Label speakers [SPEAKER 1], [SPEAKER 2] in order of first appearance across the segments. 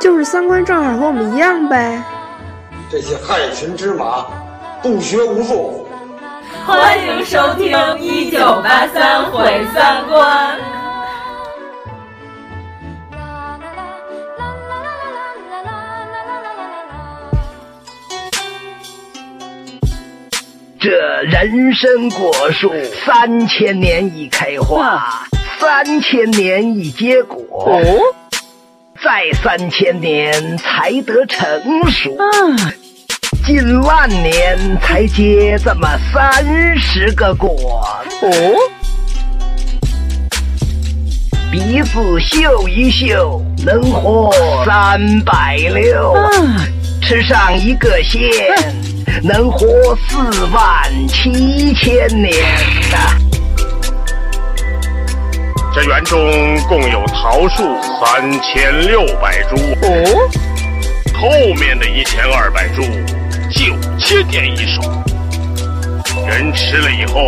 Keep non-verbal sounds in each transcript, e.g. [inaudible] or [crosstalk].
[SPEAKER 1] 就是三观正好和我们一样呗。
[SPEAKER 2] 这些害群之马，不学无术。
[SPEAKER 3] 欢迎收听《一九八三毁三观》。
[SPEAKER 4] 这人参果树三千年一开花，三千年一结果，
[SPEAKER 5] 哦，
[SPEAKER 4] 再三千年才得成熟，
[SPEAKER 5] 嗯，
[SPEAKER 4] 近万年才结这么三十个果。
[SPEAKER 5] 哦，
[SPEAKER 4] 鼻子嗅一嗅，能活三百六，
[SPEAKER 5] 嗯，
[SPEAKER 4] 吃上一个鲜。
[SPEAKER 5] 嗯
[SPEAKER 4] 能活四万七千年呐、
[SPEAKER 6] 这园中共有桃树三千六百株，
[SPEAKER 5] 哦，
[SPEAKER 6] 后面的一千二百株九千年一熟，人吃了以后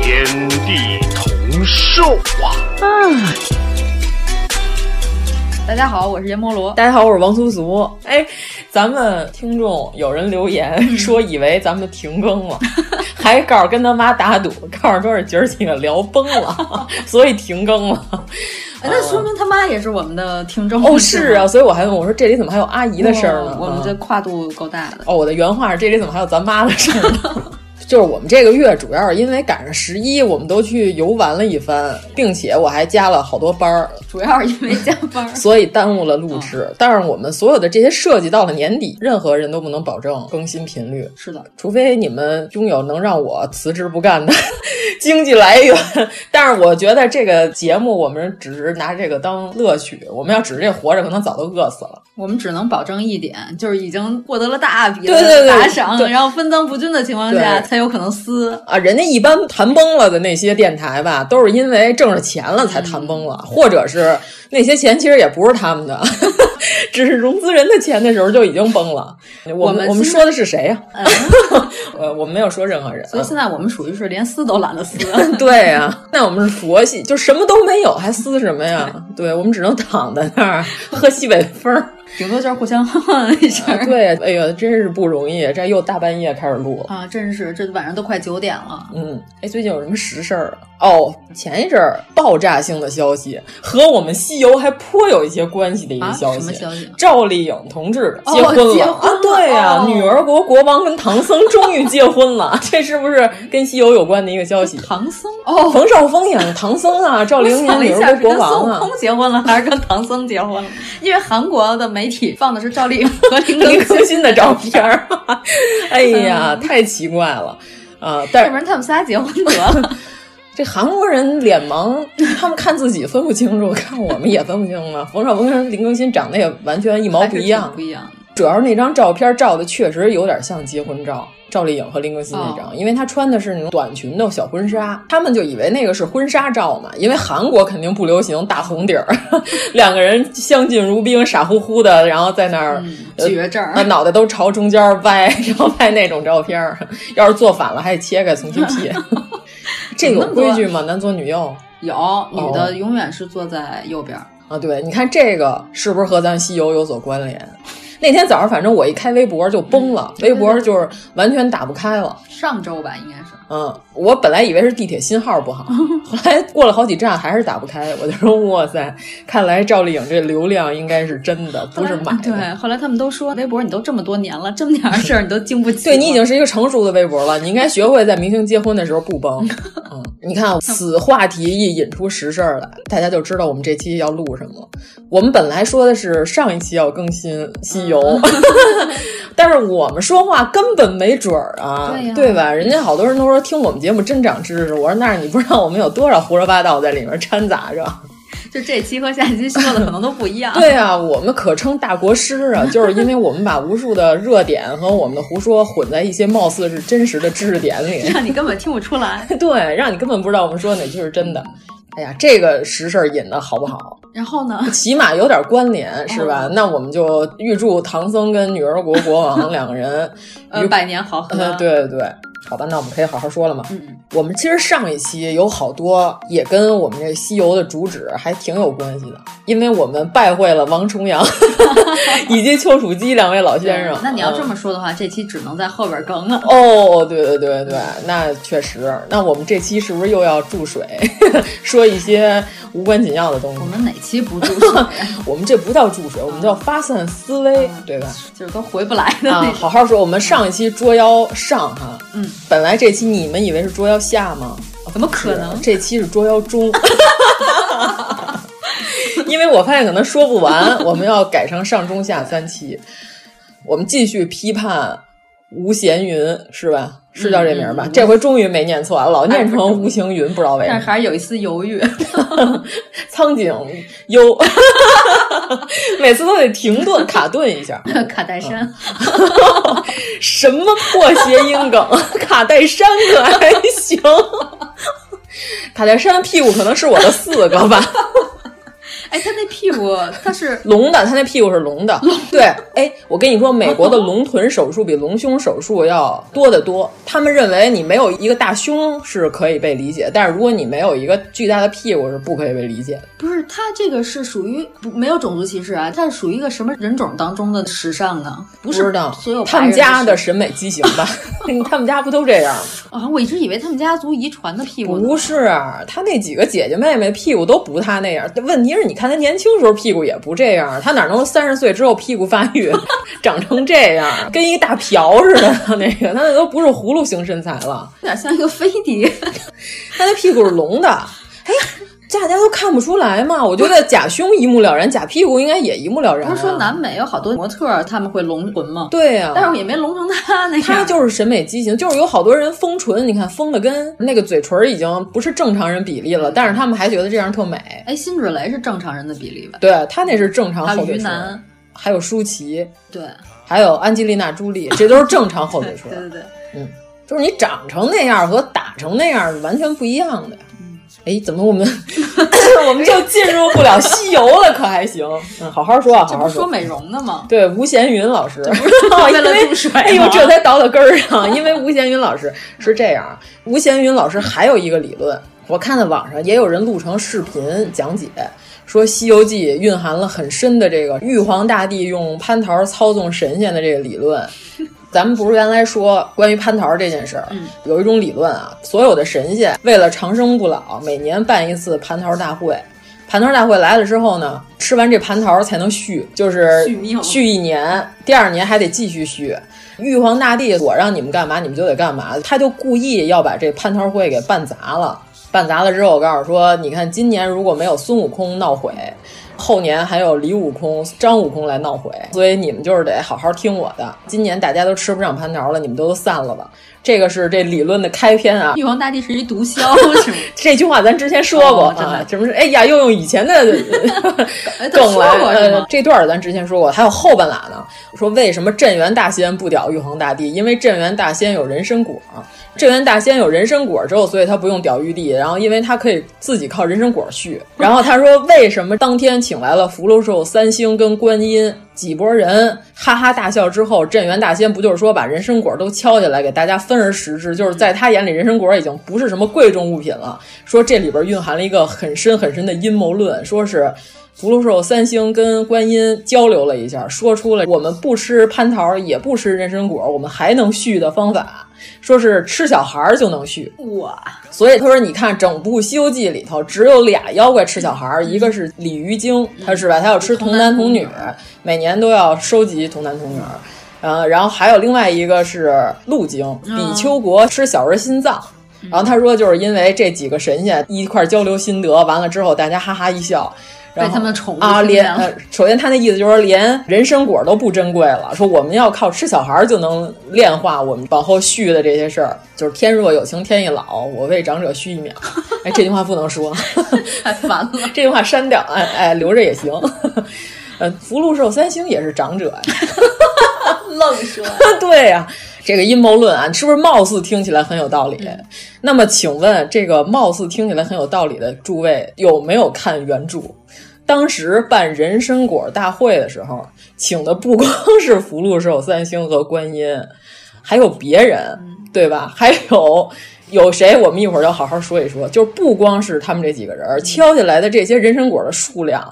[SPEAKER 6] 天地同寿啊！
[SPEAKER 5] 啊，
[SPEAKER 3] 大家好，我是阎摩罗。
[SPEAKER 5] 大家好，我是王
[SPEAKER 3] [laughs]
[SPEAKER 5] 苏苏。哎，咱们听众有人留
[SPEAKER 3] 嗯
[SPEAKER 5] 言说，以为咱们停更了， [laughs] 还告诉跟他妈打赌，告诉说是姐儿几个聊崩
[SPEAKER 3] [laughs]
[SPEAKER 5] 了，所以停更了。
[SPEAKER 3] 哎那说明他妈也是我们的听众
[SPEAKER 5] 哦，是啊，，所以我还问我说这里怎么还有阿姨的事儿呢？
[SPEAKER 3] 哦我们
[SPEAKER 5] 嗯
[SPEAKER 3] 这跨度够大的。
[SPEAKER 5] 哦，我的原话是这里怎么还有咱妈的事
[SPEAKER 3] [laughs]
[SPEAKER 5] 儿呢？ [laughs] 就是我们这个月主要是因为赶上十一，我们都去游玩了一番，并且我还加了好多班儿，
[SPEAKER 3] 主要是因为加班儿。
[SPEAKER 5] 所以耽误了录制。
[SPEAKER 3] 嗯
[SPEAKER 5] 但是我们所有的这些设计到了年底，任何人都不能保证更新频率，
[SPEAKER 3] 是的，
[SPEAKER 5] 除非你们拥有能让我辞职不干的 [laughs] 经济来源。但是我觉得这个节目我们只是拿这个当乐趣，我们要指着这活着，可能早都饿死了。
[SPEAKER 3] [laughs] 我们只能保证一点，就是已经获得了大笔
[SPEAKER 5] 对对
[SPEAKER 3] 的
[SPEAKER 5] 对
[SPEAKER 3] 打赏，
[SPEAKER 5] 对
[SPEAKER 3] 然后分赃不均的情况下，
[SPEAKER 5] 对
[SPEAKER 3] 才有可能撕。
[SPEAKER 5] 啊，人家一般谈崩了的那些电台吧，都是因为挣着钱了才谈崩
[SPEAKER 3] 嗯
[SPEAKER 5] 了，或者是那些钱其实也不是他们的， [laughs] 只是融资人的钱的时候就已经崩了。我
[SPEAKER 3] 我们
[SPEAKER 5] 我们
[SPEAKER 3] 现
[SPEAKER 5] 说的是谁呀、
[SPEAKER 3] [laughs] 嗯，
[SPEAKER 5] [laughs] 呃，我们没有说任何人。
[SPEAKER 3] 所以现在我们属于是连撕都懒得撕。
[SPEAKER 5] 对呀、那我们是佛系，就什么都没有，还撕什么呀？对，我们只能躺在那儿喝西北风儿。
[SPEAKER 3] 顶多就是互相 [laughs] 哼哼一声。
[SPEAKER 5] 对呀，哎呀，真是不容易，啊这又大半夜开始录。
[SPEAKER 3] 啊，真是，这晚上都快九点了。
[SPEAKER 5] 嗯，哎，最近有什么实事儿啊？哦，前一阵儿爆炸性的消息和我们西游还颇有一些关系的一个
[SPEAKER 3] 啊，
[SPEAKER 5] 消
[SPEAKER 3] 什
[SPEAKER 5] 息，
[SPEAKER 3] 么消息？
[SPEAKER 5] 赵丽颖同志
[SPEAKER 3] 哦
[SPEAKER 5] 结婚了,、
[SPEAKER 3] 结婚
[SPEAKER 5] 啊！对呀、
[SPEAKER 3] 了哦
[SPEAKER 5] 女儿国国王跟唐僧终于结婚了， [laughs] 这是不是跟西游有关的一个消息？
[SPEAKER 3] 唐僧哦，
[SPEAKER 5] 冯绍峰演的唐僧啊，赵丽
[SPEAKER 3] 想
[SPEAKER 5] 颖演
[SPEAKER 3] 了
[SPEAKER 5] 女
[SPEAKER 3] 一
[SPEAKER 5] 儿
[SPEAKER 3] 下，是
[SPEAKER 5] 国
[SPEAKER 3] 跟
[SPEAKER 5] 国
[SPEAKER 3] 孙
[SPEAKER 5] 王
[SPEAKER 3] 悟
[SPEAKER 5] 啊嗯
[SPEAKER 3] 空。结婚了，还是跟唐僧结婚了？因为韩国的媒体放的是赵丽
[SPEAKER 5] [laughs]
[SPEAKER 3] 颖和林
[SPEAKER 5] 林
[SPEAKER 3] 更
[SPEAKER 5] 更
[SPEAKER 3] 新，
[SPEAKER 5] 新的照片儿，哎
[SPEAKER 3] 嗯
[SPEAKER 5] 呀，太奇怪了啊、但
[SPEAKER 3] 要
[SPEAKER 5] 是
[SPEAKER 3] 不然他们仨结婚得了。
[SPEAKER 5] 这韩国人脸盲，他们看自己分不清楚，看我们也分不清了。冯绍峰跟林更新长得也完全一 [laughs] 毛
[SPEAKER 3] 还是
[SPEAKER 5] 不一
[SPEAKER 3] 挺
[SPEAKER 5] 样
[SPEAKER 3] 不，一样。
[SPEAKER 5] 主要是那张照片照的确实有点像结婚照，赵丽颖和林更新那张，因为她穿的是那种短裙的小婚纱，他们就以为那个是婚纱照嘛，因为韩国肯定不流行大红底儿， [laughs] 两个人相敬如宾，傻乎乎的，然后在那儿、
[SPEAKER 3] 嗯，
[SPEAKER 5] 呃
[SPEAKER 3] 举着证
[SPEAKER 5] 啊，
[SPEAKER 3] 儿，
[SPEAKER 5] 脑袋都朝中间歪，然后拍那种照片儿。 [laughs] 要是做反了，还得切开重新 P。这有规矩吗？男左女右哦
[SPEAKER 3] 有女的永远是坐在右边儿。
[SPEAKER 5] 啊？对，你看这个是不是和咱西游有所关联？那天早上，反正我一开微博就崩了，
[SPEAKER 3] 嗯
[SPEAKER 5] 微博就是完全打不开了。
[SPEAKER 3] 上周吧，应该是
[SPEAKER 5] 嗯，我本来以为是地铁信号不
[SPEAKER 3] [laughs]
[SPEAKER 5] 好，后来过了好几站还是打不开，我就说哇塞，看来赵丽颖这流量应该是真的，不是
[SPEAKER 3] 后来
[SPEAKER 5] 买的。
[SPEAKER 3] 对，后来他们都说，微博你都这么多年了，这么点儿事儿你都经不起。
[SPEAKER 5] 对你已经是一个成熟的微博了，你应该学会在明星结婚的时候
[SPEAKER 3] [laughs]
[SPEAKER 5] 不崩。嗯，你看啊此话题一引出实事儿来，大家就知道我们这期要录什么。我们本来说的是上一期要更新西游，
[SPEAKER 3] 嗯
[SPEAKER 5] [laughs] 但是我们说话根本没准儿啊，
[SPEAKER 3] 对呀
[SPEAKER 5] 吧？人家好多人
[SPEAKER 3] [laughs]
[SPEAKER 5] 都说听我们节目真长知识，我说那是你不知道我们有多少胡说八道在里面掺杂着。
[SPEAKER 7] 就这期和下期说的可能都不一样。
[SPEAKER 5] 对啊，我们可称大国师
[SPEAKER 3] [laughs]
[SPEAKER 5] 啊，就是因为我们把无数的热点和我们的胡说混在一些貌似是真实的知识点里，
[SPEAKER 7] 让你根本听不出来。
[SPEAKER 5] [laughs] 对，让你根本不知道我们说哪句是真的。哎呀，这个实事儿引的好不好？
[SPEAKER 7] 然后呢？
[SPEAKER 5] 起码有点关联是吧？
[SPEAKER 7] 嗯
[SPEAKER 5] 那我们就预祝唐僧跟女儿国国王两个人
[SPEAKER 7] 呃，
[SPEAKER 5] 愉
[SPEAKER 7] 百年好合。
[SPEAKER 5] 呃，，对对对，好吧，那我们可以好好说了嘛。
[SPEAKER 7] 嗯，
[SPEAKER 5] 我们其实上一期有好多也跟我们这西游的主旨还挺有关系的，因为我们拜会了王重阳 [laughs] 以及丘处机两位老先生
[SPEAKER 7] 对。那你要这
[SPEAKER 5] 嗯
[SPEAKER 7] 么说的话，这期只能在后边更了。
[SPEAKER 5] 哦，对对对对，那确实。那我们这期是不是又要注水， [laughs] 说一些无关紧要的东西
[SPEAKER 7] 我？们哪期不注水？
[SPEAKER 5] 我们这不叫注水，我们叫发散思维，
[SPEAKER 7] 啊
[SPEAKER 5] 对吧？
[SPEAKER 7] [laughs] 就是都回不来的 [laughs]
[SPEAKER 5] 啊
[SPEAKER 7] 那，种。
[SPEAKER 5] 好好说。我们上一期捉妖上哈，
[SPEAKER 7] 嗯，
[SPEAKER 5] 本来这期你们以为是捉妖下吗？
[SPEAKER 7] 怎么可能
[SPEAKER 5] 是这期是捉妖中。 [laughs] 因为我发现可能说不完，我们要改成上中下三期。我们继续批判吴闲云，是吧？是叫这名儿吧？
[SPEAKER 7] 嗯嗯
[SPEAKER 5] 这回终于没念错，老念
[SPEAKER 7] 哎不
[SPEAKER 5] 成
[SPEAKER 7] 是
[SPEAKER 5] 吴行云，不知道为什
[SPEAKER 7] 但
[SPEAKER 5] 么
[SPEAKER 7] 是。还是有一丝犹
[SPEAKER 5] [laughs]
[SPEAKER 7] 豫。
[SPEAKER 5] 苍井优， [laughs] 每次都得停顿卡顿一下。
[SPEAKER 7] 卡戴珊，
[SPEAKER 5] 嗯什么破谐音梗？ [laughs] 卡戴珊可还行， [laughs] 卡戴珊屁股可能是我的四个吧，
[SPEAKER 7] 哎，他那屁股，他是
[SPEAKER 5] 龙的，他那屁股是龙的。对，哎，我跟你说，美国的龙臀手术比隆胸手术要多得多。他们认为你没有一个大胸是可以被理解，但是如果你没有一个巨大的屁股是不可以被理解的。
[SPEAKER 7] 不是他这个是属于不没有种族歧视啊？他是属于一个什么人种当中的时尚呢？不
[SPEAKER 5] 不
[SPEAKER 7] 是
[SPEAKER 5] 知道
[SPEAKER 7] 所有白
[SPEAKER 5] 他们
[SPEAKER 7] 人都
[SPEAKER 5] 家的
[SPEAKER 7] 是
[SPEAKER 5] 审美畸形
[SPEAKER 7] [laughs]
[SPEAKER 5] 吧？他们家不都这样吗？
[SPEAKER 7] 啊，我一直以为他们家族遗传的屁股呢
[SPEAKER 5] 不是，啊他那几个姐姐妹妹屁股都不他那样。问题是，你看他年轻时候屁股也不这样，他哪能三十岁之后屁股发育 [laughs] 长成这样，跟一大瓢似的？那个他那都不是葫芦形身材了，
[SPEAKER 7] 有点像一个飞碟。
[SPEAKER 5] 他那屁股是隆的。哎，大家都看不出来嘛？我觉得假胸一目了然，假屁股应该也一目了然、啊
[SPEAKER 7] 不是说？南美有好多模特儿他们会隆臀吗？
[SPEAKER 5] 对呀、
[SPEAKER 7] 但是我也没隆成他那样。
[SPEAKER 5] 啊他就是审美畸形，就是有好多人丰唇，你看丰的跟那个嘴唇儿已经不是正常人比例了，但是他们还觉得这样特美。
[SPEAKER 7] 哎，辛芷蕾是正常人的比例吧？
[SPEAKER 5] 对啊他那是正常
[SPEAKER 7] 还
[SPEAKER 5] 厚
[SPEAKER 7] 有
[SPEAKER 5] 嘴
[SPEAKER 7] 于
[SPEAKER 5] 唇，
[SPEAKER 7] 南，
[SPEAKER 5] 还有舒淇，
[SPEAKER 7] 对
[SPEAKER 5] 还有安吉丽娜·朱莉，这都是正常厚嘴
[SPEAKER 7] [laughs] 对
[SPEAKER 5] 唇。
[SPEAKER 7] 对对，
[SPEAKER 5] 就是你长成那样和打成那样是完全不一样的呀。
[SPEAKER 7] 嗯
[SPEAKER 5] 哎，怎么
[SPEAKER 7] [laughs]
[SPEAKER 5] 我们我们就进入不了西游了？可还行？嗯，好好说啊，
[SPEAKER 7] 这不
[SPEAKER 5] 好好
[SPEAKER 7] 是说美容的吗？
[SPEAKER 5] 对吴闲云老师，
[SPEAKER 7] 为了
[SPEAKER 5] 因为
[SPEAKER 7] 注水
[SPEAKER 5] 哎呦
[SPEAKER 7] 吗，
[SPEAKER 5] 这才倒到根儿上。因为吴闲云老师是这样，啊吴闲云老师还有一个理论，我看到网上也有人录成视频讲解，说《西游记》蕴含了很深的这个玉皇大帝用蟠桃操纵神仙的这个理论。咱们不是原来说关于蟠桃这件事儿，
[SPEAKER 7] 嗯
[SPEAKER 5] 有一种理论啊，所有的神仙为了长生不老，每年办一次蟠桃大会。蟠桃大会来了之后呢，吃完这蟠桃才能续，就是
[SPEAKER 7] 续命
[SPEAKER 5] 续一年，第二年还得继续续。玉皇大帝，我让你们干嘛，你们就得干嘛，他就故意要把这蟠桃会给办砸了。办砸了之后，我告诉说，你看今年如果没有孙悟空闹毁，后年还有李悟空、张悟空来闹毁，所以你们就是得好好听我的。今年大家都吃不上蟠桃了，你们都散了吧。这个是这理论的开篇啊。
[SPEAKER 7] 玉皇大帝是一毒枭，
[SPEAKER 5] [laughs]
[SPEAKER 7] 是吗？
[SPEAKER 5] 这句话咱之前说过、
[SPEAKER 7] 哦真的
[SPEAKER 5] 啊，什么是？哎呀，又用以前的
[SPEAKER 7] [laughs] 哎他
[SPEAKER 5] 梗
[SPEAKER 7] 说
[SPEAKER 5] 来，
[SPEAKER 7] 过是
[SPEAKER 5] 呃
[SPEAKER 7] 吗，？
[SPEAKER 5] 这段儿咱之前说过，还有后半拉呢。说为什么镇元大仙不屌玉皇大帝？因为镇元大仙有人参果，镇元大仙有人参果之后，所以他不用屌玉帝，然后因为他可以自己靠人参果
[SPEAKER 7] [laughs]
[SPEAKER 5] 续。然后他说为什么当天请来了福禄寿三星跟观音几拨人，哈哈大笑之后，镇元大仙不就是说把人参果都敲下来给大家分而食之？就是
[SPEAKER 7] 嗯
[SPEAKER 5] 在他眼里，人参果已经不是什么贵重物品了。说这里边蕴含了一个很深很深的阴谋论，说是福禄寿三星跟观音交流了一下，说出了我们不吃蟠桃，也不吃人参果，我们还能续的方法，说是吃小孩儿就能续。
[SPEAKER 7] 哇，
[SPEAKER 5] 所以他说，你看整部《西游记》里头只有俩妖怪吃小孩儿，一个是鲤鱼精，他是吧？他要吃童男童女
[SPEAKER 7] 嗯童男童，
[SPEAKER 5] 每年都要收集童男童女。呃，然后还有另外一个是鹿精，
[SPEAKER 7] 嗯
[SPEAKER 5] 比丘国吃小人心脏。然后他说，就是因为这几个神仙一块儿交流心得，完了之后大家哈哈一笑，然
[SPEAKER 7] 被
[SPEAKER 5] 后
[SPEAKER 7] 他们宠物
[SPEAKER 5] 啊，
[SPEAKER 7] 训
[SPEAKER 5] 连
[SPEAKER 7] 练
[SPEAKER 5] 呃
[SPEAKER 7] 了，
[SPEAKER 5] 首先他那意思就是说连人参果都不珍贵了，说我们要靠吃小孩儿就能炼化我们往后续的这些事儿，就是天若有情天亦老，我为长者
[SPEAKER 7] [laughs]
[SPEAKER 5] 须一秒。哎，这句话不能说， [laughs]
[SPEAKER 7] 太烦了。
[SPEAKER 5] 这句话删掉，哎哎，留着也行。 [laughs] 呃，福禄寿三星也是长者呀、
[SPEAKER 7] 愣说，
[SPEAKER 5] [laughs] 对呀、这个阴谋论啊，是不是貌似听起来很有道理？那么，请问这个貌似听起来很有道理的诸位有没有看原著？当时办人参果大会的时候，请的不光是福禄寿三星和观音，还有别人，对吧？还有有谁？我们一会儿要好好说一说。就是不光是他们这几个人敲下来的这些人参果的数量，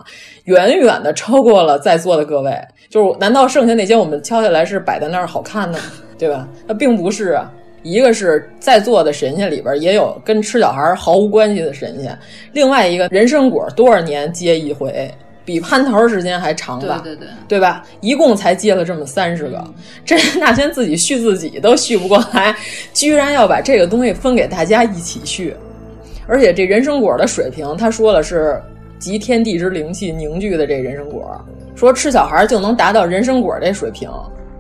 [SPEAKER 5] 远远的超过了在座的各位。就是难道剩下那些我们敲下来是摆在那儿好看呢？ [laughs] 对吧？那并不是啊。一个是在座的神仙里边也有跟吃小孩儿毫无关系的神仙，另外一个人参果多少年结一回，比蟠桃时间还长
[SPEAKER 7] 对
[SPEAKER 5] 吧？
[SPEAKER 7] 对对，
[SPEAKER 5] 对吧？一共才接了这么三十
[SPEAKER 7] 嗯
[SPEAKER 5] 个，这大仙自己续自己都续不过来，居然要把这个东西分给大家一起续，而且这人参果的水平，他说了是集天地之灵气凝聚的这人参果，说吃小孩儿就能达到人参果这水平。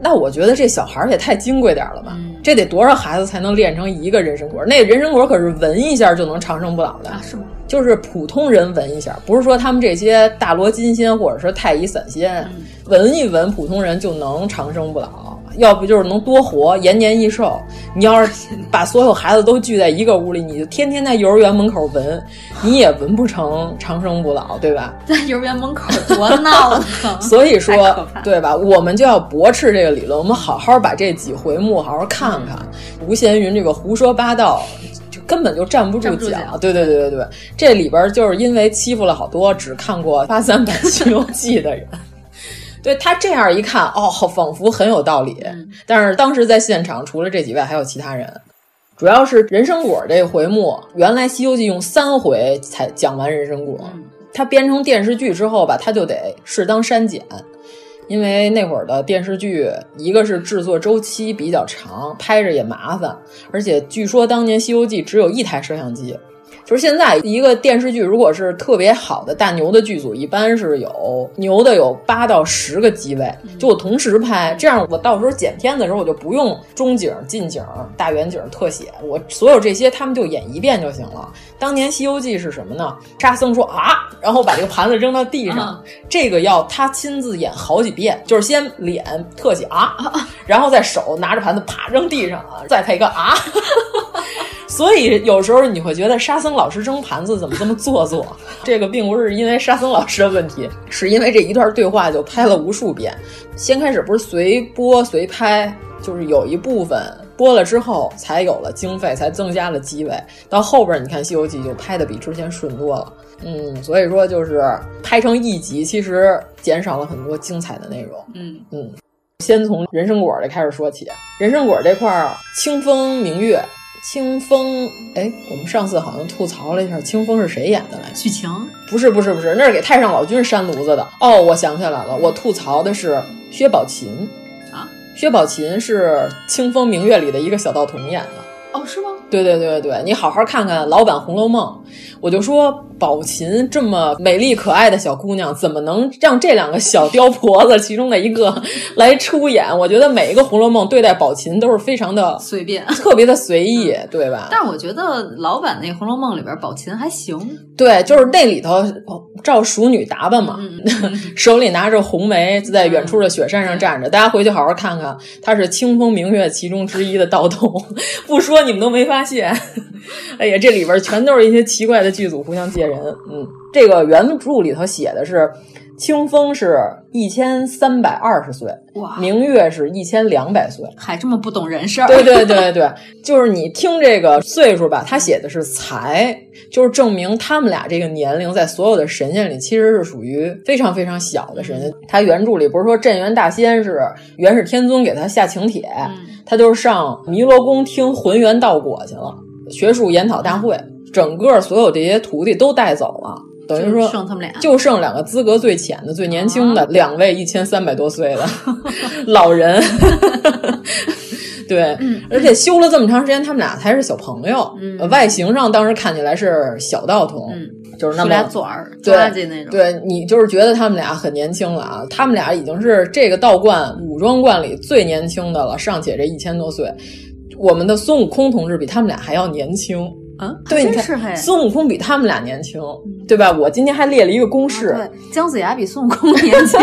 [SPEAKER 5] 那我觉得这小孩儿也太金贵点儿了吧？
[SPEAKER 7] 嗯
[SPEAKER 5] 这得多少孩子才能练成一个人参果？那人参果可是闻一下就能长生不老的
[SPEAKER 7] 啊，是吗？
[SPEAKER 5] 就是普通人闻一下，不是说他们这些大罗金仙或者是太乙散仙、
[SPEAKER 7] 嗯
[SPEAKER 5] 闻一闻，普通人就能长生不老，要不就是能多活，延年益寿。你要是把所有孩子都聚在一个屋里，你就天天在幼儿园门口闻，你也闻不成长生不老，对吧？，
[SPEAKER 7] 在幼儿园门口多闹腾
[SPEAKER 5] [laughs] 所以说
[SPEAKER 7] 嗯太可怕，
[SPEAKER 5] 对吧？我们就要驳斥这个理论，我们好好把这几回目好好看看。
[SPEAKER 7] 嗯
[SPEAKER 5] 吴闲云这个胡说八道，就根本就站不住
[SPEAKER 7] 站不住
[SPEAKER 5] 脚。
[SPEAKER 7] 脚
[SPEAKER 5] 对对对对对，这里边就是因为欺负了好多只看过《八三版西游记》的人。 [laughs] 对他这样一看，哦，仿佛很有道理。
[SPEAKER 7] 嗯
[SPEAKER 5] 但是当时在现场，除了这几位，还有其他人。主要是人参果这回目，原来《西游记》用三回才讲完人参果，
[SPEAKER 7] 嗯
[SPEAKER 5] 它编成电视剧之后吧，它就得适当删减，因为那会儿的电视剧，一个是制作周期比较长，拍着也麻烦，而且据说当年《西游记》只有一台摄像机。就是现在一个电视剧，如果是特别好的大牛的剧组，一般是有牛的有八到十个机位，就我同时拍，这样我到时候剪片子的时候，我就不用中景、近景、大远景、特写，我所有这些他们就演一遍就行了。当年《西游记》是什么呢？沙僧说啊，然后把这个盘子扔到地上，这个要他亲自演好几遍，就是先脸特写啊，然后再手拿着盘子啪扔地上啊，再配一个啊。所以有时候你会觉得沙僧老师扔盘子怎么这么做作？这个并不是因为沙僧老师的问题，是因为这一段对话就拍了无数遍。先开始不是随播随拍，就是有一部分播了之后才有了经费，才增加了机位。到后边你看《西游记》就拍的比之前顺多了。嗯，所以说就是拍成一集，其实减少了很多精彩的内容。
[SPEAKER 7] 嗯
[SPEAKER 5] 嗯，先从人参果这开始说起。人参果这块儿，清风明月，清风，哎，我们上次好像吐槽了一下，清风是谁演的来着？
[SPEAKER 7] 许晴
[SPEAKER 5] 不是，不是，不是，那是给太上老君扇炉子的。哦，我想起来了，我吐槽的是薛宝琴
[SPEAKER 7] 啊，
[SPEAKER 5] 薛宝琴是《清风明月》里的一个小道童演的。
[SPEAKER 7] 哦，是吗？
[SPEAKER 5] 对对对对，你好好看看老版《红楼梦》，我就说宝琴这么美丽可爱的小姑娘，怎么能让这两个小刁婆子其中的一个来出演？我觉得每一个《红楼梦》对待宝琴都是非常的
[SPEAKER 7] 随便。
[SPEAKER 5] 特别的随意，对吧？
[SPEAKER 7] 但是我觉得老版那《红楼梦》里边宝琴还行，
[SPEAKER 5] 对，就是那里头照熟女打扮嘛， [laughs]
[SPEAKER 7] 嗯，
[SPEAKER 5] 手里拿着红梅，在远处的雪山上站着。大家回去好好看看，她是清风明月其中之一的道童， [laughs] 不说你们都没发现。 [laughs] 哎呀，这里边全都是一些奇怪的剧组互相借人。嗯，这个原著里头写的是。清风是一千三百二十岁，
[SPEAKER 7] 哇，
[SPEAKER 5] 明月是一千两百岁。
[SPEAKER 7] 还这么不懂人事
[SPEAKER 3] [laughs]
[SPEAKER 7] 儿，
[SPEAKER 5] 对对对对，就是你听这个岁数吧，他写的是才，就是证明他们俩这个年龄在所有的神仙里其实是属于非常非常小的神仙。他原著里不是说镇元大仙是元始天尊给他下请帖，
[SPEAKER 7] 嗯
[SPEAKER 5] 他就是上弥罗宫听浑元道果去了，学术研讨大会，整个所有这些徒弟都带走了，等于说
[SPEAKER 7] 就剩他们俩，
[SPEAKER 5] 就剩两个资格最浅的、最年轻
[SPEAKER 7] 哦
[SPEAKER 5] 的、两位一千三百多岁的老人。 [laughs] 对，而且修了这么长时间，他们俩还是小朋友。
[SPEAKER 7] 嗯嗯
[SPEAKER 5] 呃外形上当时看起来是小道童，
[SPEAKER 7] 嗯
[SPEAKER 5] 就是那
[SPEAKER 7] 出
[SPEAKER 5] 么
[SPEAKER 7] 俩嘴儿，
[SPEAKER 5] 对
[SPEAKER 7] 抓起那种。，
[SPEAKER 5] 对你就是觉得他们俩很年轻了啊，他们俩已经是这个道观武装观里最年轻的了，尚且这一千多岁。我们的孙悟空同志比他们俩还要年轻，
[SPEAKER 7] 啊，
[SPEAKER 5] 对，
[SPEAKER 7] 真
[SPEAKER 5] 你
[SPEAKER 7] 是嘿嗯
[SPEAKER 5] 看。孙悟空比他们俩年轻，对吧？我今天还列了一个公式，
[SPEAKER 7] 啊对，姜子牙比孙悟空 [laughs] 年轻，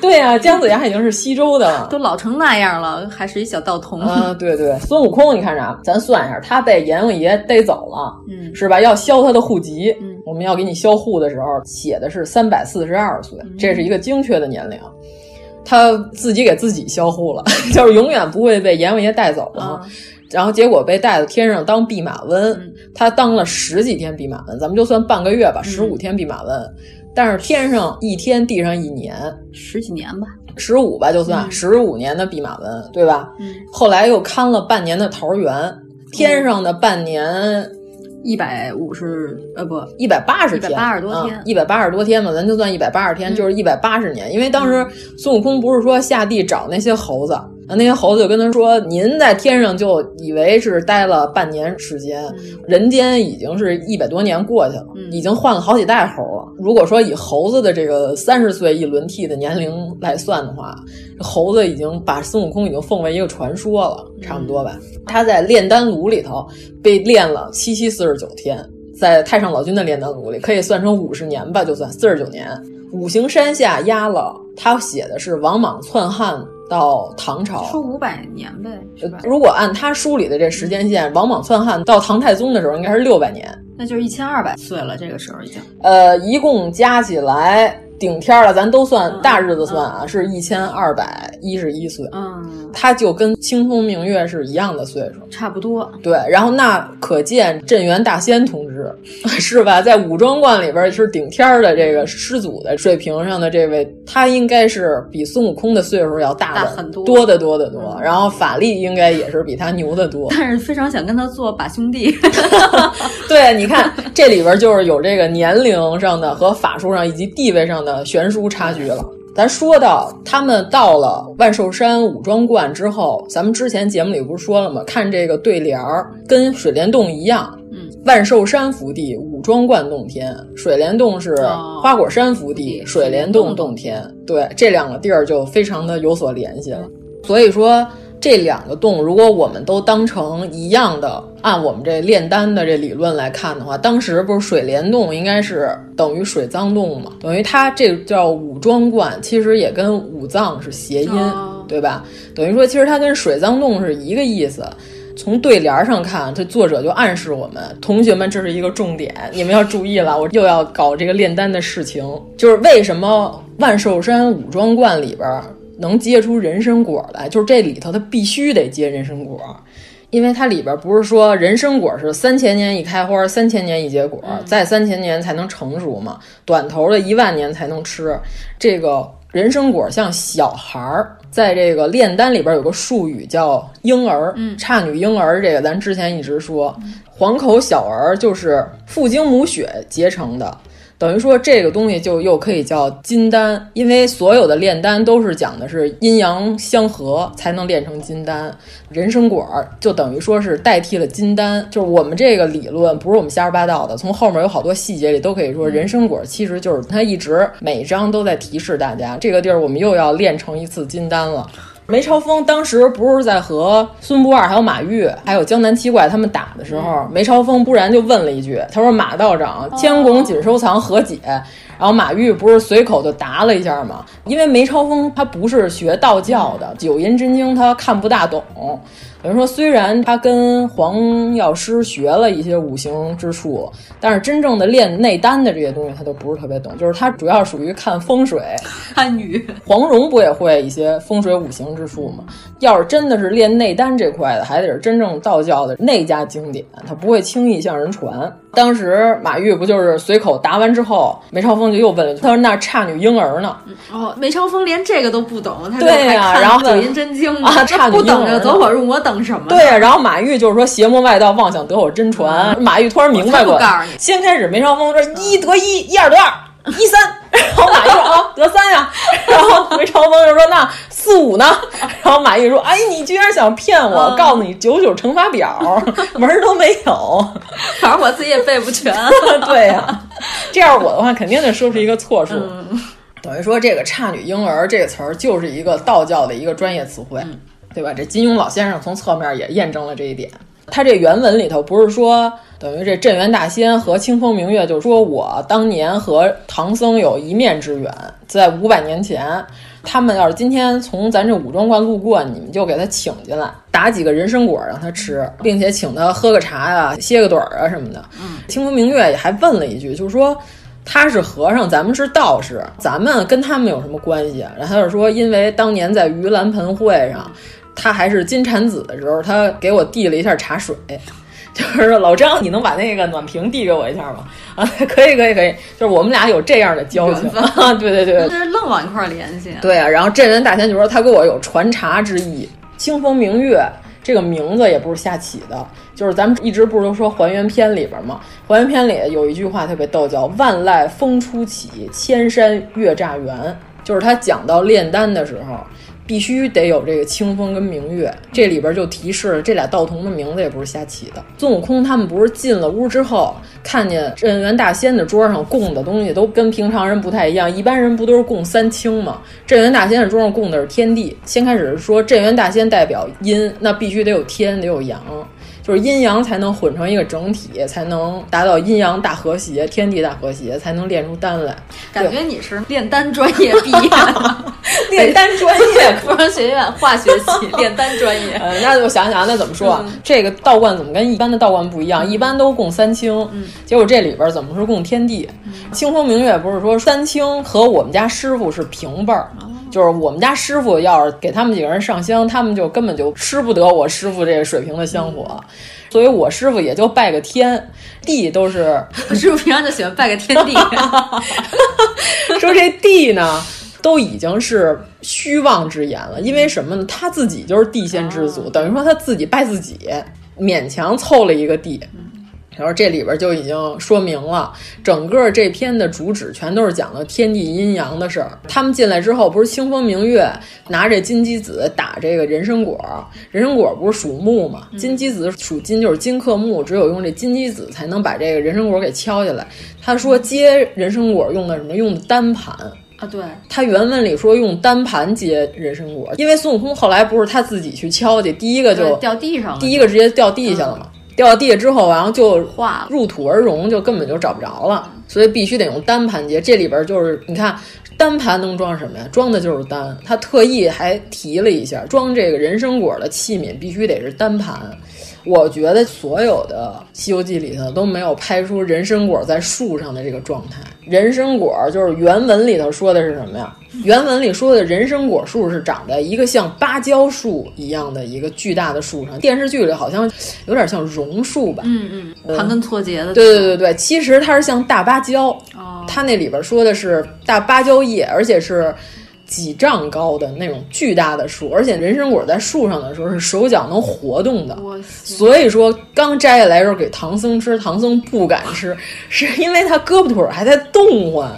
[SPEAKER 5] 对啊，姜子牙已经是西周的
[SPEAKER 7] [laughs]
[SPEAKER 5] 了
[SPEAKER 7] 都。老成那样了，还是一小道童。
[SPEAKER 5] 啊，对对，孙悟空，你看着啊，咱算一下，他被阎王爷逮走了，
[SPEAKER 7] 嗯
[SPEAKER 5] 是吧？要销他的户籍，
[SPEAKER 7] 嗯
[SPEAKER 5] 我们要给你销户的时候写的是三百四十二岁，
[SPEAKER 7] 嗯
[SPEAKER 5] 这是一个精确的年龄。他自己给自己销户了， [laughs] 就是永远不会被阎王爷带走了。
[SPEAKER 7] 啊，
[SPEAKER 5] 然后结果被带到天上当弼马温，
[SPEAKER 7] 嗯
[SPEAKER 5] 他当了十几天弼马温，咱们就算半个月吧，十五天弼马温。但是天上一天，地上一年，
[SPEAKER 7] 十几年吧，
[SPEAKER 5] 十五吧就算
[SPEAKER 7] 嗯
[SPEAKER 5] 十五、年的弼马温，对吧？
[SPEAKER 7] 嗯，
[SPEAKER 5] 后来又看了半年的桃园，天上的半年
[SPEAKER 7] 一百五十呃不，
[SPEAKER 5] 一百八十天，嗯
[SPEAKER 7] 180多天
[SPEAKER 5] 一百八十多天嘛，咱就算一百八十天，
[SPEAKER 7] 嗯
[SPEAKER 5] 就是一百八十年。因为当时孙悟空不是说下地找那些猴子，那些猴子就跟他说：“您在天上就以为是待了半年时间，
[SPEAKER 7] 嗯
[SPEAKER 5] 人间已经是一百多年过去了，
[SPEAKER 7] 嗯
[SPEAKER 5] 已经换了好几代猴了。如果说以猴子的这个三十岁一轮替的年龄来算的话，猴子已经把孙悟空已经奉为一个传说了，差不多吧。
[SPEAKER 7] 嗯
[SPEAKER 5] 他在炼丹炉里头被炼了七七四十九天，在太上老君的炼丹炉里可以算成五十年吧，就算四十九年。五行山下压了，他写的是王莽篡汉到唐朝，呃
[SPEAKER 7] 说五百年呗，是吧？
[SPEAKER 5] 如果按他书里的这时间线，王莽篡汉到唐太宗的时候，应该是六百年。
[SPEAKER 7] 那就是一千二百岁了，这个时候已经。
[SPEAKER 5] 呃，一共加起来顶天儿了，咱都算大日子算啊，是一千二百一十一岁。
[SPEAKER 7] 嗯，
[SPEAKER 5] 他就跟清风明月是一样的岁数，
[SPEAKER 7] 差不多。
[SPEAKER 5] 对。然后那可见镇元大仙同志 [laughs] 是吧，在武装观里边是顶天儿的这个师祖的水平上的这位，他应该是比孙悟空的岁数要大的
[SPEAKER 7] 大很多
[SPEAKER 5] 多得多得多。
[SPEAKER 7] 嗯
[SPEAKER 5] 然后法力应该也是比他牛得多。
[SPEAKER 7] 但是非常想跟他做把兄弟， [laughs]
[SPEAKER 5] [laughs] 对，你看这里边就是有这个年龄上的和法术上以及地位上的悬殊差距了。咱说到他们到了万寿山武装观之后，咱们之前节目里不是说了吗？看这个对联儿跟水帘洞一样，
[SPEAKER 7] 嗯，
[SPEAKER 5] 万寿山福地，武装观洞天；水帘洞是
[SPEAKER 7] 哦
[SPEAKER 5] 花果山福地，
[SPEAKER 7] 福地
[SPEAKER 5] 水帘洞洞天。对，这两个地儿就非常的有所联系了。所以说，这两个洞如果我们都当成一样的，按我们这炼丹的这理论来看的话，当时不是水帘洞应该是等于水脏洞嘛？等于它这叫武装观，其实也跟武藏是谐音，
[SPEAKER 7] 哦
[SPEAKER 5] 对吧？等于说，其实它跟水脏洞是一个意思。从对联儿上看，这作者就暗示我们同学们，这是一个重点，你们要注意了，我又要搞这个炼丹的事情。就是为什么万寿山武装观里边儿能结出人参果来，就是这里头它必须得结人参果。因为它里边不是说人参果是三千年一开花，三千年一结果，再三千年才能成熟嘛，短头的一万年才能吃。这个人参果像小孩儿，在这个炼丹里边有个术语叫婴儿，
[SPEAKER 7] 嗯
[SPEAKER 5] 差女婴儿这个咱之前一直说，黄口小儿就是父精母血结成的。等于说这个东西就又可以叫金丹，因为所有的炼丹都是讲的是阴阳相合才能炼成金丹，人参果儿就等于说是代替了金丹，就是我们这个理论不是我们瞎说八道的，从后面有好多细节里都可以说，人参果儿其实就是它一直每一章都在提示大家，这个地儿我们又要炼成一次金丹了。梅超风当时不是在和孙不二、还有马玉、还有江南七怪他们打的时候，梅超风突然就问了一句：“他说马道长，千拱锦收藏何解？”然后马玉不是随口就答了一下嘛，因为梅超风他不是学道教的，九阴真经他看不大懂。等于说，虽然他跟黄药师学了一些五行之术，但是真正的练内丹的这些东西，他都不是特别懂。就是他主要属于看风水，
[SPEAKER 7] 汉语
[SPEAKER 5] 黄蓉不也会一些风水五行之术吗？要是真的是练内丹这块的，还得是真正道教的内家经典，他不会轻易向人传。当时马玉不就是随口答完之后，梅超风就又问了一句：“他说那差女婴儿呢？”
[SPEAKER 7] 哦，梅超风连这个都不懂，他
[SPEAKER 5] 对呀
[SPEAKER 7] 呀、
[SPEAKER 5] 然后
[SPEAKER 7] 九阴真经呢
[SPEAKER 5] 啊
[SPEAKER 7] 这
[SPEAKER 5] 差
[SPEAKER 7] 不
[SPEAKER 5] 点
[SPEAKER 7] 等
[SPEAKER 5] 英
[SPEAKER 7] 着
[SPEAKER 5] 文
[SPEAKER 7] 走火入魔等什么？
[SPEAKER 5] 对，啊然后马玉就是说邪魔外道妄想得我真传，马玉突然明白过
[SPEAKER 7] 嗯我才不告
[SPEAKER 5] 来
[SPEAKER 7] 诉，你
[SPEAKER 5] 先开始梅超风说一得一，一哦二得二。一三，然后马玉说啊得三呀，然后梅超风就说那四五五呢？然后马玉说：“哎，你居然想骗我！
[SPEAKER 7] 嗯
[SPEAKER 5] 告诉你九九乘法表，门儿都没有。 [laughs]
[SPEAKER 3] 反正我自己也背不全。
[SPEAKER 5] 对呀、这要是我的话，肯定得说是一个错数。
[SPEAKER 7] 嗯
[SPEAKER 5] 等于说，这个“差女婴儿”这个词儿就是一个道教的一个专业词
[SPEAKER 7] 嗯
[SPEAKER 5] 汇，对吧？这金庸老先生从侧面也验证了这一点。他这原文里头不是说，等于这镇元大仙和清风明月，就是说我当年和唐僧有一面之缘，在五百年前，他们要是今天从咱这武装观路过，你们就给他请进来，打几个人参果让他吃，并且请他喝个茶呀、歇个盹儿啊什么的。清风明月也还问了一句，就是说他是和尚，咱们是道士，咱们跟他们有什么关系啊？然后他就说，因为当年在盂兰盆会上，他还是金蝉子的时候，他给我递了一下茶水。 [laughs] 就是说老张，你能把那个暖瓶递给我一下吗？ [laughs] 啊，可以，可以，可以。就是我们俩有这样的交情，啊对对对
[SPEAKER 7] [laughs]
[SPEAKER 5] [laughs]
[SPEAKER 3] 就，是愣往一块儿联系。
[SPEAKER 5] 对啊，然后镇人大仙就说他跟我有传茶之意，清风明月。这个名字也不是瞎起的，就是咱们一直不是都说还原篇里边嘛，还原篇里有一句话特别逗，叫“万籁风初起，千山月乍圆”，就是他讲到炼丹的时候，必须得有这个清风跟明月，这里边就提示了这俩道童的名字也不是瞎起的。孙悟空他们不是进了屋之后，看见镇元大仙的桌上供的东西都跟平常人不太一样，一般人不都是供三清吗？镇元大仙的桌上供的是天地。先开始是说镇元大仙代表阴，那必须得有天，得有阳。就是阴阳才能混成一个整体，才能达到阴阳大和谐、天地大和谐，才能练出丹来。
[SPEAKER 3] 感觉你是炼丹专业毕 [laughs] 业的，
[SPEAKER 5] 炼丹专业
[SPEAKER 3] 服装学院化学系炼丹专
[SPEAKER 5] [laughs]
[SPEAKER 3] 业。
[SPEAKER 5] 呃，那我想想，那怎么说啊？这个道观怎么跟一般的道观不一样？一般都供三清，结果这里边怎么是供天地？清风明月不是说三清和我们家师傅是平辈儿，就是我们家师傅要是给他们几个人上香，他们就根本就吃不得我师傅这个水平的香火。所以我师傅也就拜个天，地都是
[SPEAKER 3] 我师傅平常就喜欢拜个天 [laughs] 地，啊
[SPEAKER 5] 说这地呢，都已经是虚妄之言了，因为什么呢？他自己就是地仙之祖，等于说他自己拜自己，勉强凑了一个地。然后这里边就已经说明了，整个这篇的主旨全都是讲了天地阴阳的事儿。他们进来之后，不是清风明月拿着金鸡子打这个人参果，人参果不是属木嘛？金鸡子属金，就是金克木，只有用这金鸡子才能把这个人参果给敲下来。他说接人参果用的什么？用的单盘。
[SPEAKER 3] 啊，对，
[SPEAKER 5] 他原文里说用单盘接人参果，因为孙悟空后来不是他自己去敲去，第一个就
[SPEAKER 3] 对掉地上了，嗯
[SPEAKER 5] 第一个直接掉地下了嘛，掉到地下之后，然后就
[SPEAKER 3] 化了嗯
[SPEAKER 5] 入土而融，就根本就找不着了，所以必须得用单盘结。这里边就是你看，单盘能装什么呀？装的就是丹。他特意还提了一下，装这个人参果的器皿必须得是单盘。我觉得所有的《西游记》里头都没有拍出人参果在树上的这个状态。人参果就是原文里头说的是什么呀？原文里说的人参果树是长在一个像芭蕉树一样的一个巨大的树上，电视剧里好像有点像榕树吧？
[SPEAKER 3] 嗯嗯，盘根错节的，哦
[SPEAKER 5] 对对对对，其实它是像大芭蕉，它那里边说的是大芭蕉叶，而且是几丈高的那种巨大的树，而且人参果在树上的时候是手脚能活动的，
[SPEAKER 3] 哇塞
[SPEAKER 5] 所以说刚摘下来的时候给唐僧吃，唐僧不敢吃， [laughs] 是因为他胳膊腿儿还在动唤。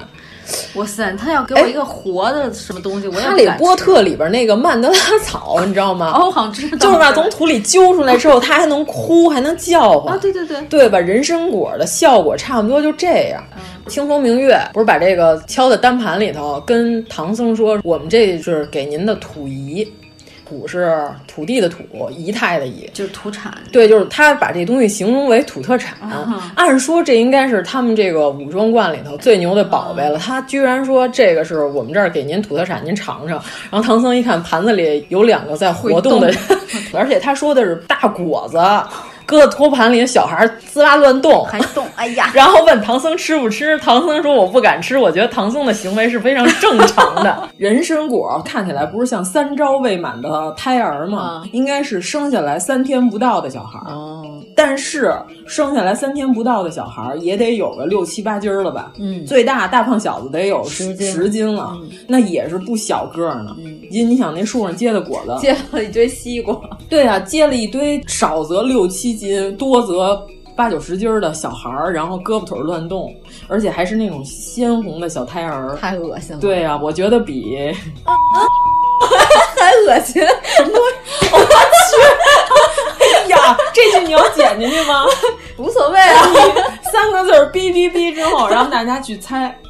[SPEAKER 3] 哇塞，他要给我一个活的什么东西，我也
[SPEAKER 5] 哈
[SPEAKER 3] 不
[SPEAKER 5] 利
[SPEAKER 3] 敢
[SPEAKER 5] 波
[SPEAKER 3] 吃
[SPEAKER 5] 特里边那个曼德拉
[SPEAKER 3] [laughs]
[SPEAKER 5] 草，你知道吗？
[SPEAKER 3] 哦，我好像知道，
[SPEAKER 5] [laughs] 就是吧，从土里揪出来之后，它还能哭，还能叫唤
[SPEAKER 3] 啊，对对对，
[SPEAKER 5] 对吧？人参果的效果差不多就这样。
[SPEAKER 3] 嗯
[SPEAKER 5] 清风明月不是把这个敲在单盘里头，跟唐僧说：“我们这是给您的土仪，土是土地的土，仪态的仪。”
[SPEAKER 3] 就是土产，
[SPEAKER 5] 对，就是他把这东西形容为土特产。按说这应该是他们这个武装观里头最牛的宝贝了。他居然说这个是我们这儿给您土特产，您尝尝。然后唐僧一看盘子里有两个在活动的， [laughs] 而且他说的是大果子，搁在托盘里，小孩儿滋啦乱动，
[SPEAKER 3] 还动，哎呀，
[SPEAKER 5] 然后问唐僧吃不吃，唐僧说我不敢吃，我觉得唐僧的行为是非常正常的。 [laughs] 人参果看起来不是像三朝未满的胎儿吗？应该是生下来三天不到的小孩儿，但是生下来三天不到的小孩儿也得有个六七八斤儿了吧？
[SPEAKER 3] [laughs] 嗯
[SPEAKER 5] 最大大胖小子得有十
[SPEAKER 3] 斤
[SPEAKER 5] 十斤嗯了，那也是不小个儿呢。
[SPEAKER 3] 嗯
[SPEAKER 5] 因为你想那树上结的果子，
[SPEAKER 3] 接了一堆西瓜，
[SPEAKER 5] 对啊，接了一堆少则六七斤，多则八九十斤儿的小孩儿，然后胳膊腿儿乱动，而且还是那种鲜红的小胎儿。 [laughs]
[SPEAKER 3] 太恶心了，
[SPEAKER 5] 对啊，我觉得比
[SPEAKER 8] 恶
[SPEAKER 3] [laughs]
[SPEAKER 8] 心，我
[SPEAKER 5] 去，哎呀，这句你要剪进去吗？ [laughs]
[SPEAKER 8] 无所谓啊，
[SPEAKER 5] 三个字儿哔哔哔之后，然后大家去猜。
[SPEAKER 8] [laughs]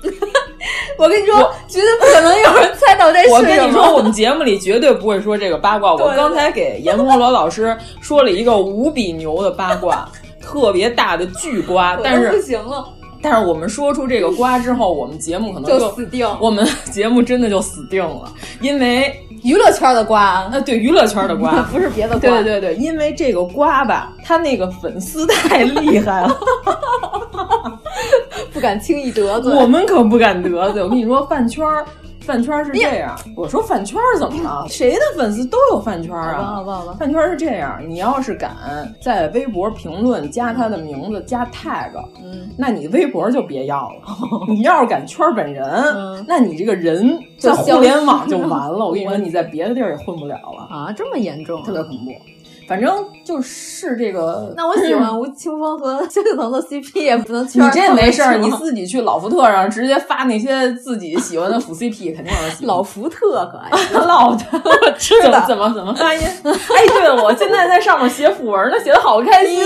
[SPEAKER 8] 我跟你说，绝对不可能有人猜哎到这是
[SPEAKER 5] 我跟你说，我们节目里绝对不会说这个八
[SPEAKER 8] [laughs]
[SPEAKER 5] 卦。
[SPEAKER 8] 啊
[SPEAKER 5] 我刚才给阎摩罗老师说了一个无比牛的八卦，特别大的
[SPEAKER 8] [laughs]
[SPEAKER 5] 巨瓜，但是
[SPEAKER 8] 不行了。
[SPEAKER 5] 但是我们说出这个瓜之后，我们节目可能
[SPEAKER 8] 就死定，
[SPEAKER 5] 我们节目真的就死定了，因为
[SPEAKER 8] 娱乐圈的瓜，
[SPEAKER 5] 呃，对娱乐圈的瓜，
[SPEAKER 8] 不是别的瓜，
[SPEAKER 5] [laughs] 对对对，因为这个瓜吧，他那个粉丝太厉害了，
[SPEAKER 8] 不敢轻易得罪，
[SPEAKER 5] [laughs] 我们可不敢得罪。我跟你说，饭圈儿。饭圈是这样，我说饭圈怎么了？谁的粉丝都有饭圈啊？
[SPEAKER 8] 好吧，好吧，
[SPEAKER 5] 饭圈是这样，你要是敢在微博评论加他的名字加 tag，嗯，那你微博就别
[SPEAKER 8] [laughs]
[SPEAKER 5] 要了。你要是敢圈本人，
[SPEAKER 8] 嗯
[SPEAKER 5] 那你这个人在互联网就
[SPEAKER 8] [laughs]
[SPEAKER 5] 完了。我跟你说，你在别的地儿也混不了了
[SPEAKER 8] 啊！这么严重，
[SPEAKER 5] 特别恐怖。反正就是这个。
[SPEAKER 8] [laughs]
[SPEAKER 5] 嗯
[SPEAKER 8] 那我喜欢吴青峰和谢子腾的 CP 也不能圈。
[SPEAKER 5] 你这没事儿，你自己去老福特上直接发那些自己喜欢的
[SPEAKER 8] [laughs]
[SPEAKER 5] 腐 CP，肯定有人喜欢。
[SPEAKER 8] 老福特可爱，
[SPEAKER 5] [laughs] 老
[SPEAKER 8] [laughs]
[SPEAKER 5] 的我知道怎么怎么发音。哎，对了，我现在在上面写腐文呢，写的好开心。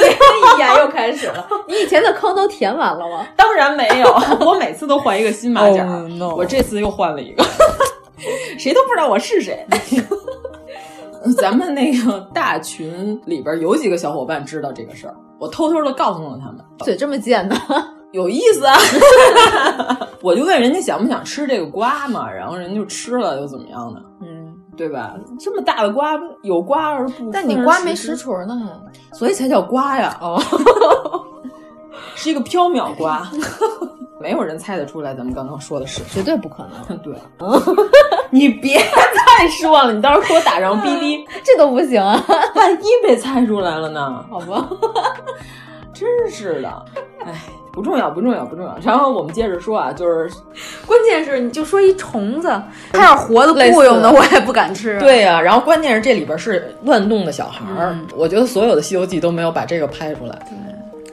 [SPEAKER 8] 哎呀，又开始了。 [laughs] 你以前的坑都填完了吗？
[SPEAKER 5] [laughs] 当然没有，我每次都换一个新马甲。我这次又换了一个， [laughs] 谁都不知道我是谁。 [laughs] 咱们那个大群里边有几个小伙伴知道这个事儿，我偷偷的告诉了他们。
[SPEAKER 8] [laughs] 嘴这么贱呢，
[SPEAKER 5] 有意思啊！ [laughs] 我就问人家想不想吃这个瓜嘛，然后人就吃了，又怎么样呢？
[SPEAKER 8] 嗯，
[SPEAKER 5] 对吧？这么大的瓜，有瓜而不，
[SPEAKER 8] 但你瓜没实锤呢，
[SPEAKER 5] 所以才叫瓜呀！
[SPEAKER 8] 哦，
[SPEAKER 5] 是一个缥缈瓜， [laughs] 没有人猜得出来咱们刚刚说的是，
[SPEAKER 8] 绝对不可能。
[SPEAKER 5] [laughs] 对。你别再说了，你到时候给我打上哔哔，
[SPEAKER 8] [laughs] 这都不行啊！
[SPEAKER 5] 万一被猜出来了呢？
[SPEAKER 8] 好吧，
[SPEAKER 5] [laughs] 真是的，哎，不重要，不重要，不重要。然后我们接着说啊，就是
[SPEAKER 8] 关键是你就说一虫 [laughs] 子，它要活的雇佣的，我也不敢吃。
[SPEAKER 5] 对呀、啊，然后关键是这里边是乱动的小孩儿，嗯、我觉得所有的《西游记》都没有把这个拍出来，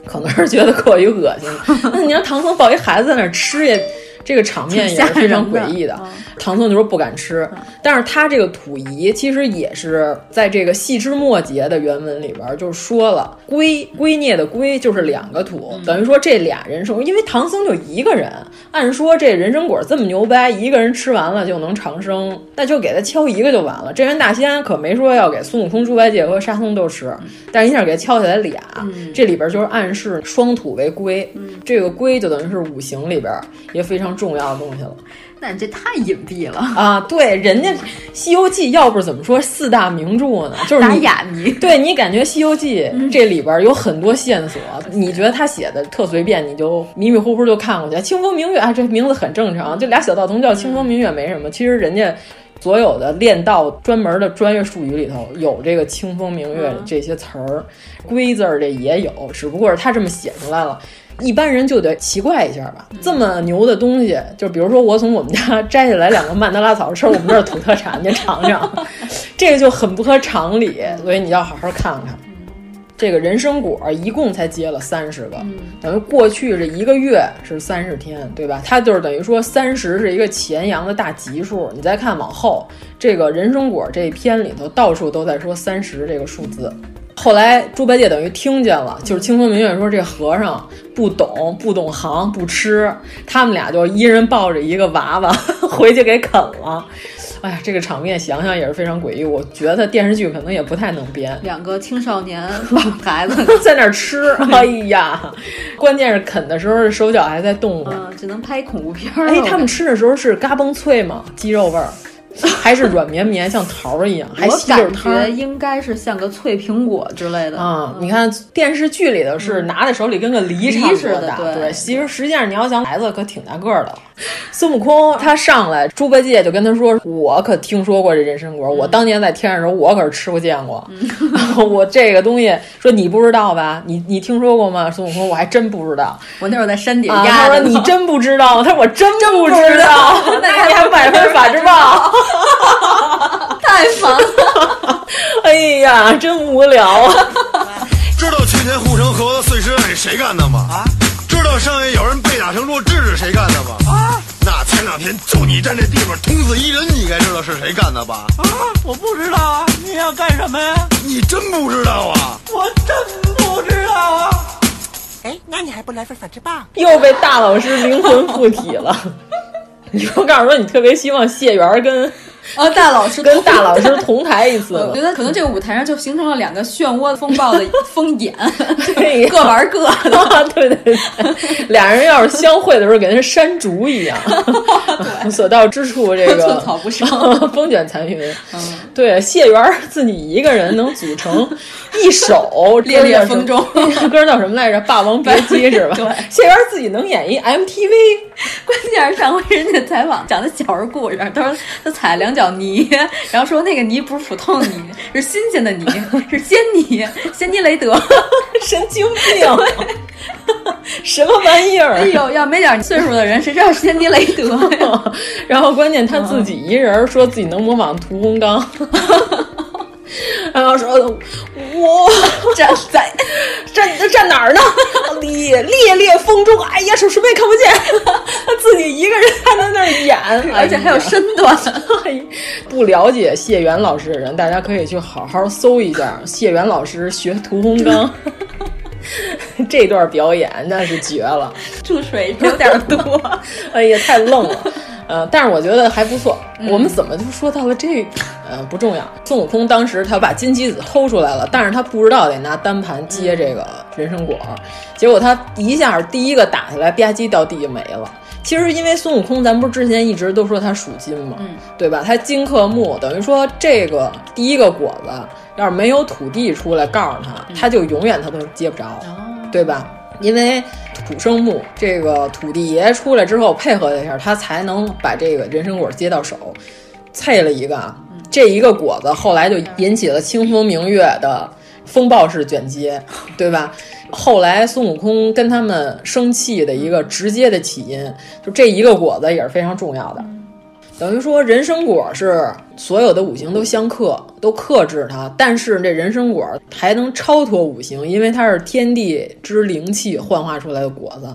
[SPEAKER 5] 可能是觉得过于恶 [laughs] 心。那你让唐僧抱一孩子在那吃也。这个场面也是非常诡异的，的唐僧就说不敢吃，嗯、但是他这个土仪其实也是在这个细枝末节的原文里边就说了，圭圭臬的圭就是两个土，嗯、等于说这俩人生，因为唐僧就一个人，按说这人参果这么牛掰，一个人吃完了就能长生，那就给他敲一个就完了。这人大仙可没说要给孙悟空、猪八戒和沙僧都吃，但是一下给敲下来俩，嗯、这里边就是暗示双土为圭，这个圭就等于是五行里边也非常。重要的东西了，
[SPEAKER 8] 那你这太隐蔽了
[SPEAKER 5] [laughs] 啊！对，人家《西游记》要不怎么说四大名著呢？就是
[SPEAKER 8] 打哑谜。
[SPEAKER 5] 对你感觉《西游记》这里边有很多线索，嗯、你觉得他写的特随便，你就迷迷糊糊就看过去。清风明月啊，这名字很正常，就俩小道童叫清风明月没什么。嗯、其实人家所有的练道专门的专业术语里头有这个清风明月这些词儿，龟、嗯、字儿这也有，只不过是他这么写出来了。一般人就得奇怪一下吧，这么牛的东西，就比如说我从我们家摘下来两个曼德拉草吃，我们这儿土特产，您尝尝，这个就很不合常理，所以你要好好看看。这个人参果一共才结了三十个，等于过去这一个月是三十天，对吧？它就是等于说三十是一个前阳的大吉数。你再看往后，这个人参果这一篇里头到处都在说三十这个数字。后来猪八戒等于听见
[SPEAKER 8] 嗯
[SPEAKER 5] 了，就是清风明月说这和尚不懂不懂行不吃，他们俩就一人抱着一个娃娃 [laughs] 回去给啃了。哎呀，这个场面想想也是非常诡异。我觉得电视剧可能也不太能编。 [laughs]
[SPEAKER 8] 两个青少 [laughs] 年抱孩子
[SPEAKER 5] 在那儿吃，
[SPEAKER 8] [laughs]
[SPEAKER 5] 哎呀，关键是啃的时候手脚还在动
[SPEAKER 8] 啊、呃，只能拍恐怖片。
[SPEAKER 5] 哎，他们吃的时候是嘎嘣脆吗？鸡肉味儿。还是软绵绵，像桃儿一样，还吸着汤。
[SPEAKER 8] 我感觉应该是像个脆苹果之类的
[SPEAKER 5] 啊！你看电视剧里头是拿在手里跟个嗯梨
[SPEAKER 8] 似的，
[SPEAKER 5] 对。其实实际上你要想孩子可挺大个 [laughs] 儿的。孙悟空他上来，猪八戒就跟他说：“我可听说过这人参果，我当年在天上时候我可是吃过见过。 [laughs] 我这个东西，说你不知道吧？你你听说过吗？”孙悟空，我还真不知道。
[SPEAKER 8] 我那会儿在山顶
[SPEAKER 3] 啊
[SPEAKER 5] 压。他说：“你
[SPEAKER 8] [laughs]
[SPEAKER 5] 真不知道？”他说：“我真不知道。” [laughs] 那你还百分法之报。 [laughs]
[SPEAKER 8] 太烦
[SPEAKER 3] [laughs]
[SPEAKER 8] 了！
[SPEAKER 5] 哎呀，真无聊啊！
[SPEAKER 9] 知道去年护城河的碎尸案是谁干的吗？啊！知道上月有人被打成弱智是谁干的吗？啊！那前两天就你站这地方捅死一人，你应该知道是谁干的吧？
[SPEAKER 10] 啊，我不知道啊，你要干什么呀？
[SPEAKER 9] 你真不知道啊？
[SPEAKER 10] 我真不知道啊！
[SPEAKER 11] 哎，那你还不来份反制棒？
[SPEAKER 5] 又被大老师灵魂附体了。 [laughs] 你说告诉说，你特别希望谢元跟
[SPEAKER 3] [laughs] 哦大老师
[SPEAKER 5] 跟大老师同台一次。
[SPEAKER 3] 我觉得可能这个舞台上就形成了两个漩涡风暴
[SPEAKER 8] [laughs]
[SPEAKER 3] 的风眼，
[SPEAKER 5] 对，
[SPEAKER 3] [laughs] 各玩各的。
[SPEAKER 5] [laughs] 对对对，俩人要是相会的时候，给人山竹
[SPEAKER 3] [laughs]
[SPEAKER 5] 一样，所到之处这个
[SPEAKER 3] 寸 [laughs] 草
[SPEAKER 8] [laughs]
[SPEAKER 3] 不生，
[SPEAKER 5] 风卷残云。
[SPEAKER 3] 嗯
[SPEAKER 5] 对，谢元自己一个人能组
[SPEAKER 3] [laughs]
[SPEAKER 5] 成一首
[SPEAKER 3] 烈烈风中， [laughs]
[SPEAKER 5] [laughs] 歌叫什么来着？《霸王别姬》是吧？谢元自己能演一 MTV，
[SPEAKER 3] 关键是上回人家。采访讲的小时候故事，他说他踩两脚泥，然后说那个泥不是普通泥，是新鲜的泥，是仙泥，仙泥雷德， [laughs]
[SPEAKER 5] [laughs] 神经病，什么玩意儿？哎
[SPEAKER 3] 呦，要没点岁数的人，谁知道仙泥雷德呀？
[SPEAKER 5] 然后关键他自己一人说自己能模仿屠洪刚。然后说，我
[SPEAKER 3] [laughs] 站在
[SPEAKER 5] [laughs] 站站哪儿呢？烈烈烈风中，哎呀，什什么也看不见。他自己一个人还在那儿演，
[SPEAKER 3] 而且还有身段。
[SPEAKER 5] [laughs] 哎、不了解谢元老师的人，大家可以去好好搜一下谢元老师学屠洪刚 [laughs] 这段表演，那是绝了。
[SPEAKER 3] 注水有点 [laughs] 多，
[SPEAKER 5] [laughs] 哎呀，太愣了。呃，但是我觉得还不错。我们怎么就说到了这？呃，不重要。孙悟空当时他把金鸡子偷出来了，但是他不知道得拿单盘接这个人参果，结果他一下第一个打下来，吧唧掉地就没了。其实因为孙悟空，咱不是之前一直都说他属金嘛，
[SPEAKER 3] 嗯
[SPEAKER 5] 对吧？他金克木，等于说这个第一个果子要是没有土地出来告诉他，他就永远他都接不着，对吧？因为土生木这个土地爷出来之后配合一下，他才能把这个人参果接到手。配了一个啊，这一个果子后来就引起了清风明月的风暴式卷接，对吧？后来孙悟空跟他们生气的一个直接的起因，就这一个果子也是非常重要的。等于说，人参果是所有的五行都相克，都克制它。但是这人参果还能超脱五行，因为它是天地之灵气幻化出来的果子。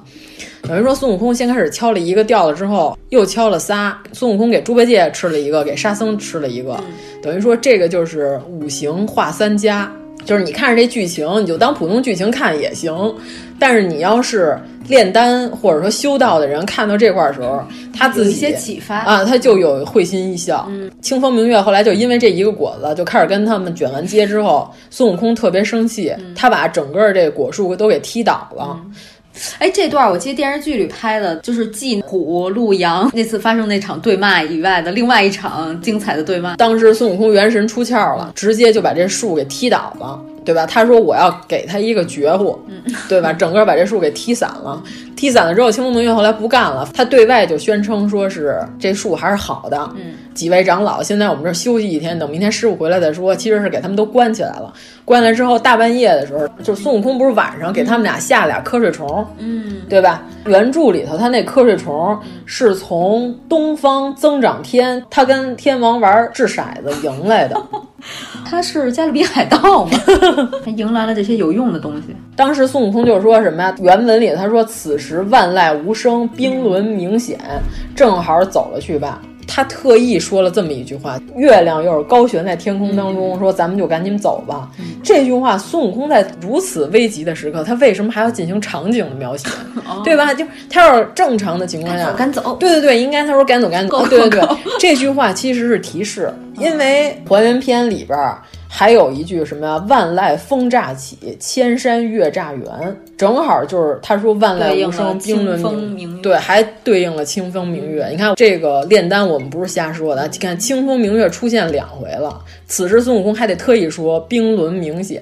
[SPEAKER 5] 等于说，孙悟空先开始敲了一个掉了之后，又敲了仨。孙悟空给猪八戒吃了一个，给沙僧吃了一个。
[SPEAKER 3] 嗯
[SPEAKER 5] 等于说，这个就是五行化三家。就是你看着这剧情，你就当普通剧情看也行。但是你要是炼丹或者说修道的人，看到这块儿的时候，他自己
[SPEAKER 3] 一些启发
[SPEAKER 5] 啊，他就有会心一笑。嗯，清风明月后来就因为这一个果子，就开始跟他们卷完街之后，孙悟空特别生气，他把整个这果树都给踢倒了。
[SPEAKER 3] 嗯哎，这段我记得电视剧里拍的，就是继虎、陆阳那次发生那场对骂以外的另外一场精彩的对骂。
[SPEAKER 5] 当时孙悟空元神出窍了，直接就把这树给踢倒了，对吧？他说我要给他一个绝户， [laughs] 对吧？整个把这树给踢散了。踢散了之后，清风明月后来不干了，他对外就宣称说是这树还是好的。嗯，几位长老现在我们这休息一天，等明天师傅回来再说。其实是给他们都关起来了。关了之后，大半夜的时候，就孙悟空不是晚上给他们俩下俩瞌睡虫，
[SPEAKER 3] 嗯，
[SPEAKER 5] 对吧？原著里头他那瞌睡虫是从东方增长天，他跟天王玩掷骰子赢来的。
[SPEAKER 3] 他是加勒比海盗吗？ [laughs] 他迎来了这些有用的东西。
[SPEAKER 5] 当时孙悟空就说什么呀？原文里他说：“此时万籁无声，冰轮明显，正好走了去吧。”他特意说了这么一句话：“月亮又是高悬在天空当中，说咱们就赶紧走吧。”这句话，孙悟空在如此危急的时刻，他为什么还要进行场景的描写，对吧？就他要是正常的情况下，
[SPEAKER 3] 哎赶走，
[SPEAKER 5] 对对对，应该他说赶走赶走，对对对，这句话其实是提示，因为还原片里边。还有一句什么呀？万籁风乍起，千山月乍圆，正好就是他说万籁无声，冰
[SPEAKER 3] 轮
[SPEAKER 5] 明对，还对应了清风明月。你看这个炼丹，我们不是瞎说的，你看清风明月出现两回了。此时孙悟空还得特意说冰轮明显，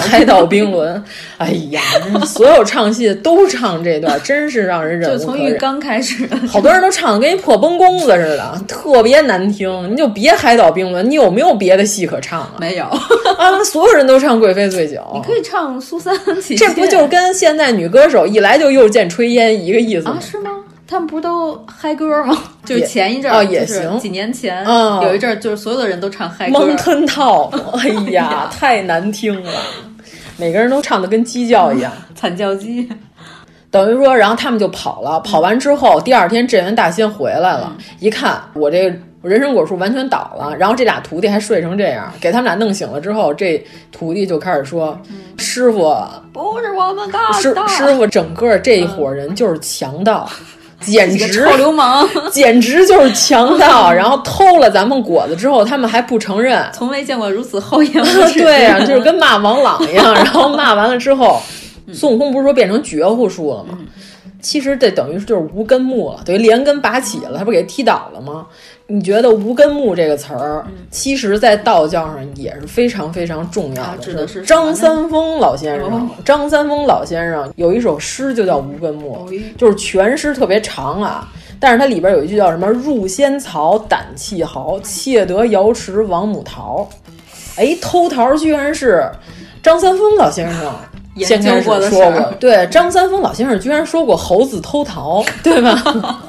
[SPEAKER 5] 海岛冰轮。哎呀， [laughs] 所有唱戏都唱这段，真是让人忍无可忍。
[SPEAKER 3] 就从浴缸开
[SPEAKER 5] [laughs]
[SPEAKER 3] 始，
[SPEAKER 5] 好多人都唱的跟一破崩公子似的，特别难听。你就别海岛冰轮，你有没有别的戏可唱啊？ [laughs]
[SPEAKER 3] 没有
[SPEAKER 5] 啊，所有人都唱《贵妃醉酒》，
[SPEAKER 3] 你可以唱苏三起。
[SPEAKER 5] 这不就跟现在女歌手一来就又见炊烟一个意思
[SPEAKER 3] 吗？啊，是吗？他们不是都嗨歌吗？就是前一阵
[SPEAKER 5] 哦，也行，哦
[SPEAKER 3] 几年前有一阵就是所有的人都唱嗨歌。
[SPEAKER 5] 蒙吞套，哎呀，太难听了，每个人都唱的跟鸡叫一样，
[SPEAKER 3] 惨叫鸡。
[SPEAKER 5] 等于说，然后他们就跑了。
[SPEAKER 3] 嗯
[SPEAKER 5] 跑完之后，第二天镇元大仙回来了，一看我这人参果树完全倒
[SPEAKER 3] 嗯
[SPEAKER 5] 了，然后这俩徒弟还睡成这样，给他们俩弄醒了之后，这徒弟就开始说：“
[SPEAKER 3] 嗯
[SPEAKER 5] 师傅，
[SPEAKER 3] 不是我们干
[SPEAKER 5] 师
[SPEAKER 3] 的，
[SPEAKER 5] 师傅，整个这一伙人就是强盗。”简
[SPEAKER 3] 嗯 [laughs] 几
[SPEAKER 5] 直
[SPEAKER 3] 个臭流氓，
[SPEAKER 5] 简直就是强盗！然后偷了咱们果子之后，他们还不承认，
[SPEAKER 3] 从未见过如此厚颜无 [laughs] 耻。
[SPEAKER 5] [laughs] 对啊呀、就是跟骂王朗
[SPEAKER 3] [laughs]
[SPEAKER 5] 一样。然后骂完了之后，
[SPEAKER 3] 嗯
[SPEAKER 5] 孙悟空不是说变成绝户术了吗？其实这等于是就是无根木了，等于连根拔起了，他不是给踢倒了吗？你觉得“无根木”这个词儿，
[SPEAKER 3] 嗯
[SPEAKER 5] 其实在道教上也是非常非常重要的。
[SPEAKER 3] 啊指的是
[SPEAKER 5] 张三丰老先生
[SPEAKER 3] 哦，
[SPEAKER 5] 张三丰老先生有一首诗就叫《无根木》，
[SPEAKER 3] 哦
[SPEAKER 5] 就是全诗特别长啊，但是它里边有一句叫什么“入仙槽，胆气豪，窃得瑶池王母桃”。哎，偷桃居然是张三丰老先生
[SPEAKER 3] 研
[SPEAKER 5] 先开
[SPEAKER 3] 究
[SPEAKER 5] 始
[SPEAKER 3] 过的
[SPEAKER 5] 说
[SPEAKER 3] 事儿
[SPEAKER 5] 过，对，张三丰老先生居然说过猴子偷
[SPEAKER 3] [laughs]
[SPEAKER 5] 桃，对吧？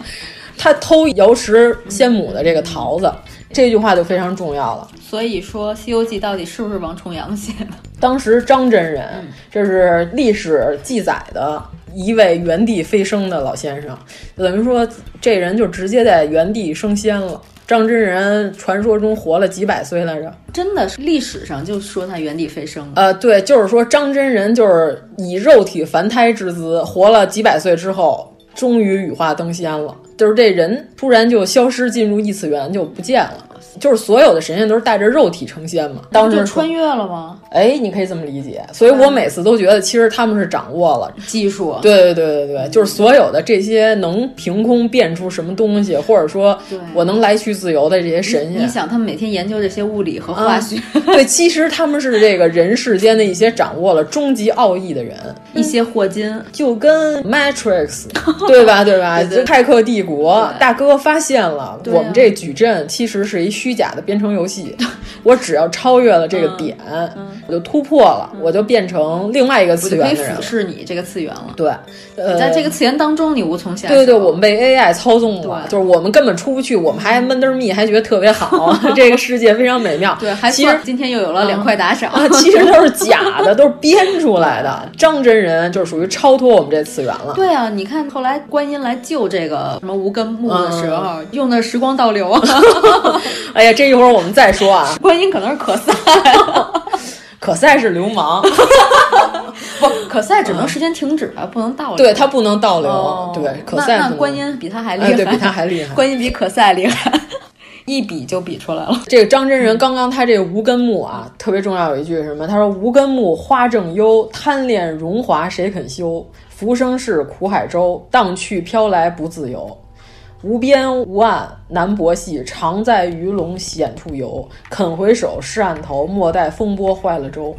[SPEAKER 5] 他偷瑶池仙母的这个桃子，这句话就非常重要了。
[SPEAKER 3] 所以说，《西游记》到底是不是王重阳写的？ [laughs]
[SPEAKER 5] 当时张真人，
[SPEAKER 3] 嗯
[SPEAKER 5] 这是历史记载的一位原地飞升的老先生，等于说这人就直接在原地升仙了。张真人传说中活了几百岁来着，
[SPEAKER 3] 真的是历史上就说他原地飞升了。
[SPEAKER 5] 呃，对，就是说张真人就是以肉体凡胎之姿活了几百岁之后，终于羽化登仙了。就是这人突然就消失，进入异次元就不见了。就是所有的神仙都是带着肉体成仙嘛，当时
[SPEAKER 3] 哦就
[SPEAKER 5] 说
[SPEAKER 3] 穿越嗯了吗？
[SPEAKER 5] 哎，你可以这么理解。所以我每次都觉得，其实他们是掌握了
[SPEAKER 3] 技术。
[SPEAKER 5] 对对对对对，就是所有的这些能凭空变出什么东西，或者说我能来去自由的这些神仙。
[SPEAKER 3] 你想，他们每天研究这些物理和化 [laughs] 学，
[SPEAKER 5] 嗯对，其实他们是这个人世间的一些掌握了终极奥义的人，
[SPEAKER 3] 一
[SPEAKER 5] 嗯
[SPEAKER 3] 些霍金，
[SPEAKER 5] 就跟
[SPEAKER 3] [laughs]
[SPEAKER 5] Matrix，对吧？对吧？就骇客帝国大哥发现了
[SPEAKER 3] 对啊
[SPEAKER 5] 我们这矩阵其实是一虚假的编程游
[SPEAKER 3] [laughs]
[SPEAKER 5] 戏，我只要超越了这个点，
[SPEAKER 3] 嗯
[SPEAKER 5] 我就突破了，我就变成另外一个
[SPEAKER 3] 我
[SPEAKER 5] 次
[SPEAKER 3] 就可
[SPEAKER 5] 元
[SPEAKER 3] 以
[SPEAKER 5] 的人
[SPEAKER 3] 俯
[SPEAKER 5] 了。
[SPEAKER 3] 视你这个次元了。
[SPEAKER 5] 对，呃，
[SPEAKER 3] 你在这个次元当中，你无从下手。
[SPEAKER 5] 对对对，我们被 AI 操纵了，就是我们根本出不去，我们还闷得儿蜜，还觉得特
[SPEAKER 3] [laughs]
[SPEAKER 5] 别好，这个世界非常美妙。
[SPEAKER 3] 对，还
[SPEAKER 5] 其实
[SPEAKER 3] 算今天又有了两块打赏
[SPEAKER 5] 啊，其实都是假的，都是编出来的。张真人就是属于超脱我们这次元了。
[SPEAKER 3] 对啊，你看后来观音来救这个什么无根木的
[SPEAKER 5] 嗯
[SPEAKER 3] 时候，用的时光倒流啊。
[SPEAKER 5] 哎呀，这一会儿我们再说啊。
[SPEAKER 3] 观音可能是可赛，
[SPEAKER 5] 可赛是流氓，
[SPEAKER 3] 不，可赛只能时间停 [laughs] 止啊，不能倒流。
[SPEAKER 5] [laughs] 对他不能倒流，
[SPEAKER 3] 哦
[SPEAKER 5] 对可赛
[SPEAKER 3] 那
[SPEAKER 5] 不
[SPEAKER 3] 那
[SPEAKER 5] 能
[SPEAKER 3] 观音嗯比他还厉
[SPEAKER 5] 哎
[SPEAKER 3] 害，
[SPEAKER 5] 对比他还厉
[SPEAKER 3] [laughs]
[SPEAKER 5] 害
[SPEAKER 3] 观音比可赛厉害， [laughs] 一比就比出来了。
[SPEAKER 5] 这个张真人刚刚他这个无根木啊，特别重要有一句是什么？他说：“无根木花正幽，贪恋荣华谁肯休？浮生是苦海舟，荡去飘来不自由。无边无岸难泊系，常在鱼龙险处游。肯回首是岸头，莫待风波坏了舟。”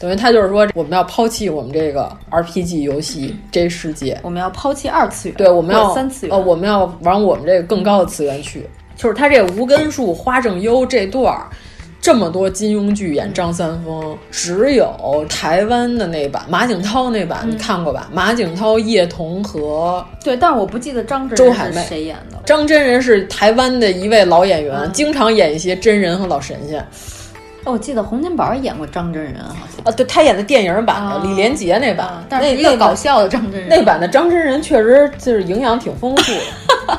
[SPEAKER 5] 等于他就是说，我们要抛弃我们这个 RPG 游戏这世界，
[SPEAKER 3] 我们要抛弃二次元，
[SPEAKER 5] 对，我们
[SPEAKER 3] 或
[SPEAKER 5] 要
[SPEAKER 3] 者哦三次元，
[SPEAKER 5] 呃，我们要往我们这个更高的次元去。就是他这无根树花正幽这段儿，这么多金庸剧演张三丰，只有台湾的那版马景涛那版、
[SPEAKER 3] 嗯
[SPEAKER 5] 你看过吧？马景涛、叶童和
[SPEAKER 3] 对，但是我不记得张真
[SPEAKER 5] 周
[SPEAKER 3] 人
[SPEAKER 5] 海
[SPEAKER 3] 是
[SPEAKER 5] 媚
[SPEAKER 3] 谁演的了。
[SPEAKER 5] 张真人是台湾的一位老演员，
[SPEAKER 3] 嗯
[SPEAKER 5] 经常演一些真人和老神仙。
[SPEAKER 3] 哦我记得洪金宝演过张真人，好像。
[SPEAKER 5] 啊，对他演的电影版的、李连杰那版，
[SPEAKER 3] 啊但是
[SPEAKER 5] 那
[SPEAKER 3] 是一个
[SPEAKER 5] 那版
[SPEAKER 3] 搞笑的张真人
[SPEAKER 5] 那版的张真人确实就是营养挺丰富的。
[SPEAKER 3] [laughs]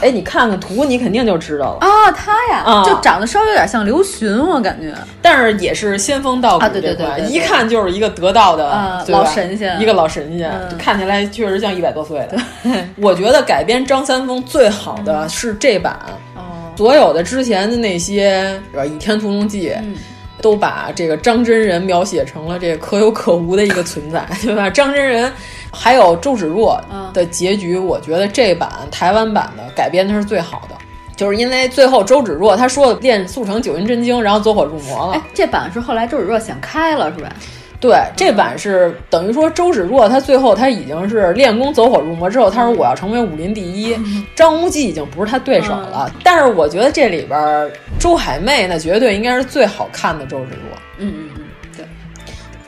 [SPEAKER 5] 哎，你看看图，你肯定就知道了。
[SPEAKER 3] 啊，他呀，
[SPEAKER 5] 啊
[SPEAKER 3] 就长得稍微有点像刘询，我感觉。
[SPEAKER 5] 但是也是仙风道骨
[SPEAKER 3] 啊
[SPEAKER 5] 这块，
[SPEAKER 3] 对对对对对
[SPEAKER 5] 一看就是一个得道的、
[SPEAKER 3] 啊
[SPEAKER 5] 对吧
[SPEAKER 3] 老神仙嗯
[SPEAKER 5] 一个老神仙，看起来确实像一百多岁的。我觉得改编张三丰最好的
[SPEAKER 3] 嗯
[SPEAKER 5] 是这版，
[SPEAKER 3] 哦
[SPEAKER 5] 所有的之前的那些呃《倚天屠龙记》
[SPEAKER 3] 嗯
[SPEAKER 5] 都把这个张真人描写成了这个可有可无的一个存
[SPEAKER 3] [laughs]
[SPEAKER 5] 在，对吧？张真人还有周芷若
[SPEAKER 3] 嗯
[SPEAKER 5] 的结局，我觉得这版台湾版的改编的是最好的，就是因为最后周芷若她说的练速成九阴真经，然后走火入魔了。
[SPEAKER 3] 哎这版是后来周芷若想开了，是吧？
[SPEAKER 5] 对，这版是等于说周芷若她最后她已经是练功走火入魔之后，她说我要成为武林第一，张无忌已经不是她对手了。但是我觉得这里边儿周海媚那绝对应该是最好看的周芷若。
[SPEAKER 3] 嗯嗯嗯，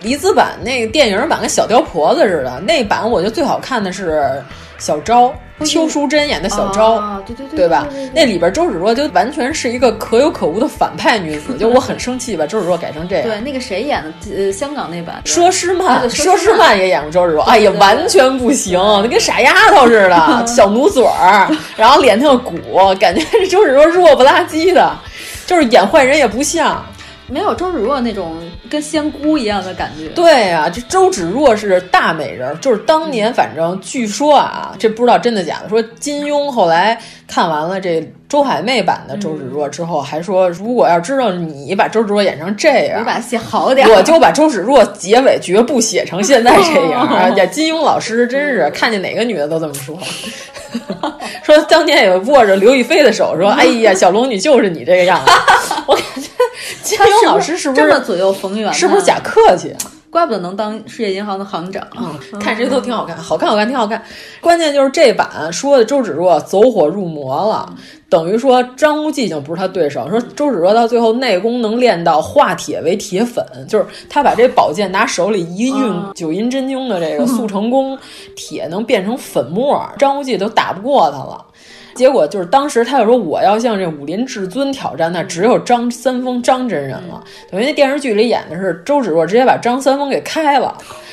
[SPEAKER 5] 黎姿版那个电影版跟小刁婆子似的，那版我觉得最好看的是小昭，邱淑贞演的小昭，
[SPEAKER 3] 哦
[SPEAKER 8] 啊对对对
[SPEAKER 5] 对吧？那里边周芷若就完全是一个可有可无的反派女子，就我很生气把周芷若改成这样。
[SPEAKER 3] 对，那个谁演的？呃，香港那版
[SPEAKER 5] 佘诗曼，
[SPEAKER 3] 对
[SPEAKER 5] 佘诗曼也演过周芷若，哎呀，
[SPEAKER 3] 对
[SPEAKER 5] 完全不行，那跟傻丫头
[SPEAKER 3] [laughs]
[SPEAKER 5] 似的，小努嘴儿，然后脸特鼓，感觉这周芷若弱不拉几的，就是演坏人也不像。
[SPEAKER 3] 没有周芷若那种跟仙姑一样的感觉。
[SPEAKER 5] 对啊，这周芷若是大美人儿，就是当年反正据说啊，这不知道真的假的，说金庸后来看完了这周海媚版的周芷若之后，还说如果要知道你把周芷若演成这样，
[SPEAKER 3] 我把它写好点儿
[SPEAKER 5] 啊我就把周芷若结尾绝不写成现在这样。
[SPEAKER 3] 哦嗯
[SPEAKER 5] 呀，金庸老师真是看见哪个女的都这么说， [laughs] 说当年也握着刘亦菲的手，说哎呀，小龙女就是你这个样子。 [laughs] 金
[SPEAKER 3] 他
[SPEAKER 5] 庸
[SPEAKER 3] 是
[SPEAKER 5] 老
[SPEAKER 3] 不
[SPEAKER 5] 师是不
[SPEAKER 3] 这
[SPEAKER 5] 是
[SPEAKER 3] 么左右逢源呢？
[SPEAKER 5] 是不是假客气啊？
[SPEAKER 3] 怪不得能当世界银行的行长。啊
[SPEAKER 5] 看谁都挺好看，好看好看挺好看。关键就是这版说的周芷若走火入魔了，等于说张无忌已经不是他对手。说周芷若到最后内功能练到化铁为铁粉，就是他把这宝剑拿手里一运九阴真经的这个速成功，铁能变成粉末，张无忌都打不过他了。结果就是当时他就说我要向这武林至尊挑战，那只有张三丰张真人了。等于那电视剧里演的是周芷若直接把张三丰给开了，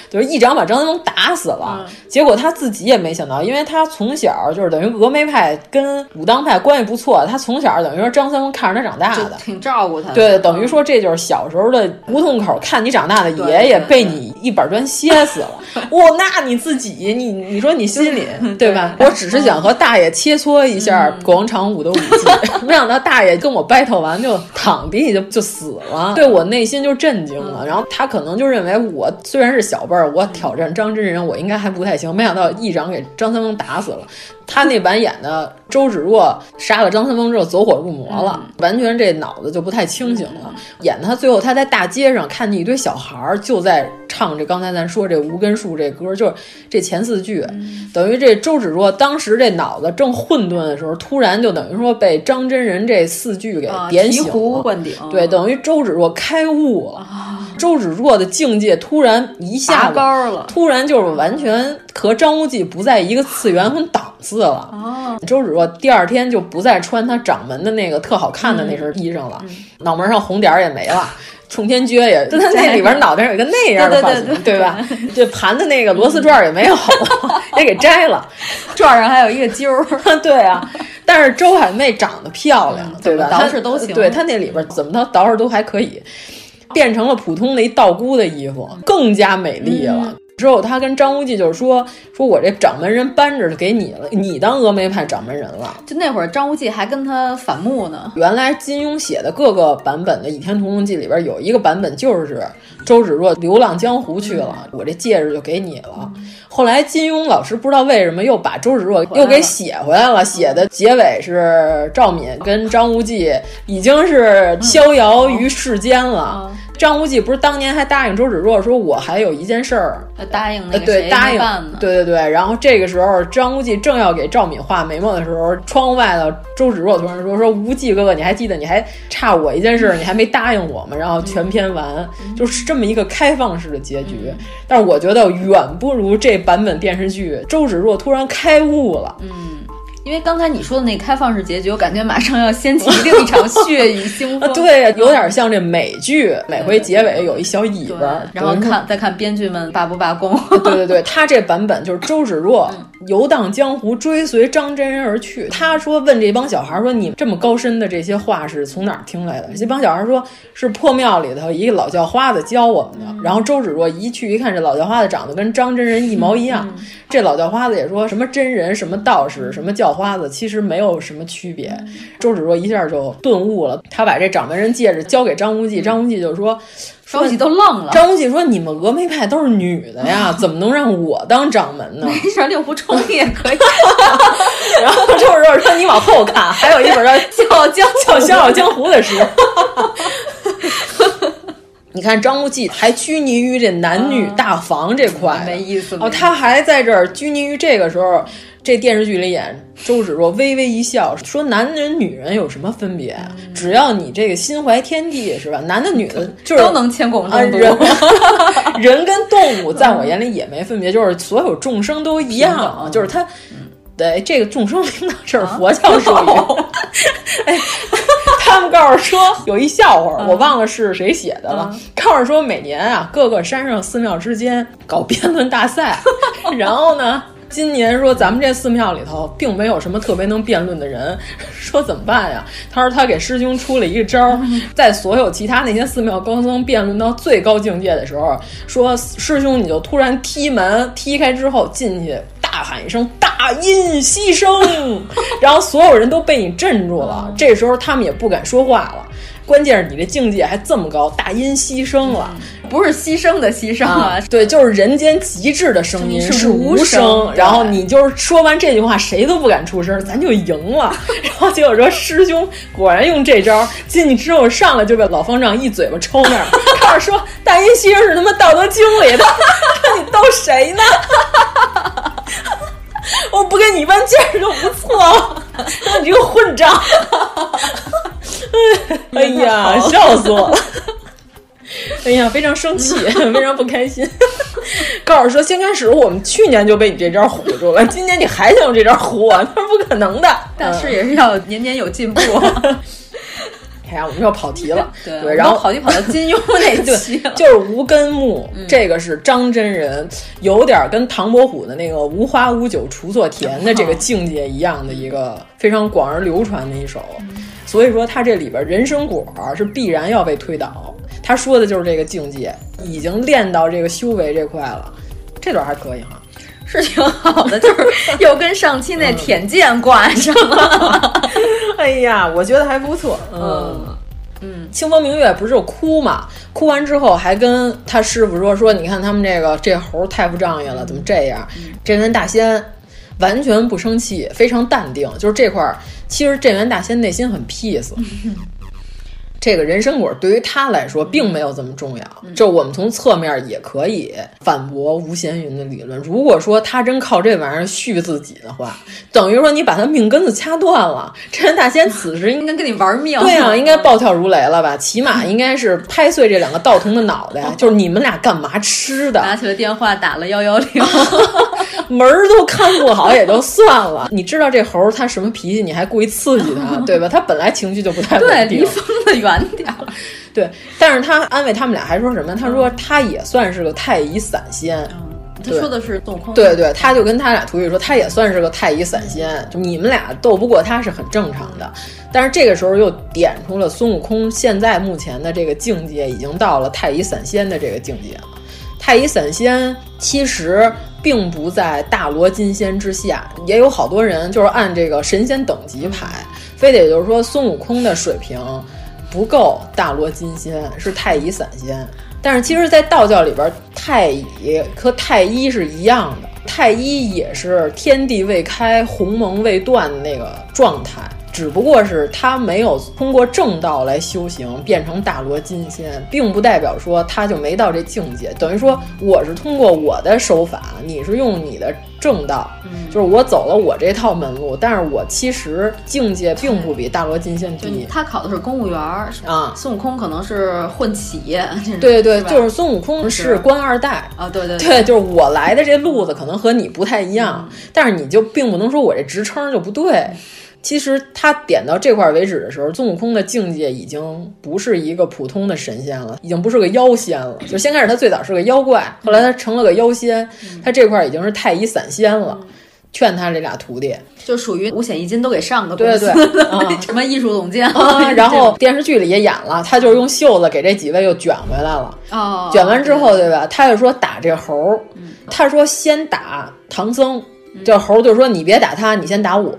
[SPEAKER 5] 就是一掌把张三丰打死了。结果他自己也没想到，因为他从小就是等于峨眉派跟武当派关系不错，他从小等于说张三丰看着他长大的，
[SPEAKER 3] 挺照顾他的。啊
[SPEAKER 5] 对，等于说这就是小时候的胡同口看你长大的爷爷被你一板砖歇死 [laughs] 了。哇，那你自己，你你说你心里对嗯吧？我只是想和大爷切磋一下广场舞的舞 [laughs] 技，没想到大爷跟我 battle 完就躺地就就死了，对嗯我内心就震惊了。然后他可能就认为我虽然是小辈儿，我挑战张真人，我应该还不太行。没想到一掌给张三丰打死了。他那版演的周芷若杀了张三丰之后走火入魔了，
[SPEAKER 3] 嗯
[SPEAKER 5] 完全这脑子就不太清醒了。演的他最后他在大街上看见一堆小孩儿就在唱这刚才咱说这无根树这歌，就是这前四句，
[SPEAKER 3] 嗯
[SPEAKER 5] 等于这周芷若当时这脑子正混沌的时候，突然就等于说被张真人这四句给
[SPEAKER 3] 啊
[SPEAKER 5] 点
[SPEAKER 3] 醍
[SPEAKER 5] 醒了，
[SPEAKER 3] 醐灌顶。
[SPEAKER 5] 对，等于
[SPEAKER 3] 哦
[SPEAKER 5] 周芷若开悟了， [laughs] 周芷若的境界突然一下
[SPEAKER 3] 拔高
[SPEAKER 5] 了，突然就是完全和张无忌不在一个次元和档次了。
[SPEAKER 3] 哦，
[SPEAKER 5] 周芷若第二天就不再穿她掌门的那个特好看的
[SPEAKER 3] 嗯
[SPEAKER 5] 那身衣裳了， [laughs] 脑门上红点儿也没了。冲天撅
[SPEAKER 3] [laughs]
[SPEAKER 5] 也，就他那里边脑袋上有一个那样的发型，
[SPEAKER 3] 对对对对
[SPEAKER 5] 吧？这盘的那个螺丝转儿也没有了， [laughs] 也给摘了，
[SPEAKER 3] 转上还有一个揪儿。
[SPEAKER 5] [laughs] 对啊，但是周海媚长得漂亮，对吧？
[SPEAKER 3] 捯
[SPEAKER 5] 她
[SPEAKER 3] 饬都行
[SPEAKER 5] 对她那里边怎么捯捯饬都还可以，变成了普通的一道姑的衣服，更加美丽了。
[SPEAKER 3] 嗯
[SPEAKER 5] 之后，她跟张无忌就是说：“说我这掌门人扳着给你了，你当峨眉派掌门人了。”
[SPEAKER 3] 就那会儿张无忌还跟他反目呢。
[SPEAKER 5] 原来金庸写的各个版本的《倚天屠龙记》里边有一个版本就是周芷若流浪江湖去了，我这戒指就给你了。后来金庸老师不知道为什么又把周芷若嗯又给写回来嗯了，写的结尾是赵敏跟张无忌已经是逍遥于世间了。
[SPEAKER 3] 啊
[SPEAKER 5] 张无忌不是当年还答应周芷若说，我还有一件事儿，
[SPEAKER 3] 答应那
[SPEAKER 5] 呃
[SPEAKER 3] 个
[SPEAKER 5] 对，
[SPEAKER 3] 谁
[SPEAKER 5] 答应
[SPEAKER 3] 办呢？
[SPEAKER 5] 对对对。然后这个时候，张无忌正要给赵敏画眉毛的时候，窗户外的周芷若突然说：“说无忌哥哥，你还记得你还差我一件事，你还没答应我吗？”然后全篇完，
[SPEAKER 3] 嗯
[SPEAKER 5] 就是这么一个开放式的结局。但是我觉得远不如这版本电视剧，周芷若突然开悟了。
[SPEAKER 3] 嗯因为刚才你说的那开放式结局，我感觉马上要掀起另一
[SPEAKER 5] [laughs]
[SPEAKER 3] 场血雨腥
[SPEAKER 5] 啊
[SPEAKER 3] 风。
[SPEAKER 5] 对，有点像这美剧，每回结尾有一小尾巴，
[SPEAKER 3] 然后
[SPEAKER 5] 等于说
[SPEAKER 3] 看再看编剧们罢不罢工。
[SPEAKER 5] [laughs] 对对对，他这版本就是周芷若游荡江湖，追随张真人而去。他说问这帮小孩说：“你这么高深的这些话是从哪儿听来的？”这帮小孩说：“是破庙里头一个老叫花子教我们的。”然后周芷若一去一看，这老叫花子长得跟张真人一毛一样。这老叫花子也说什么真人、什么道士、什么叫花子，其实没有什么区别。周芷若一下就顿悟了，他把这掌门人戒指交给张无忌，张无忌就说。
[SPEAKER 3] 张无忌都愣 [laughs] 了
[SPEAKER 5] 张无忌说：“你们峨眉派都是女的呀，怎么能让我当掌门呢？” [laughs]
[SPEAKER 3] 这事令狐冲也可以， [laughs]
[SPEAKER 5] 然后周芷若说：“你往后看，还有一本叫《笑傲江湖》《笑傲江湖》的书。” [laughs] 你看张无忌还拘泥于这男女大防这块，没
[SPEAKER 3] 啊意思
[SPEAKER 5] 哦。他还在这儿拘泥于这个时候，这电视剧里演周芷若微微一笑，说男人女人有什么分别？啊只要你这个心怀天地，是吧？男的女的就是
[SPEAKER 3] 嗯都能牵汞
[SPEAKER 5] 啊
[SPEAKER 3] 中毒。
[SPEAKER 5] 人
[SPEAKER 3] [laughs]
[SPEAKER 5] [laughs] 人跟动物在我眼里也没分别，就是所有众生都一样，就是他。对，这个众生领导这是佛教术语。哎， [laughs] 他们告诉说有一笑话，我忘了是谁写的了。告诉说每年啊，各个山上寺庙之间搞辩论大赛，然后呢。今年说咱们这寺庙里头并没有什么特别能辩论的人， [laughs] 说怎么办呀？他说他给师兄出了一个招儿，在所有其他那些寺庙高僧辩论到最高境界的时候，说师兄你就突然踢门，踢开之后进去大喊一声“大音希 [laughs] 声”，然后所有人都被你镇住了。这时候他们也不敢说话了。关键是你这境界还这么高，大音牺牲了，
[SPEAKER 3] 不是牺牲的牺牲啊，
[SPEAKER 5] 对，就是人间极致的声音
[SPEAKER 3] 是
[SPEAKER 5] 无
[SPEAKER 3] 声。
[SPEAKER 5] 然后你就是说完这句话，谁都不敢出声，咱就赢了。 [laughs] 然后结果说师兄果然用这招进去之后，上来就被老方丈一嘴巴抽那儿，告诉说大音牺牲是他妈《道德经》里的， [laughs] 说你逗谁呢？ [laughs] 我不跟你一般见识就不错了，你这个混账！ [laughs] 哎呀，笑死我了！ [laughs] 哎呀，非常生气， [laughs] 非常不开心。 [laughs] 告诉说，先开始我们去年就被你这招唬住了，今年你还想用这招唬我？那是不可能的。嗯
[SPEAKER 3] 但是也是要年年有 [laughs] 进步。
[SPEAKER 5] 哎呀，我们又跑题了，
[SPEAKER 3] 啊对，
[SPEAKER 5] 对然后
[SPEAKER 3] 跑题跑到金庸 [laughs] 那期
[SPEAKER 5] [laughs] 就是无根木，这个是张真人，有点跟唐伯虎的那个“无花无酒锄作田”的这个境界一样的一个非常广而流传的一首。所以说，他这里边人参果是必然要被推倒。他说的就是这个境界，已经练到这个修为这块了。这段还可以哈，
[SPEAKER 3] 是挺好的，就是又跟上期那舔剑挂上了。
[SPEAKER 5] [laughs] 哎呀，我觉得还不错，嗯。嗯，清风明月不是有哭嘛？哭完之后还跟他师傅说说，你看他们这个这猴太不仗义了，怎么这样？镇元大仙完全不生气，非常淡定，就是这块儿。其实镇元大仙内心很 peace。这个人参果对于他来说并没有这么重要，就我们从侧面也可以反驳吴闲云的理论。如果说他真靠这玩意儿续自己的话，等于说你把他命根子掐断了。这人大仙此时
[SPEAKER 3] 应该跟你玩命，[laughs]
[SPEAKER 5] 对啊，应该暴跳如雷了吧？起码应该是拍碎这两个道童的脑袋，就是你们俩干嘛吃的？
[SPEAKER 3] 拿起了电话打了幺幺 [laughs] 零，
[SPEAKER 5] 门儿都看不好也就算了。 [laughs] 你知道这猴他什么脾气，你还故意刺激他，对吧？他本来情绪就不太
[SPEAKER 3] 对，
[SPEAKER 5] 稳定。
[SPEAKER 3] 离疯子远。远点儿，
[SPEAKER 5] 对，但是他安慰他们俩还说什么？他说他也算是个太乙散仙。
[SPEAKER 3] 嗯他说的是洞空，
[SPEAKER 5] 对对，他就跟他俩徒弟说，他也算是个太乙散仙，就你们俩斗不过他是很正常的。但是这个时候又点出了孙悟空现在目前的这个境界，已经到了太乙散仙的这个境界了。太乙散仙其实并不在大罗金仙之下，也有好多人就是按这个神仙等级排，非得就是说孙悟空的水平。不够大罗金仙，是太乙散仙。但是其实，在道教里边，太乙和太一是一样的，太一也是天地未开、鸿蒙未断的那个状态，只不过是他没有通过正道来修行，变成大罗金仙，并不代表说他就没到这境界。等于说，我是通过我的手法，你是用你的正道，就是我走了我这套门路，但是我其实境界并不比大罗金仙低。
[SPEAKER 3] 他考的是公务员啊，孙悟空可能是混企业。
[SPEAKER 5] 对对，就是孙悟空是官二代
[SPEAKER 3] 啊，对对
[SPEAKER 5] 对，就是我来的这路子可能和你不太一样，但是你就并不能说我这职称就不对。其实他点到这块为止的时候，孙悟空的境界已经不是一个普通的神仙了，已经不是个妖仙了。就先开始他最早是个妖怪，后来他成了个妖仙，他这块已经是太乙散仙了。劝他这俩徒弟，
[SPEAKER 3] 就属于五险一金都给上的公
[SPEAKER 5] 司，对对，
[SPEAKER 3] 嗯、 [laughs] 什么艺术总监、
[SPEAKER 5] 嗯， [laughs] 然后电视剧里也演了，他就是用袖子给这几位又卷回来了。
[SPEAKER 3] 哦，
[SPEAKER 5] 卷完之后，对吧？他就说打这猴，嗯、他说先打唐僧，这猴就说你别打他，你先打我。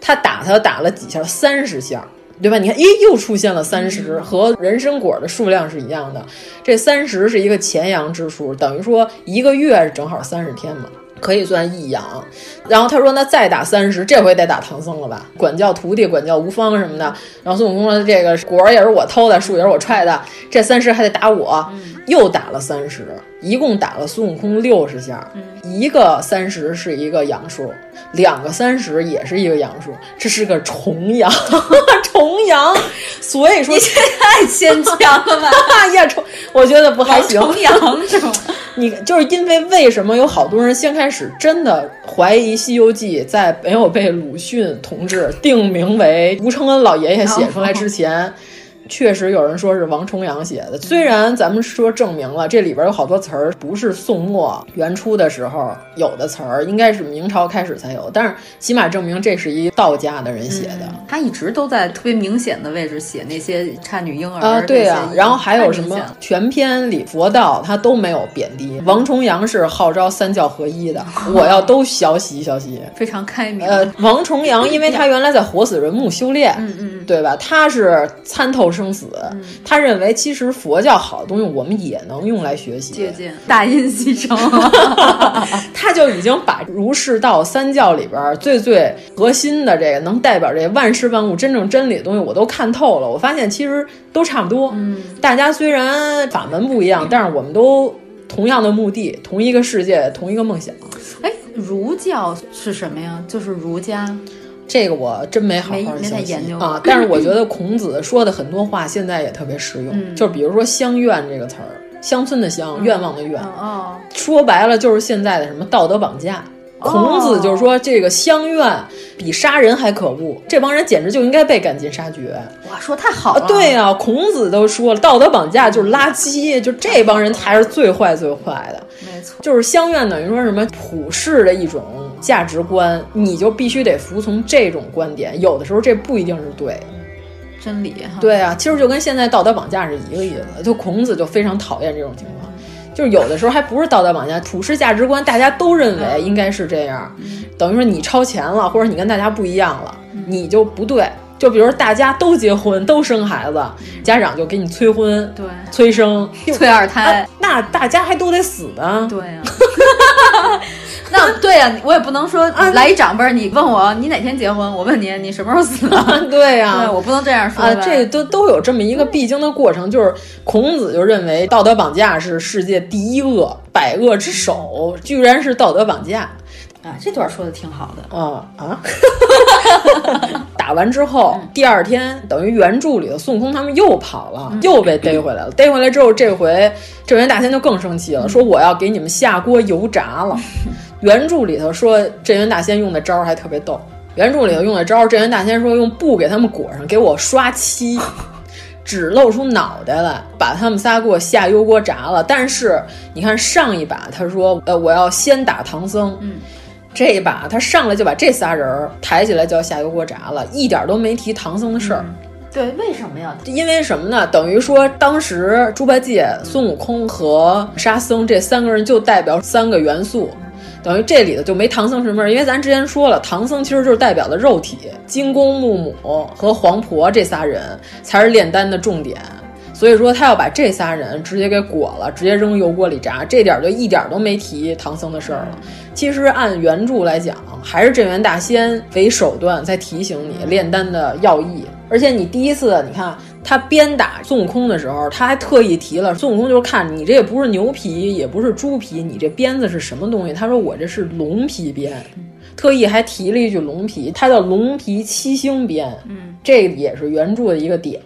[SPEAKER 5] 他打他打了几下，三十下。对吧？你看，咦，又出现了三十，和人参果的数量是一样的。这三十是一个前阳之数，等于说一个月正好三十天嘛。可以算一阳，然后他说：“那再打三十，这回得打唐僧了吧？”管教徒弟，管教吴方什么的。然后孙悟空说：“这个果儿也是我偷的，树也是我踹的，这三十还得打我。”
[SPEAKER 3] 嗯
[SPEAKER 5] 又打了三十，一共打了孙悟空六十下。
[SPEAKER 3] 嗯
[SPEAKER 5] 一个三十是一个阳数， [laughs] 两个三十也是一个阳数，这是个重阳，重阳。所以说
[SPEAKER 3] 你这太牵强了吧？
[SPEAKER 5] 亚虫，我觉得不 [laughs] 还行。
[SPEAKER 3] 崇洋
[SPEAKER 5] [laughs]
[SPEAKER 3] 是吗？
[SPEAKER 5] 你就是因为为什么有好多人先开始真的怀疑《西游记》在没有被鲁迅同志定名为吴承恩老爷爷写出来之前。确实有人说是王重阳写的，虽然咱们说证明了这里边有好多词儿不是宋末元初的时候有的词儿，应该是明朝开始才有，但是起码证明这是一道家的人写的。
[SPEAKER 3] 嗯他一直都在特别明显的位置写那些差女婴儿
[SPEAKER 5] 啊，对啊
[SPEAKER 3] 那，些
[SPEAKER 5] 然后还有什么
[SPEAKER 3] 太明显了
[SPEAKER 5] 全篇里佛道他都没有贬低，王重阳是号召三教合
[SPEAKER 3] [laughs]
[SPEAKER 5] 一的，我要都学习学习。
[SPEAKER 3] 非常开明。
[SPEAKER 5] 呃，王重阳，因为他原来在活死人墓修炼，嗯
[SPEAKER 3] 嗯，
[SPEAKER 5] 对吧？他是参透生死，他认为其实佛教好东西，我们也能用来学习。
[SPEAKER 3] 借鉴大音希
[SPEAKER 5] [laughs]
[SPEAKER 3] 声，
[SPEAKER 5] 他就已经把儒释道三教里边最最核心的这个能代表这万事万物真正真理的东西，我都看透了。我发现其实都差不多，嗯，大家虽然法门不一样，但是我们都同样的目的，同一个世界，同一个梦想。
[SPEAKER 3] 哎，儒教是什么呀？就是儒家。
[SPEAKER 5] 这个我真没好好
[SPEAKER 3] 没
[SPEAKER 5] 地
[SPEAKER 3] 没太
[SPEAKER 5] 想起
[SPEAKER 3] 研究
[SPEAKER 5] 啊，但是我觉得孔子说的很多话现在也特别实用，
[SPEAKER 3] 嗯
[SPEAKER 5] 就比如说“乡愿”这个词儿，乡村的乡，愿望的愿，
[SPEAKER 3] 哦，
[SPEAKER 5] 说白了就是现在的什么道德绑架。孔子就说：“这个乡愿比杀人还可恶，这帮人简直就应该被赶尽杀绝。
[SPEAKER 3] 哇，说太好
[SPEAKER 5] 啊
[SPEAKER 3] 了。”
[SPEAKER 5] 对呀、孔子都说了，道德绑架就是垃圾，就这帮人才是最坏最坏的。
[SPEAKER 3] 没错，
[SPEAKER 5] 就是乡愿等于说什么普世的一种价值观，你就必须得服从这种观点。有的时候这不一定是对的。
[SPEAKER 3] 真理哈。
[SPEAKER 5] 对啊，其实就跟现在道德绑架是一个意思。就孔子就非常讨厌这种情况，就是有的时候还不是道德绑架，普世价值观大家都认
[SPEAKER 3] 嗯
[SPEAKER 5] 为应该是这样，等于说你超前了，或者你跟大家不一样了，
[SPEAKER 3] 嗯
[SPEAKER 5] 你就不对。就比如说大家都结婚都生孩子，家长就给你催婚、
[SPEAKER 3] 嗯对
[SPEAKER 5] 催生、
[SPEAKER 3] [laughs] 催二胎
[SPEAKER 5] 啊那大家还都得死呢。
[SPEAKER 3] 对 [laughs] 呀、那对呀、我也不能说来一长辈儿，你问我你哪天结婚，我问你你什么时候死 [laughs] 啊？
[SPEAKER 5] [laughs] 对呀
[SPEAKER 3] 对我不能这样说
[SPEAKER 5] 啊，
[SPEAKER 3] 吧
[SPEAKER 5] 这都都有这么一个必经的过程，就是孔子就认为道德绑架是世界第一恶，百恶之首，居然是道德绑架
[SPEAKER 3] 啊，这段说的挺好的。
[SPEAKER 5] 啊啊！ [laughs] 打完之后，第二天等于原著里的孙悟空他们又跑了，又被逮回来了。逮回来之后，这回镇元大仙就更生气了，说我要给你们下锅油炸了。原著里头说镇元大仙用的招儿还特别逗，原著里头用的招儿，镇元大仙说用布给他们裹上，给我刷漆。只露出脑袋来，把他们仨给我下油锅炸了。但是你看上一把他说，呃，我要先打唐僧，
[SPEAKER 3] 嗯，
[SPEAKER 5] 这一把他上来就把这仨人儿抬起来就要下油锅炸了，一点都没提唐僧的事
[SPEAKER 3] 嗯
[SPEAKER 5] 儿。
[SPEAKER 3] 对，为什么呀？
[SPEAKER 5] 因为什么呢？等于说，当时猪八戒、孙悟空和沙僧这三个人就代表三个元素，等于这里头就没唐僧什么味儿。因为咱之前说了，唐僧其实就是代表的肉体，金公木母和黄婆这仨人才是炼丹的重点。所以说，他要把这仨人直接给裹了，直接扔油锅里炸，这点儿就一点儿都没提唐僧的事儿了。其实按原著来讲，还是镇元大仙为手段在提醒你炼丹的要义。而且你第一次，你看他鞭打孙悟空的时候，他还特意提了，孙悟空就是看你这也不是牛皮，也不是猪皮，你这鞭子是什么东西？他说我这是龙皮鞭，特意还提了一句龙皮，它叫龙皮七星鞭。
[SPEAKER 3] 嗯，
[SPEAKER 5] 这个也是原著的一个点，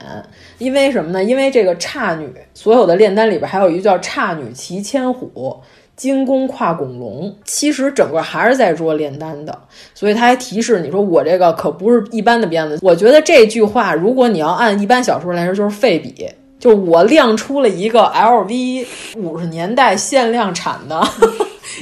[SPEAKER 5] 因为什么呢？因为这个差女，所有的炼丹里边还有一个叫差女骑千虎。金弓跨拱龙，其实整个还是在说炼丹的，所以他还提示你说我这个可不是一般的鞭子。我觉得这句话，如果你要按一般小说来说，就是废笔，就是我亮出了一个 LV 五十年代限量产的 [laughs]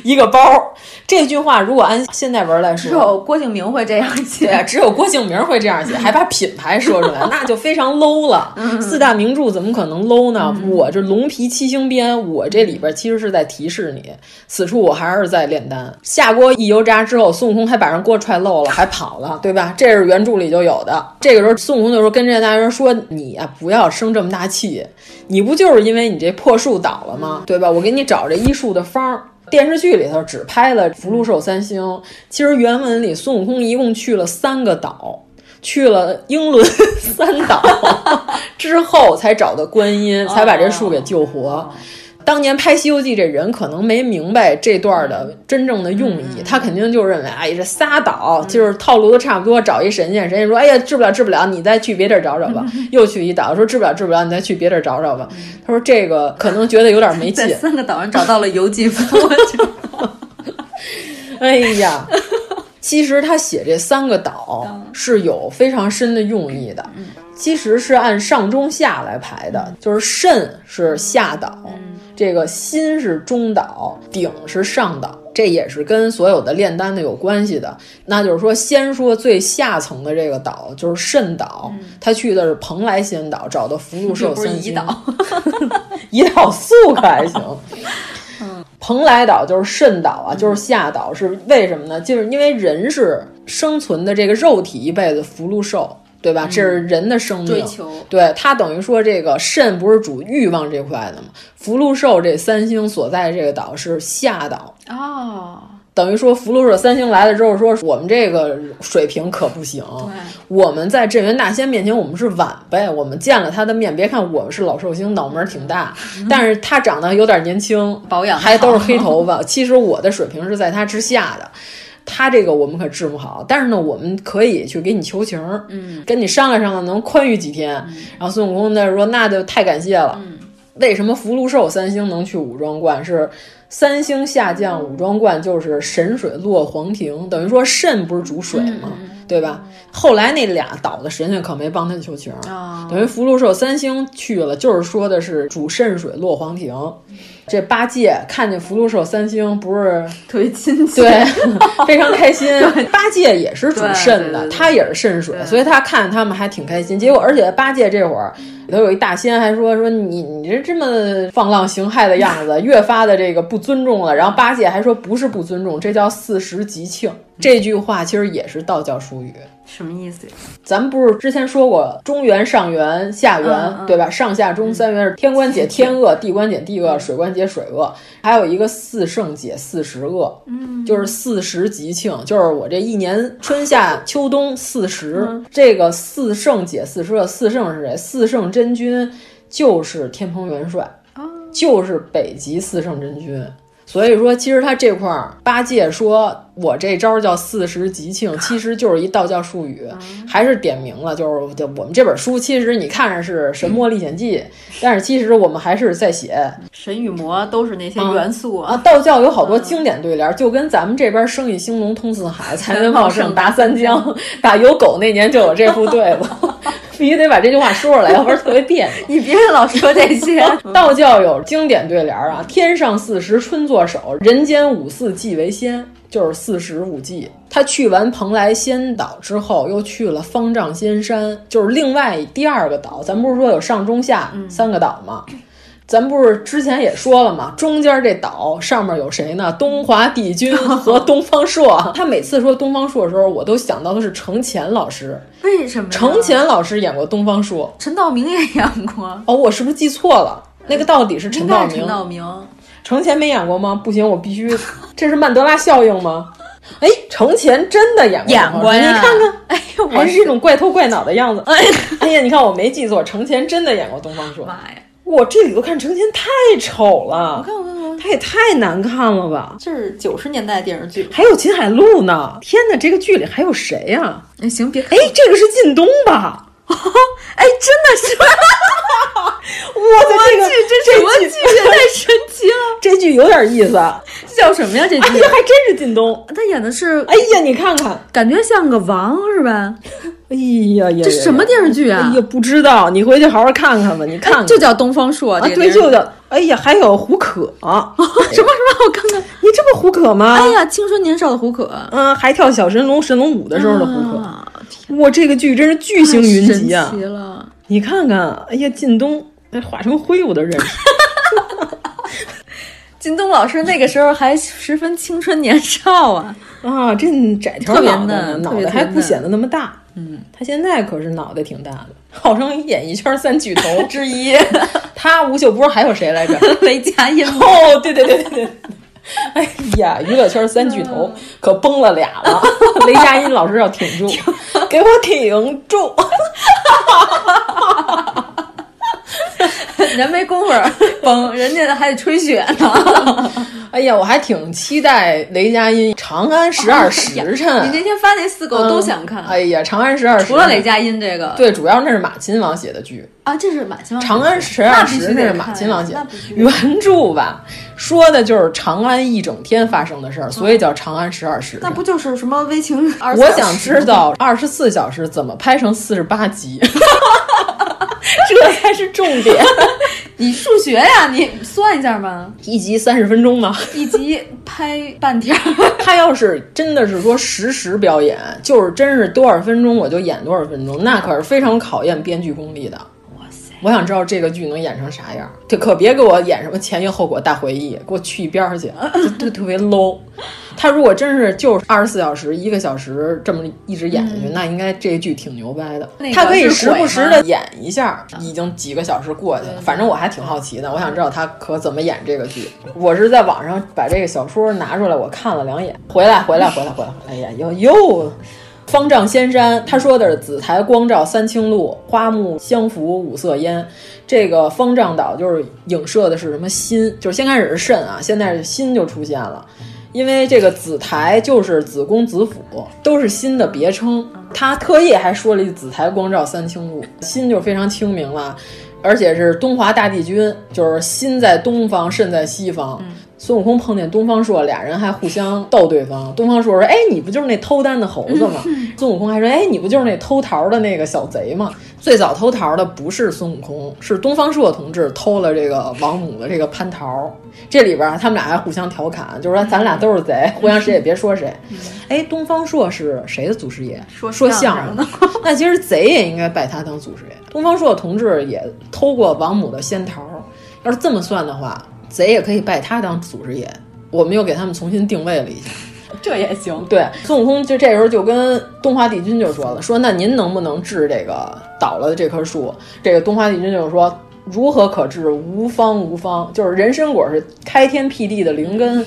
[SPEAKER 5] 一个包。这句话如果按现代文来说，
[SPEAKER 3] 只有郭敬明会这样
[SPEAKER 5] 对啊，
[SPEAKER 3] 写，
[SPEAKER 5] 只有郭敬明会这样写，还把品牌说出来，那就非常 low 了。四大名著怎么可能 low 呢？我这龙皮七星鞭，我这里边其实是在提示你，此处我还是在炼丹。下锅一油炸之后，孙悟空还把人锅踹漏了，还跑了，对吧？这是原著里就有的。这个时候，孙悟空就说跟这些大人说：“你啊，不要生这么大气，你不就是因为你这破树倒了吗？对吧？我给你找这医术的方儿。”电视剧里头只拍了福禄寿三星，其实原文里孙悟空一共去了三个岛，去了英伦 [laughs] 三岛之后才找的观音，才把这树给救活。当年拍《西游记》这人可能没明白这段的真正的用意，他肯定就认为，哎，这仨岛就是套路都差不多，找一神仙，神仙说，哎呀，治不了，治不了，你再去别地儿找找吧。又去一岛，说治不了，治不了，你再去别地儿找找吧。他说这个可能觉得有点没
[SPEAKER 3] [laughs] [laughs]
[SPEAKER 5] 劲，
[SPEAKER 3] 在三个岛上找到了游记 [laughs] 夫。
[SPEAKER 5] 哎呀。其实他写这三个岛是有非常深的用意的，其实是按上中下来排的，就是肾是下岛，
[SPEAKER 3] 嗯
[SPEAKER 5] 这个心是中岛，鼎是上岛，这也是跟所有的炼丹的有关系的。那就是说，先说最下层的这个岛，就是肾岛，他去的是蓬莱仙岛，找的福禄寿
[SPEAKER 3] 嗯不是
[SPEAKER 5] 三
[SPEAKER 3] 胰
[SPEAKER 5] 星，
[SPEAKER 3] 岛，
[SPEAKER 5] [laughs] 胰岛素可还行。蓬莱岛就是肾岛
[SPEAKER 3] 嗯
[SPEAKER 5] 啊，就是下岛，是为什么呢？就是因为人是生存的这个肉体一辈子福禄寿，对吧？这是人的生
[SPEAKER 3] 嗯
[SPEAKER 5] 命
[SPEAKER 3] 追求
[SPEAKER 5] 对它等于说这个肾不是主欲望这块的嘛，福禄寿这三星所在的这个岛是下岛，
[SPEAKER 3] 哦，
[SPEAKER 5] 等于说福禄寿三星来了之后说，我们这个水平可不行，
[SPEAKER 3] 哦
[SPEAKER 5] 我们在镇元大仙面前我们是晚辈，我们见了他的面，别看我们是老寿星，脑门儿挺大，但是他长得有点年轻，
[SPEAKER 3] 嗯保养
[SPEAKER 5] 还都是黑头发。其实我的水平是在他之下的，他这个我们可治不好。但是呢，我们可以去给你求情，嗯，跟你商量商量，能宽裕几天。然后孙悟空呢说，那就太感谢了。为什么福禄寿三星能去武装观？是三星下降，武装观就是神水落黄庭，等于说肾不是主水吗？对吧？后来那俩岛的神仙可没帮他求情，等于福禄寿三星去了，就是说的是主肾水落黄庭。这八戒看见福禄寿三星，不是
[SPEAKER 3] 特别亲切，
[SPEAKER 5] 对，非常开心。八戒也是主肾的，
[SPEAKER 3] 对对对
[SPEAKER 5] 他也是肾水，所以他看他们还挺开心。结果，而且八戒这会儿里头有一大仙还说说你你这这么放浪形骸的样子，越发的这个不尊重了。然后八戒还说不是不尊重，这叫四时即庆。这句话其实也是道教术语。
[SPEAKER 3] 什么意思呀？
[SPEAKER 5] 咱们不是之前说过中原、上元、下元，
[SPEAKER 3] 嗯嗯
[SPEAKER 5] 对吧？上下中三元是天官解天恶，地官解地恶，水官解水恶，还有一个四圣解四时恶，
[SPEAKER 3] 嗯
[SPEAKER 5] 就是四时吉庆，就是我这一年春夏秋冬四时。
[SPEAKER 3] 嗯
[SPEAKER 5] 这个四圣解四时恶，四圣是谁？四圣真君就是天蓬元帅，
[SPEAKER 3] 哦
[SPEAKER 5] 就是北极四圣真君。所以说，其实他这块儿，八戒说我这招儿叫四时吉庆，其实就是一道教术语，还是点明了，就是就我们这本书，其实你看着是《神魔历险记》，但是其实我们还是在写
[SPEAKER 3] 神与魔都是那些元素
[SPEAKER 5] 啊。道教有好多经典对联儿，就跟咱们这边“生意兴隆通四海，财源茂盛达三江”，打有狗那年就有这副对子。 [laughs] 必须得把这句话说出来，要不然特别别扭。
[SPEAKER 3] 你别老说这些
[SPEAKER 5] 道教有经典对联
[SPEAKER 3] 嗯
[SPEAKER 5] 儿啊：“天上四时春作首，人间五四季为先。”就是四时五季。他去完蓬莱仙岛之后，又去了方丈仙山，就是另外第二个岛。咱不是说有上中下
[SPEAKER 3] 嗯
[SPEAKER 5] 三个岛吗？咱不是之前也说了嘛，中间这岛上面有谁呢？东华帝
[SPEAKER 3] [laughs]
[SPEAKER 5] 君和东方朔。他每次说东方朔的时候，我都想到的是程潜老师。
[SPEAKER 3] [laughs] 为什么呀？
[SPEAKER 5] 程潜老师演过东方朔。
[SPEAKER 3] 陈道明也演过，
[SPEAKER 5] 哦，我是不是记错了？那个到底是
[SPEAKER 3] 嗯
[SPEAKER 5] 陈
[SPEAKER 3] 应
[SPEAKER 5] 道
[SPEAKER 3] 该
[SPEAKER 5] 明？
[SPEAKER 3] 是陈道明。
[SPEAKER 5] 程前没演过吗？不行，我必须， [laughs] 这是曼德拉效应吗？哎，程前真的演过
[SPEAKER 3] 演过呀
[SPEAKER 5] 你看看，哎呦，还是这种怪头怪脑的样子。哎，哎呀，你看我没记错，程前真的演过东方朔。妈
[SPEAKER 3] 呀！
[SPEAKER 5] 我这里头看程前太丑了，我看
[SPEAKER 3] 我看我
[SPEAKER 5] 他也太难看了吧？
[SPEAKER 3] 这是九十年代的电视剧，
[SPEAKER 5] 还有秦海璐呢！天哪，这个剧里还有谁呀、
[SPEAKER 3] 哎，行，别
[SPEAKER 5] 哎，这个是靳东吧？
[SPEAKER 3] [laughs] 哎，真的
[SPEAKER 5] [laughs]
[SPEAKER 3] 是，
[SPEAKER 5] 我的这个
[SPEAKER 3] 剧这什么
[SPEAKER 5] 这
[SPEAKER 3] 剧
[SPEAKER 5] 剧？
[SPEAKER 3] 这太神奇了！
[SPEAKER 5] [laughs] 这剧有点意思，
[SPEAKER 3] 叫什么呀？这剧
[SPEAKER 5] 哎呀， [laughs] 还真是靳东，
[SPEAKER 3] 他演的是，
[SPEAKER 5] 哎呀，你看看，
[SPEAKER 3] 感觉像个王是吧？
[SPEAKER 5] 哎呀呀，
[SPEAKER 3] 这什么电视剧啊哎
[SPEAKER 5] 哎呀，不知道，你回去好好看看吧，你看看，
[SPEAKER 3] 就叫东方朔，
[SPEAKER 5] 啊，
[SPEAKER 3] 这个
[SPEAKER 5] 对，
[SPEAKER 3] 电视剧
[SPEAKER 5] 就叫，哎呀，还有胡可，
[SPEAKER 3] [laughs]
[SPEAKER 5] [laughs]
[SPEAKER 3] 什么什么，我看看，
[SPEAKER 5] 你这不胡可吗？
[SPEAKER 3] 哎呀，青春年少的胡可，
[SPEAKER 5] 嗯，还跳小神龙神龙舞的时候的胡可，哇，这个剧真是巨星云集
[SPEAKER 3] 啊
[SPEAKER 5] 啊
[SPEAKER 3] 太神！奇了，
[SPEAKER 5] 你看看，哎呀，靳东，哎，化成灰我都认
[SPEAKER 3] [laughs]
[SPEAKER 5] 识，
[SPEAKER 3] 靳东老师那个时候还十分青春年少啊，
[SPEAKER 5] 啊，这窄条
[SPEAKER 3] 特别
[SPEAKER 5] 脑袋，
[SPEAKER 3] 嫩，特
[SPEAKER 5] 脑
[SPEAKER 3] 别
[SPEAKER 5] 袋
[SPEAKER 3] 特
[SPEAKER 5] 还
[SPEAKER 3] 别
[SPEAKER 5] 不
[SPEAKER 3] 嫩
[SPEAKER 5] 显得那么大。
[SPEAKER 3] 嗯，
[SPEAKER 5] 他现在可是脑袋挺大的，号称演艺圈三巨头
[SPEAKER 3] [laughs]
[SPEAKER 5] 之一。他吴秀波还有谁来着？
[SPEAKER 3] 雷佳音。
[SPEAKER 5] [laughs] 哦，对对对对对。哎呀，娱乐圈三巨头
[SPEAKER 3] 嗯
[SPEAKER 5] 可崩了俩了。雷佳音老师要挺
[SPEAKER 3] [laughs]
[SPEAKER 5] 住，给我挺住！
[SPEAKER 3] 人没工夫，崩，人家还得吹雪呢。
[SPEAKER 5] 哎呀，我还挺期待雷佳音《长安十
[SPEAKER 3] [laughs]
[SPEAKER 5] 二时辰》
[SPEAKER 3] 哎你那天发那四个我都想看。
[SPEAKER 5] 哎呀，《长安十二时辰》
[SPEAKER 3] 除了雷佳音这个，
[SPEAKER 5] 对，主要那是马亲王写的剧
[SPEAKER 3] 啊，这是马亲王。《
[SPEAKER 5] 长安十二时辰》是马亲王写的原著吧？说的就是长安一整天发生的事儿，所以叫《长安十二时辰》。
[SPEAKER 8] 嗯那不就是什么微情？
[SPEAKER 5] 我想知道二十四小时怎么拍成四十八集。 [laughs] 这才是重点，
[SPEAKER 3] [laughs] 你数学呀，你算一下嘛，
[SPEAKER 5] 一集三十分钟嘛，
[SPEAKER 3] [laughs] 一集拍半天。
[SPEAKER 5] 他要是真的是说实时表演，就是真是多少分钟我就演多少分钟，那可是非常考验编剧功力的。哇塞！我想知道这个剧能演成啥样，就可别给我演什么前因后果大回忆，给我去一边儿去，就特别 low。他 [laughs] 如果真是就是二十四小时、一个小时这么一直演下去，
[SPEAKER 3] 嗯
[SPEAKER 5] 那应该这剧挺牛掰的。
[SPEAKER 3] 那个
[SPEAKER 5] 他可以时不
[SPEAKER 3] 是
[SPEAKER 5] 时
[SPEAKER 3] 鬼
[SPEAKER 5] 的
[SPEAKER 3] 吗嗯
[SPEAKER 5] 演一下，已经几个小时过去了。反正我还挺好奇的，我想知道他可怎么演这个剧。我是在网上把这个小说拿出来，我看了两眼，回来，回来，回来，回来，哎呀，又又。嗯方丈仙山，他说的是紫台光照三清路，花木相扶五色烟。这个方丈岛就是影射的是什么心？就是先开始是肾啊，现在是心就出现了。因为这个紫台就是子宫、子府，都是心的别称。他特意还说了一句“紫台光照三清路”，心就非常清明了，而且是东华大帝君，就是心在东方，肾在西方。孙悟空碰见东方朔，俩人还互相逗对方。东方朔说：“哎，你不就是那偷丹的猴子吗？”孙悟空还说：“哎，你不就是那偷桃的那个小贼吗？”最早偷桃的不是孙悟空，是东方朔同志偷了这个王母的这个蟠桃。这里边儿他们俩还互相调侃，就是说咱俩都是贼，互相谁也别说谁。哎，东方朔是谁的祖师爷？说说相声的。 [laughs] 那其实贼也应该拜他当祖师爷。东方朔同志也偷过王母的仙桃，要是这么算的话，贼也可以拜他当祖师爷。我们又给他们重新定位了一下。
[SPEAKER 3] [laughs] 这也行，
[SPEAKER 5] 对，孙悟空就这时候就跟东华帝君就说了，说那您能不能治这个倒了的这棵树？这个东华帝君就说。如何可治？无方无方，就是人参果是开天辟地的灵根，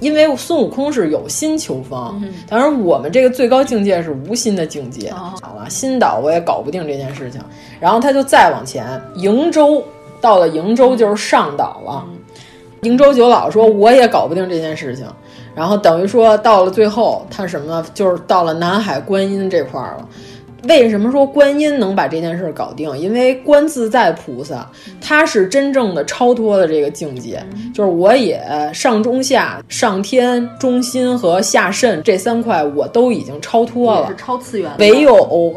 [SPEAKER 5] 因为孙悟空是有心求方，当然我们这个最高境界是无心的境界。好了，心导我也搞不定这件事情。然后他就再往前，瀛州到了瀛州就是上岛了。瀛州九老说我也搞不定这件事情，然后等于说到了最后，他什么就是到了南海观音这块儿了。为什么说观音能把这件事儿搞定？因为观自在菩萨，
[SPEAKER 3] 嗯
[SPEAKER 5] 他是真正的超脱了这个境界，就是我也上中下、上天、中心和下肾这三块，我都已经超脱
[SPEAKER 3] 也
[SPEAKER 5] 了
[SPEAKER 3] 是。超次元的，
[SPEAKER 5] 唯有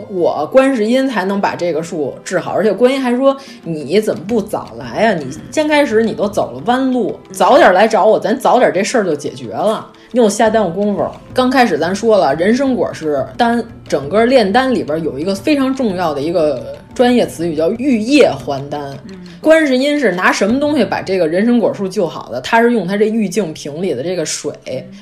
[SPEAKER 5] 我观世音才能把这个树治好，而且观音还说：“你怎么不早来啊？你先开始你都走了弯路，早点来找我，咱早点这事儿就解决了。你有下耽误功夫。刚开始咱说了，人参果是丹，整个炼丹里边有一个非常重要的一个专业词语叫玉液还丹。观世音是拿什么东西把这个人参果树救好的？他是用他这玉净瓶里的这个水，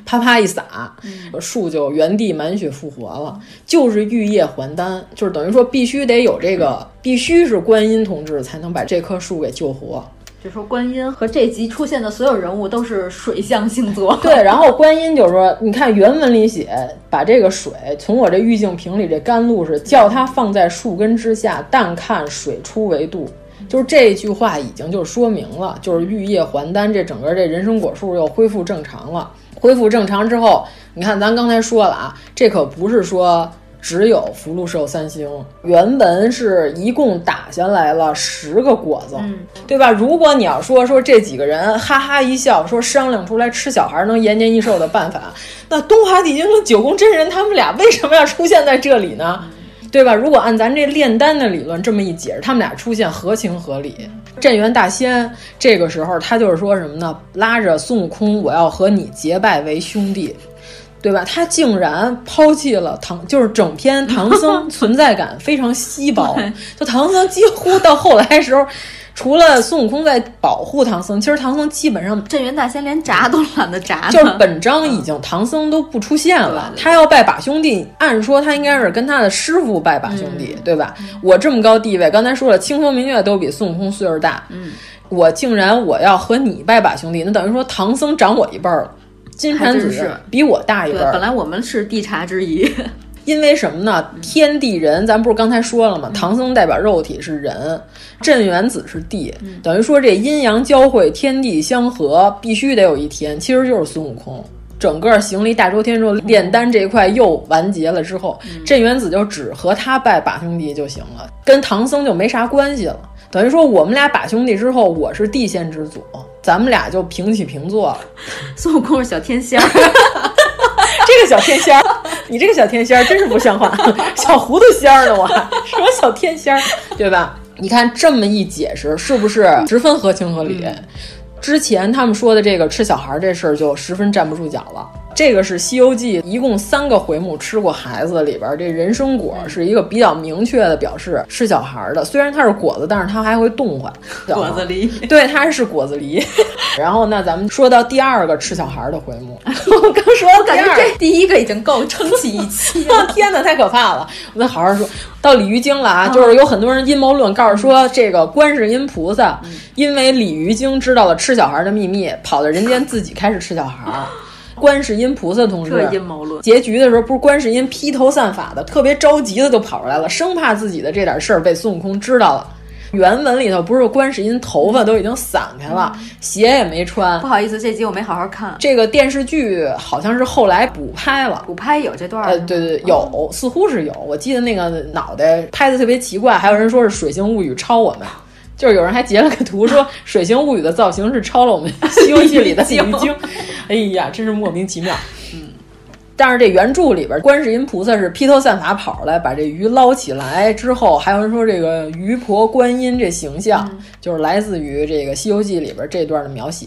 [SPEAKER 5] 啪啪一洒，树就原地满血复活了。就是玉液还丹，就是等于说必须得有这个，必须是观音同志才能把这棵树给救活。
[SPEAKER 3] 就说观音和这集出现的所有人物都是水象星座，
[SPEAKER 5] [laughs] 对，然后观音就说：“你看原文里写，把这个水从我这玉净瓶里这甘露是叫它放在树根之下，但看水出为度。”就是这句话已经就说明了，就是玉液还丹，这整个这人参果树又恢复正常了。恢复正常之后，你看咱刚才说了啊，这可不是说只有福禄寿三星，原文是一共打下来了十个果子，
[SPEAKER 3] 嗯
[SPEAKER 5] 对吧？如果你要说说这几个人哈哈一笑，说商量出来吃小孩能延年益寿的办法，那东华帝君跟九宫真人他们俩为什么要出现在这里呢？对吧？如果按咱这炼丹的理论这么一解释，他们俩出现合情合理。镇元大仙这个时候他就是说什么呢？拉着孙悟空，我要和你结拜为兄弟。对吧？他竟然抛弃了唐，就是整篇唐僧存在感非常
[SPEAKER 3] [laughs]
[SPEAKER 5] 稀薄。就唐僧几乎到后来的时候，除了孙悟空在保护唐僧，其实唐僧基
[SPEAKER 3] [laughs]
[SPEAKER 5] 本上
[SPEAKER 3] 镇元大仙连炸都懒得炸呢，
[SPEAKER 5] 就是本章已经唐僧都不出现了，他要拜把兄弟，按说他应该是跟他的师傅拜把兄
[SPEAKER 3] 嗯
[SPEAKER 5] 弟，对吧？我这么高地位，刚才说了，清风明月都比孙悟空岁数大，
[SPEAKER 3] 嗯，
[SPEAKER 5] 我竟然我要和你拜把兄弟，那等于说唐僧长我一辈儿了，金
[SPEAKER 3] 还
[SPEAKER 5] 蝉
[SPEAKER 3] 真
[SPEAKER 5] 子
[SPEAKER 3] 是
[SPEAKER 5] 比我大一
[SPEAKER 3] 对
[SPEAKER 5] 辈，儿
[SPEAKER 3] 本。来我们是地茶之谊， [laughs]
[SPEAKER 5] 因为什么呢？天地人，咱不是刚才说了吗？唐僧代表肉体是人，镇元子是地，等于说这阴阳交汇，天地相合，必须得有一天，其实就是孙悟空。整个行了一大周天之后，炼丹这一块又完结了之后，镇元子就只和他拜把兄弟就行了，跟唐僧就没啥关系了。等于说我们俩把兄弟之后，我是地仙之祖，咱们俩就平起平坐了。
[SPEAKER 3] 孙悟空是小天仙，
[SPEAKER 5] 哎这个小天仙儿，你这个小天仙儿真是不像话，小糊涂仙儿呢我，我什么小天仙儿，对吧？你看这么一解释，是不是十分合情合理？
[SPEAKER 3] 嗯
[SPEAKER 5] 之前他们说的这个吃小孩儿这事儿就十分站不住脚了。这个是《西游记》一共三个回目吃过孩子里边儿，这人参果是一个比较明确的表示吃小孩儿的。虽然它是果子，但是它还会动换。
[SPEAKER 3] 果子狸，
[SPEAKER 5] 对，它是果子狸。 [laughs] 然后那咱们说到第二个吃小孩儿的回目， [laughs] [laughs] 我刚说
[SPEAKER 3] 我感觉这第一个已经
[SPEAKER 5] [laughs]
[SPEAKER 3] 够撑起一期了。
[SPEAKER 5] 天哪，太可怕了！我们好好说。到鲤鱼精了
[SPEAKER 3] 嗯
[SPEAKER 5] 啊，就是有很多人阴谋论告诉说，这个观世音菩萨
[SPEAKER 3] 嗯
[SPEAKER 5] 因为鲤鱼精知道了吃小孩的秘密，跑到人间自己开始吃小孩。啊观世音菩萨同志
[SPEAKER 3] 这阴谋论
[SPEAKER 5] 结局的时候，不是观世音披头散发的，特别着急的就跑出来了，生怕自己的这点事儿被孙悟空知道了。原文里头不是观世音头发都已经散开了，
[SPEAKER 3] 嗯
[SPEAKER 5] 鞋也没穿
[SPEAKER 3] 不。好意思，这集我没好好看。
[SPEAKER 5] 这个电视剧好像是后来补拍了，
[SPEAKER 3] 补拍有这段儿
[SPEAKER 5] 呃，对对，对有，似乎是有。我记得那个脑袋拍的特别奇怪，还有人说是《水形物语》抄我们，就是有人还截了个图说 [laughs] 《水形物语》的造型是抄了我们《 [laughs] 西游记》里嗯的鲤鱼精。哎呀，真是莫名其妙。但是这原著里边，观世音菩萨是披头散发跑出来，把这鱼捞起来之后，还有人说这个鱼婆观音这形象，就是来自于这个《西游记》里边这段的描写。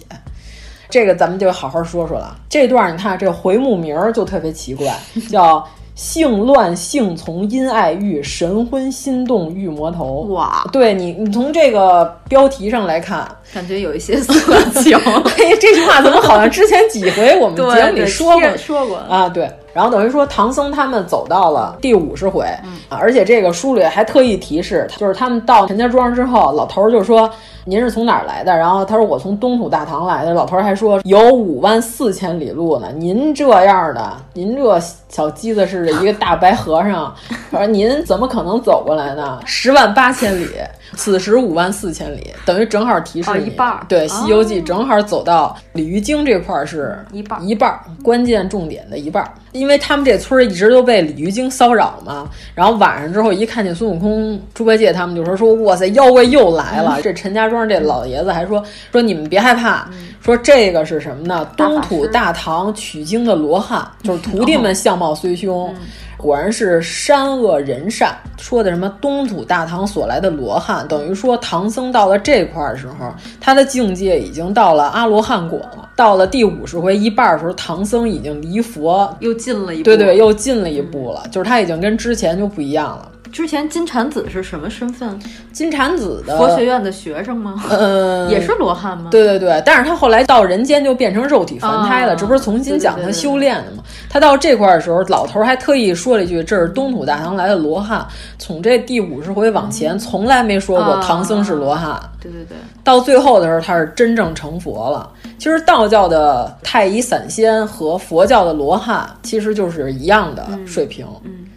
[SPEAKER 5] 这个咱们就好好说说了。这段你看，这回目名儿就特别奇
[SPEAKER 3] [laughs]
[SPEAKER 5] 怪，叫“性乱性从因爱欲，神昏心动遇魔头”。
[SPEAKER 3] 哇，
[SPEAKER 5] 对你，你从这个标题上来看，
[SPEAKER 3] 感觉有一些色情。
[SPEAKER 5] [laughs] 哎，这句话怎么好像之前几回我们
[SPEAKER 3] 对
[SPEAKER 5] 节目里
[SPEAKER 3] 对
[SPEAKER 5] 说过
[SPEAKER 3] 贴说过
[SPEAKER 5] 啊？对，然后等于说唐僧他们走到了第五十回，
[SPEAKER 3] 嗯
[SPEAKER 5] 啊而且这个书里还特意提示，就是他们到陈家庄之后，老头儿就说您是从哪儿来的？然后他说我从东土大唐来的。老头儿还说有五万四千里路呢，您这样的，您这小鸡子似的一个大白和尚，他说您怎么可能走过来呢？十万八千里，此时五万四千里，等于正好提示
[SPEAKER 3] 哦
[SPEAKER 5] 你、
[SPEAKER 3] 一半儿
[SPEAKER 5] 对《
[SPEAKER 3] 哦
[SPEAKER 5] 西游记》正好走到鲤鱼精这块儿是
[SPEAKER 3] 一半儿
[SPEAKER 5] 一半儿关键重点的一半儿，因为他们这村儿一直都被鲤鱼精骚扰嘛。然后晚上之后一看见孙悟空、猪八戒他们，就说说哇塞，妖怪又来
[SPEAKER 3] [laughs]
[SPEAKER 5] 了。这陈家庄这老爷子还说说你们别害怕，
[SPEAKER 3] 嗯
[SPEAKER 5] 说这个是什么呢？东土大唐取经的罗汉，就是徒弟
[SPEAKER 3] 哦
[SPEAKER 5] 们相貌虽凶。
[SPEAKER 3] 嗯
[SPEAKER 5] 果然是山恶人善，说的什么东土大唐所来的罗汉，等于说唐僧到了这块儿的时候，他的境界已经到了阿罗汉果了。到了第五十回一半儿的时候，唐僧已经离佛，
[SPEAKER 3] 又进了一步，
[SPEAKER 5] 对对，又进了一步了，就是他已经跟之前就不一样了。
[SPEAKER 3] 之前金蝉子是什么身份？
[SPEAKER 5] 金蝉子的
[SPEAKER 3] 佛学院的学生吗？
[SPEAKER 5] 呃
[SPEAKER 3] 也是罗汉吗？
[SPEAKER 5] 对对对，但是他后来到人间就变成肉体凡胎了，
[SPEAKER 3] 啊
[SPEAKER 5] 这不是重新讲他修炼的吗？他到这块儿的时候，老头儿还特意说了一句：“这是东土大唐来的罗汉。”从这第五十回往前，从来没说过
[SPEAKER 3] 嗯啊
[SPEAKER 5] 唐僧是罗汉。
[SPEAKER 3] 对对对，
[SPEAKER 5] 到最后的时候，他是真正成佛了。其实道教的太乙散仙和佛教的罗汉其实就是一样的
[SPEAKER 3] 嗯
[SPEAKER 5] 水平，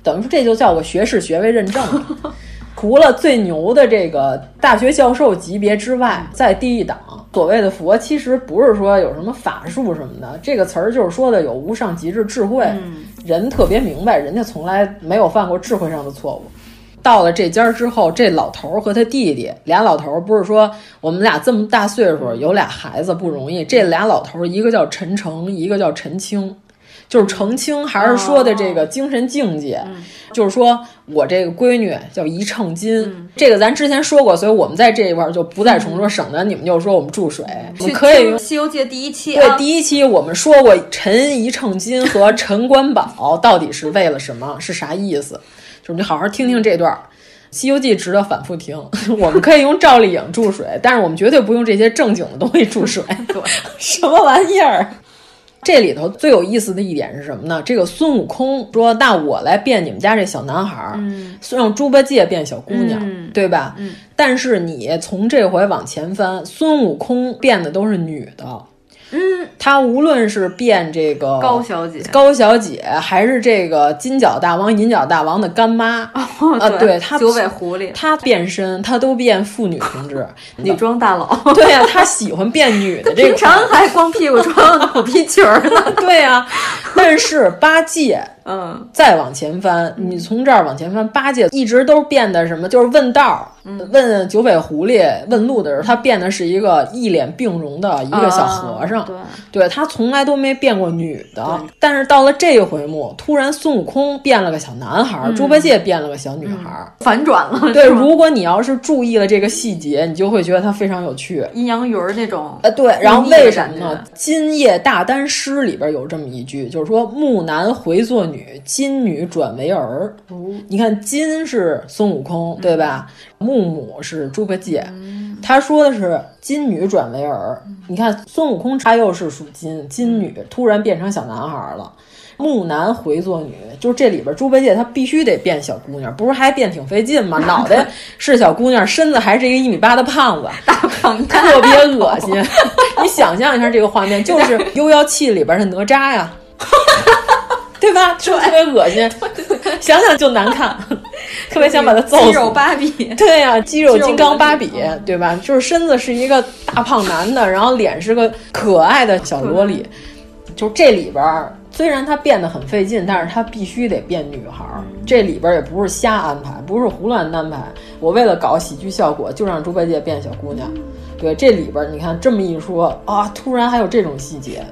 [SPEAKER 5] 等于说这就叫个学士学位认证了。除了最牛的这个大学教授级别之外，再低一档，所谓的佛其实不是说有什么法术什么的，这个词儿就是说的有无上极致智慧，人特别明白，人家从来没有犯过智慧上的错误。到了这家之后，这老头儿和他弟弟俩老头儿不是说我们俩这么大岁数有俩孩子不容易，这俩老头儿一个叫陈诚，一个叫陈青。就是澄清，还是说的这个精神境界，就是说我这个闺女叫一秤金，这个咱之前说过，所以我们在这一块儿就不再重说，省得你们又说我们注水。我们
[SPEAKER 3] 去
[SPEAKER 5] 可以
[SPEAKER 3] 听
[SPEAKER 5] 用
[SPEAKER 3] 《西游记》的第一期
[SPEAKER 5] 对，
[SPEAKER 3] 啊，
[SPEAKER 5] 第一期我们说过陈一秤
[SPEAKER 3] [laughs]
[SPEAKER 5] 金和陈官宝到底是为了什么，是啥意思？就是你好好听听这段儿。《西游记》值得反复听，我们可以用赵丽颖注水，但是我们绝对不用这些正经的东西注水。 [laughs] 什么玩意儿？这里头最有意思的一点是什么呢？这个孙悟空说：“那我来变你们家这小男孩儿，
[SPEAKER 3] 嗯
[SPEAKER 5] 让猪八戒变小姑娘，对吧？”但是你从这回往前翻，孙悟空变的都是女的，
[SPEAKER 3] 嗯，
[SPEAKER 5] 他无论是变这个
[SPEAKER 3] 高小姐
[SPEAKER 5] 哦高小姐，还是这个金角大王、银角大王的干妈啊、
[SPEAKER 3] 哦
[SPEAKER 5] 呃
[SPEAKER 3] 对
[SPEAKER 5] 对他
[SPEAKER 3] 九尾狐狸
[SPEAKER 5] 他变身，他都变妇女同志、
[SPEAKER 3] [laughs] 女装大
[SPEAKER 5] [laughs]
[SPEAKER 3] 佬，
[SPEAKER 5] 对呀、他喜欢变女的这个。
[SPEAKER 3] 平常还光屁股穿个狗皮裙儿
[SPEAKER 5] [laughs]
[SPEAKER 3] 呢。
[SPEAKER 5] 对呀、但是八戒，
[SPEAKER 3] 嗯，
[SPEAKER 5] 再往前翻，你从这儿往前翻，八戒一直都变得什么？就是问道儿，
[SPEAKER 3] 嗯
[SPEAKER 5] 问九尾狐狸问路的时候，他变的是一个一脸病容的一个小
[SPEAKER 3] 啊
[SPEAKER 5] 和尚。对他从来都没变过女的，但是到了这一回幕，突然孙悟空变了个小男孩儿，
[SPEAKER 3] 嗯
[SPEAKER 5] 猪八戒变了个小女孩儿。
[SPEAKER 3] 反转了，
[SPEAKER 5] 对，
[SPEAKER 3] 是吗
[SPEAKER 5] 如果你要是注意了这个细节，你就会觉得它非常有趣。
[SPEAKER 3] 阴阳鱼儿那种，
[SPEAKER 5] 呃，对，然后
[SPEAKER 3] 腻的
[SPEAKER 5] 为什
[SPEAKER 3] 感
[SPEAKER 5] 么
[SPEAKER 3] 觉
[SPEAKER 5] 呢？《今夜大丹诗》里边有这么一句，就是说“木兰回作女，金女转为儿”。你看，金是孙悟空，对吧？木母是猪八戒。他说的是金女转为儿。你看，孙悟空他又是属金，金女突然变成小男孩了。木兰回作女，就是这里边猪八戒他必须得变小姑娘，不是还变挺费劲吗？脑袋是小姑娘，身子还是一个一米八的胖子， [laughs] 特别恶心。你想象一下这个画面，就是《幽妖气》里边的哪吒呀，对吧？是不是特别恶心？想想就难看，特别想把他揍死。
[SPEAKER 3] 肌肉芭比，
[SPEAKER 5] 对呀、肌肉嗯金刚芭比
[SPEAKER 3] 肌肉芭，
[SPEAKER 5] 对吧？就是身子是一个大胖男的，然后脸是个可爱的小萝莉。就这里边儿，虽然他变得很费劲，但是他必须得变女孩儿。这里边儿也不是瞎安排，不是胡乱安排。我为了搞喜剧效果，就让猪八戒变小姑娘。对，这里边儿你看这么一说啊，突然还有这种细节。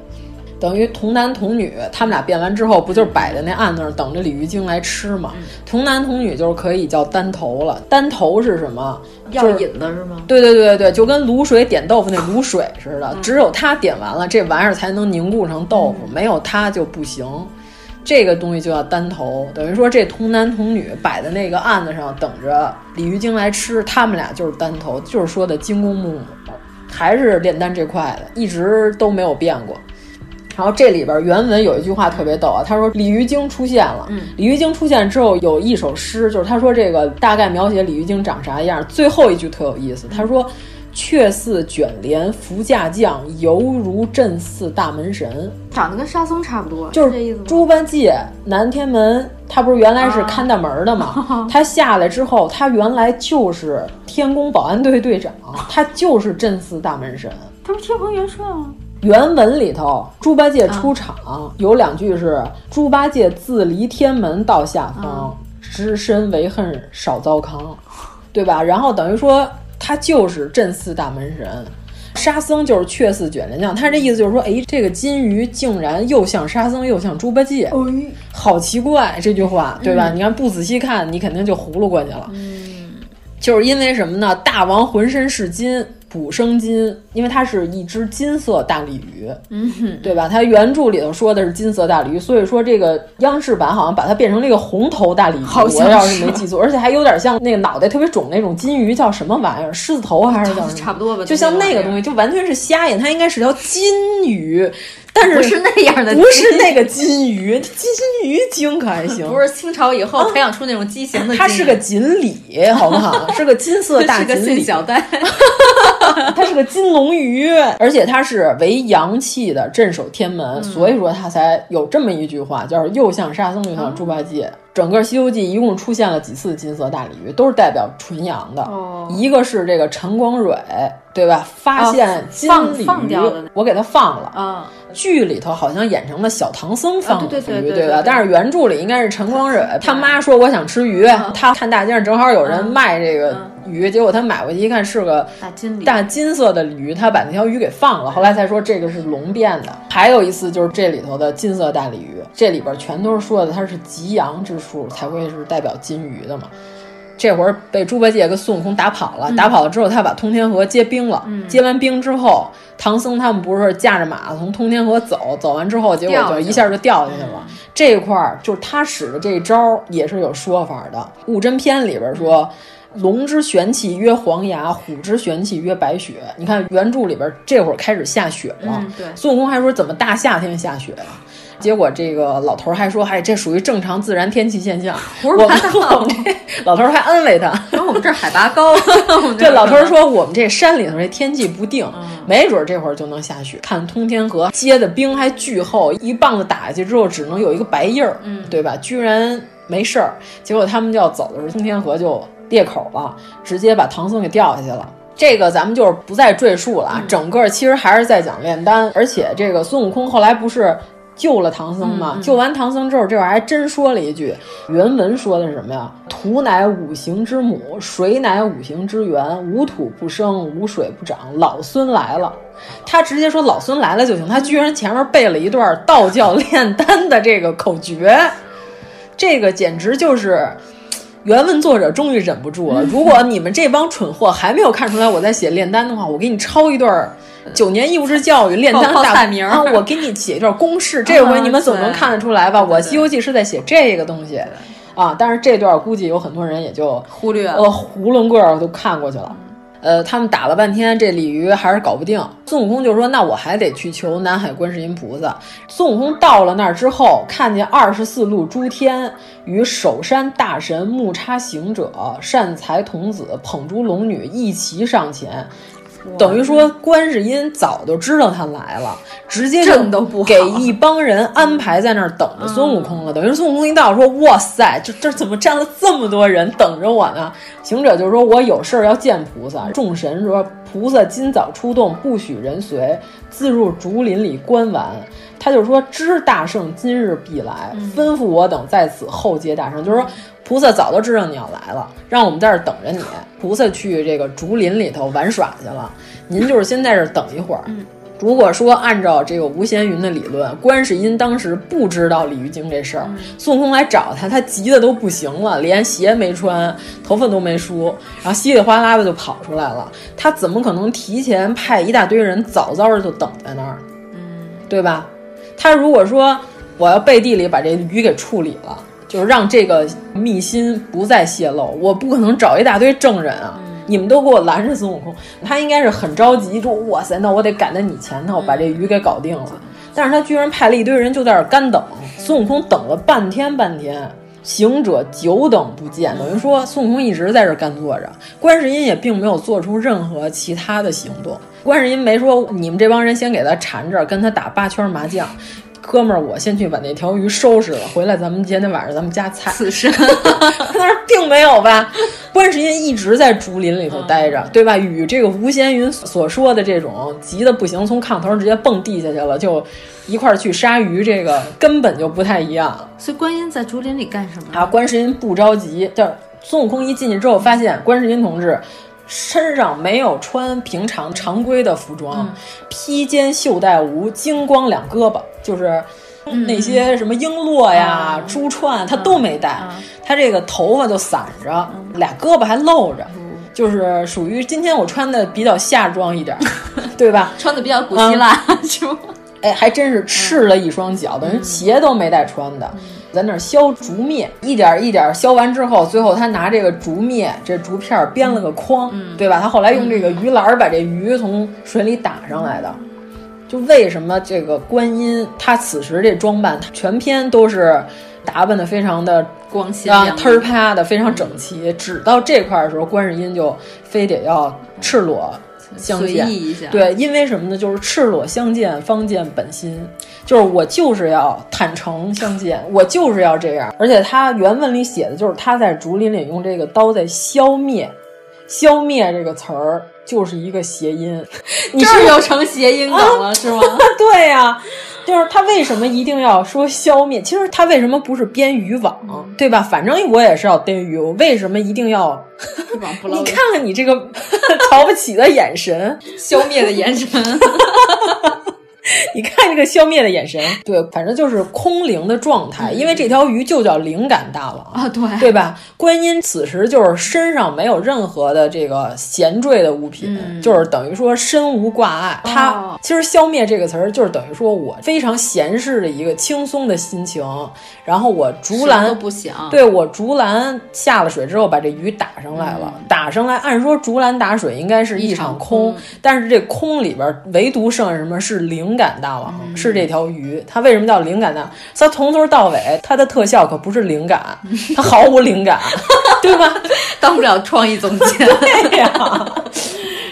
[SPEAKER 5] 等于童男童女，他们俩变完之后，不就是摆在那案子上等着鲤鱼精来吃吗？
[SPEAKER 7] 嗯
[SPEAKER 5] 童男童女就是可以叫单头了。单头是什么？
[SPEAKER 7] 药
[SPEAKER 5] 就是
[SPEAKER 7] 引的是吗？嗯
[SPEAKER 5] 对对对对，就跟卤水点豆腐那卤水似的，只有它点完了，这玩意儿才能凝固成豆腐，没有它就不行。这个东西就叫单头，等于说这童男童女摆在那个案子上，等着鲤鱼精来吃，他们俩就是单头，就是说的金公木母，还是炼丹这块的，一直都没有变过。然后这里边原文有一句话特别逗啊，他说鲤鱼精出现了，鲤鱼精出现之后有一首诗，就是他说这个大概描写鲤鱼精长啥样，最后一句特有意思，他说却似卷帘扶驾将，犹如镇寺大门神。
[SPEAKER 7] 长得跟沙僧差不多，
[SPEAKER 5] 就是
[SPEAKER 7] 这意思吗？啊
[SPEAKER 5] 猪八戒、南天门，他不是原来是看大门的
[SPEAKER 7] [laughs]
[SPEAKER 5] 吗？他下来之后，他原来就是天宫保安队队
[SPEAKER 7] [laughs]
[SPEAKER 5] 长，他就是镇寺大门神。
[SPEAKER 7] 他不是天蓬元帅吗？啊
[SPEAKER 5] 原文里头，猪八戒出场、有两句是：“猪八戒自离天门到下
[SPEAKER 7] 啊
[SPEAKER 5] 方，只身为恨少糟糠”，对吧？然后等于说他就是镇寺大门神，沙僧就是却似卷帘将。他这意思就是说，哎，这个金鱼竟然又像沙僧又像猪八戒，好奇怪这句话，对吧？
[SPEAKER 3] 嗯
[SPEAKER 5] 你看不仔细看，你肯定就糊噜过去了。就是因为什么呢？大王浑身是金，补生金，因为它是一只金色大鲤鱼，
[SPEAKER 3] 嗯哼，
[SPEAKER 5] 对吧？它原著里头说的是金色大鲤鱼，所以说这个央视版好像把它变成了一个红头大鲤鱼，
[SPEAKER 3] 好像
[SPEAKER 5] 我要
[SPEAKER 3] 是
[SPEAKER 5] 没记错，而且还有点像那个脑袋特别肿那种金鱼，叫什么玩意儿？狮子头啊还是叫什么？
[SPEAKER 3] 差不多吧
[SPEAKER 5] 就像那个东西，就完全是瞎演，它应该是条金鱼，但是
[SPEAKER 3] 不是那样的
[SPEAKER 5] 不是
[SPEAKER 3] 金
[SPEAKER 5] 那个金鱼，金鱼精可还行，
[SPEAKER 3] 不是清朝以后培养出那种畸形的金鱼，
[SPEAKER 5] 啊它是个锦鲤，好不好？是个金色大
[SPEAKER 3] [laughs] 是个
[SPEAKER 5] 锦
[SPEAKER 3] 信
[SPEAKER 5] 鲤，
[SPEAKER 3] 小袋， [laughs]
[SPEAKER 5] [laughs] 它是个金龙鱼，而且它是为阳气的镇守天门，
[SPEAKER 7] 嗯
[SPEAKER 5] 所以说它才有这么一句话，叫“又像沙僧，又像猪八戒”
[SPEAKER 7] 哦
[SPEAKER 5] 整个《西游记》一共出现了几次金色大鲤鱼，都是代表纯阳的。
[SPEAKER 7] 哦
[SPEAKER 5] 一个是这个陈光蕊，对吧？发现金
[SPEAKER 7] 放
[SPEAKER 5] 鲤鱼，
[SPEAKER 7] 放掉的那
[SPEAKER 5] 我给它放了。
[SPEAKER 3] 嗯
[SPEAKER 7] 啊，
[SPEAKER 5] 剧里头好像演成了小唐僧放
[SPEAKER 7] 啊对
[SPEAKER 5] 的鱼，
[SPEAKER 7] 对对对对
[SPEAKER 5] 吧
[SPEAKER 7] 对？嗯
[SPEAKER 5] 但是原著里应该是陈光蕊，他妈说我想吃鱼，他看大街上正好有人卖这个
[SPEAKER 7] 嗯
[SPEAKER 5] 鱼，结果他买回去一看是个
[SPEAKER 3] 大金
[SPEAKER 5] 大金色的鲤鱼，他把那条鱼给放了，后来才说这个是龙变的。还有一次就是这里头的金色大鲤鱼，这里边全都是说的它是极阳之术才会是代表金鱼的嘛。这会儿被猪八戒跟孙悟空打跑了，
[SPEAKER 3] 嗯
[SPEAKER 5] 打跑了之后，他把通天河接兵了。
[SPEAKER 3] 嗯
[SPEAKER 5] 接完兵之后，唐僧他们不是驾着马从通天河走，走完之后，结果
[SPEAKER 3] 掉下去
[SPEAKER 5] 就
[SPEAKER 3] 了嗯
[SPEAKER 5] 一下就掉下去了。这一块儿就是他使的这招儿也是有说法的，《武真篇》里边说。龙之玄气曰黄牙，虎之玄气曰白雪。你看原著里边，这会儿开始下雪了。
[SPEAKER 3] 嗯对
[SPEAKER 5] 孙悟空还说怎么大夏天下雪呀、啊结果这个老头儿还说：“哎，这属于正常自然天气现象。”
[SPEAKER 3] 胡说
[SPEAKER 5] 我
[SPEAKER 3] 八
[SPEAKER 5] 们
[SPEAKER 3] 道
[SPEAKER 5] [laughs] 我们这老头儿还安慰他，
[SPEAKER 3] 说我们这儿海拔高， [laughs] 我们这
[SPEAKER 5] 对，
[SPEAKER 3] 儿
[SPEAKER 5] 老头
[SPEAKER 3] 可
[SPEAKER 5] 儿
[SPEAKER 3] 能
[SPEAKER 5] 说我们这山里头这天气不定，没准儿这会儿就能下雪。看通天河结的冰还巨厚，一棒子打下去之后只能有一个白印儿，
[SPEAKER 3] 嗯
[SPEAKER 5] 对吧？居然没事儿。结果他们就要走的时候，通天河就裂口了，直接把唐僧给掉下去了。这个咱们就是不再赘述了啊，整个其实还是在讲炼丹，而且这个孙悟空后来不是救了唐僧
[SPEAKER 3] 嗯
[SPEAKER 5] 吗？救完唐僧之后，这会儿还真说了一句，原文说的是什么呀？土乃五行之母，水乃五行之源，无土不生，无水不长。老孙来了，他直接说老孙来了就行，他居然前面背了一段道教炼丹的这个口诀，这个简直就是。原文作者终于忍不
[SPEAKER 3] 嗯
[SPEAKER 5] 住了。如果你们这帮蠢货还没有看出来我在写炼丹的话，我给你抄一段儿九年义务制教育炼丹
[SPEAKER 3] 报报
[SPEAKER 5] 大
[SPEAKER 3] 菜名儿
[SPEAKER 5] 啊，我给你写一段公
[SPEAKER 3] 啊
[SPEAKER 5] 式。这回你们总能看得出来吧？我《西游记》是在写这个东西啊，但是这段估计有很多人也就
[SPEAKER 3] 忽略
[SPEAKER 5] 呃，囫囵个儿都看过去了。呃，他们打了半天，这鲤鱼还是搞不定。孙悟空就说：“那我还得去求南海观世音菩萨。”孙悟空到了那儿之后，看见二十四路诸天与首山大神木叉行者、善财童子、捧珠龙女一齐上前，等于说观世音早就知道他来了，直接就
[SPEAKER 3] 朕都不好
[SPEAKER 5] 给一帮人安排在那儿等着孙悟空了。等于说孙悟空一到说：“哇塞，这这怎么站了这么多人等着我呢？”行者就说：“我有事儿要见菩萨。”众神说：“菩萨今早出动，不许人随，自入竹林里观玩。”他就说：“知大圣今日必来，吩咐我等在此候接大圣。”就是说，菩萨早都知道你要来了，让我们在这儿等着你。菩萨去这个竹林里头玩耍去了，您就是先在这儿等一会儿。如果说按照这个吴闲云的理论，观世音当时不知道鲤鱼精这事儿，孙悟空来找他，他急得都不行了，连鞋没穿，头发都没梳，然后稀里哗啦的就跑出来了。他怎么可能提前派一大堆人早早的就等在那儿？对吧？他如果说我要背地里把这鱼给处理了，就是让这个秘辛不再泄露，我不可能找一大堆证人啊。你们都给我拦着孙悟空，他应该是很着急，说哇塞，那我得赶在你前头把这鱼给搞定了。但是他居然派了一堆人就在那儿干等，孙悟空等了半天半天，行者久等不见，等于说孙悟空一直在这儿干坐着，观世音也并没有做出任何其他的行动，观世音没说你们这帮人先给他缠着，跟他打八圈麻将。哥们儿，我先去把那条鱼收拾了，回来咱们今天晚上咱们加菜。
[SPEAKER 3] 此生
[SPEAKER 5] [laughs] 但是并没有吧？观世音一直在竹林里头待着，对吧？与这个吴闲云所说的这种急得不行，从炕头直接蹦地下去了，就一块儿去杀鱼，这个根本就不太一样。
[SPEAKER 3] [laughs] 所以观音在竹林里干什么？
[SPEAKER 5] 啊，观世音不着急，就是孙悟空一进去之后，发现观世音同志身上没有穿平常常规的服装，披肩袖带无，金光两胳膊，就是。那些什么璎珞呀、珠串，他都没戴，他这个头发就散着，俩胳膊还露着，就是属于今天我穿的比较夏装一点儿，对吧？
[SPEAKER 3] 穿的比较古希腊，是吗？
[SPEAKER 5] 哎，还真是赤了一双脚，等于鞋都没带穿的，在那儿削竹篾，一点儿一点儿削完之后，最后他拿这个竹篾这竹片儿编了个筐，对吧？他后来用这个鱼篮儿把这鱼从水里打上来的。就为什么这个观音她此时这装扮，她全篇都是打扮的非常的
[SPEAKER 3] [laughs] 光鲜
[SPEAKER 5] 啊
[SPEAKER 3] 亮丽
[SPEAKER 5] 忒儿啪的，非
[SPEAKER 3] 嗯
[SPEAKER 5] 常整齐。只到这块儿的时候，观世音就非得要赤裸相
[SPEAKER 3] 随
[SPEAKER 5] 见，
[SPEAKER 3] 意一下
[SPEAKER 5] 对，因为什么呢？就是赤裸相见，方见本心。就是我就是要坦诚
[SPEAKER 3] [laughs]
[SPEAKER 5] 相见，我就是要这样。而且他原文里写的就是他在竹林里用这个刀在消灭，消灭这个词儿就是一个谐音，你
[SPEAKER 3] 这
[SPEAKER 5] 是
[SPEAKER 3] 儿又成谐音梗了，是吗？ [laughs]
[SPEAKER 5] [laughs] 对呀、就是他为什么一定要说消灭？其实他为什么不是编渔网，对吧？反正我也是要逮鱼，我为什么一定要？ [laughs] 你看看你这个瞧不起的眼神，
[SPEAKER 3] 消灭的眼 [laughs] 神。
[SPEAKER 5] 你看这个消灭的眼神，对，反正就是空灵的状态，因为这条鱼就叫灵感大王
[SPEAKER 3] 嗯啊，对
[SPEAKER 5] 对吧？观音此时就是身上没有任何的这个闲坠的物品，
[SPEAKER 3] 嗯
[SPEAKER 5] 就是等于说身无挂碍。他、
[SPEAKER 3] 哦
[SPEAKER 5] 其实“消灭”这个词儿，就是等于说我非常闲适的一个轻松的心情，然后我竹
[SPEAKER 3] 什么
[SPEAKER 5] 篮
[SPEAKER 3] 都不 [laughs] 想
[SPEAKER 5] 对我竹篮下了水之后，把这鱼打上来了，打上来，按说竹篮打水应该是一场空，但是这空里边唯独剩下什么是灵感大王、是这条鱼，它为什么叫灵感大王？它从头到尾，它的特效可不是灵感，它毫无灵感， [laughs] 对吧？
[SPEAKER 3] 当不了创意总监。
[SPEAKER 5] 对呀、 [laughs]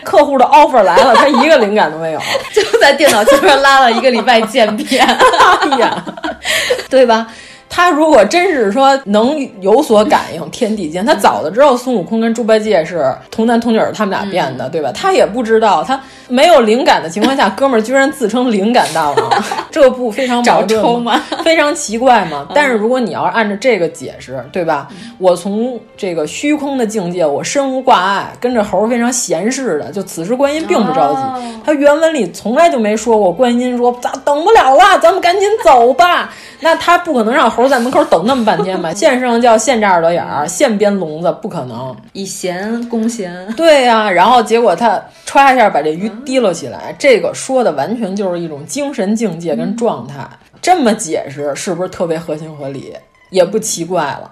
[SPEAKER 5] 客户的 offer 来了，他一个灵感都没有。
[SPEAKER 3] [laughs] 就在电脑 [laughs] 前面拉了一个礼拜见片，
[SPEAKER 5] 哎呀， [laughs] 对吧？他如果真是说能有所感应天地间，他早就知道孙悟空跟猪八戒是童男童女儿，他们俩变的，对吧？他也不知道，他没有灵感的情况下，哥们儿居然自称灵感大王，这不非常矛
[SPEAKER 3] 找
[SPEAKER 5] 盾
[SPEAKER 3] 抽
[SPEAKER 5] 吗？非常奇怪吗？但是如果你要是按照这个解释，对吧？我从这个虚空的境界，我身无挂碍，跟着猴儿非常闲适的，就此时观音并不着急。他原文里从来就没说过观音说咱等不了了，咱们赶紧走吧。 [laughs] 那他不可能让猴儿在门口等那么半天吧？现上叫现扎耳朵眼儿，现编笼子，不可能。
[SPEAKER 3] 以弦攻弦， [laughs]
[SPEAKER 5] 对呀、然后结果他歘一下把这鱼提溜起
[SPEAKER 3] 嗯
[SPEAKER 5] 来，这个说的完全就是一种精神境界跟状态。
[SPEAKER 3] 嗯
[SPEAKER 5] 这么解释是不是特别合情合理？也不奇怪了。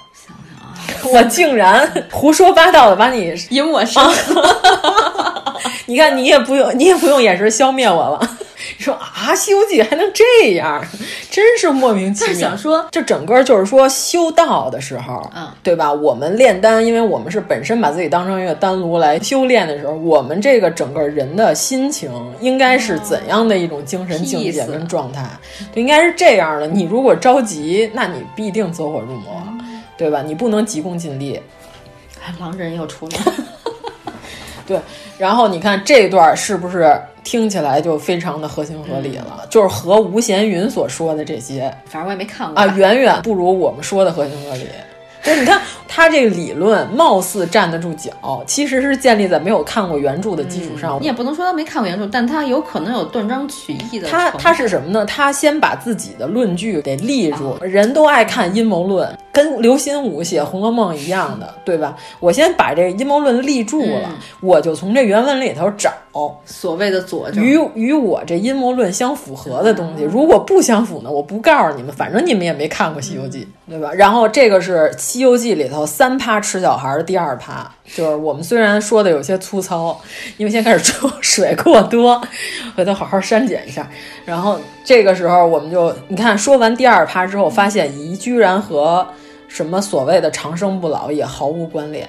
[SPEAKER 3] 啊
[SPEAKER 5] 我
[SPEAKER 3] [laughs]
[SPEAKER 5] 竟然胡说八道的把你
[SPEAKER 3] 引我 [laughs] 上。
[SPEAKER 5] 你看，你也不用，你也不用眼神消灭我了。 [laughs] 你说啊，《西游记》还能这样，真是莫名其妙。
[SPEAKER 3] 想说，
[SPEAKER 5] 这整个就是说修道的时候，嗯，对吧？我们炼丹，因为我们是本身把自己当成一个丹炉来修炼的时候，我们这个整个人的心情应该是怎样的一种精神境界
[SPEAKER 3] Peace
[SPEAKER 5] 跟状态？就应该是这样的。你如果着急，那你必定走火入魔，对吧？你不能急功近利。
[SPEAKER 3] 哎狼人又出来了。 [laughs]
[SPEAKER 5] 对，然后你看这段是不是听起来就非常的合情合理了？就是和吴闲云所说的这些
[SPEAKER 3] 反正我也没看过
[SPEAKER 5] 啊，远远不如我们说的合情合理。就是你看他这个理论，貌似站得住脚，其实是建立在没有看过原著的基础上。
[SPEAKER 3] 你也不能说他没看过原著，但他有可能有断章取义的成
[SPEAKER 5] 他
[SPEAKER 3] 分。
[SPEAKER 5] 他是什么啊呢？他先把自己的论据给立住。人都爱看阴谋论，跟刘心武写《红楼梦》一样的，对吧？我先把这阴谋论立住了，我就从这原文里头找
[SPEAKER 3] 所谓的佐证
[SPEAKER 5] 与与我这阴谋论相符合的东西。如果不相符呢，我不告诉你们，反正你们也没看过《西游记》，对吧？然后这个是《西游记》里头三趴吃小孩儿的第二趴，就是我们虽然说的有些粗糙，因为现在开始抽 [laughs] 水过多，回头好好删减一下。然后这个时候我们就你看，说完第二趴之后，发现姨居然和什么所谓的长生不老也毫无关联，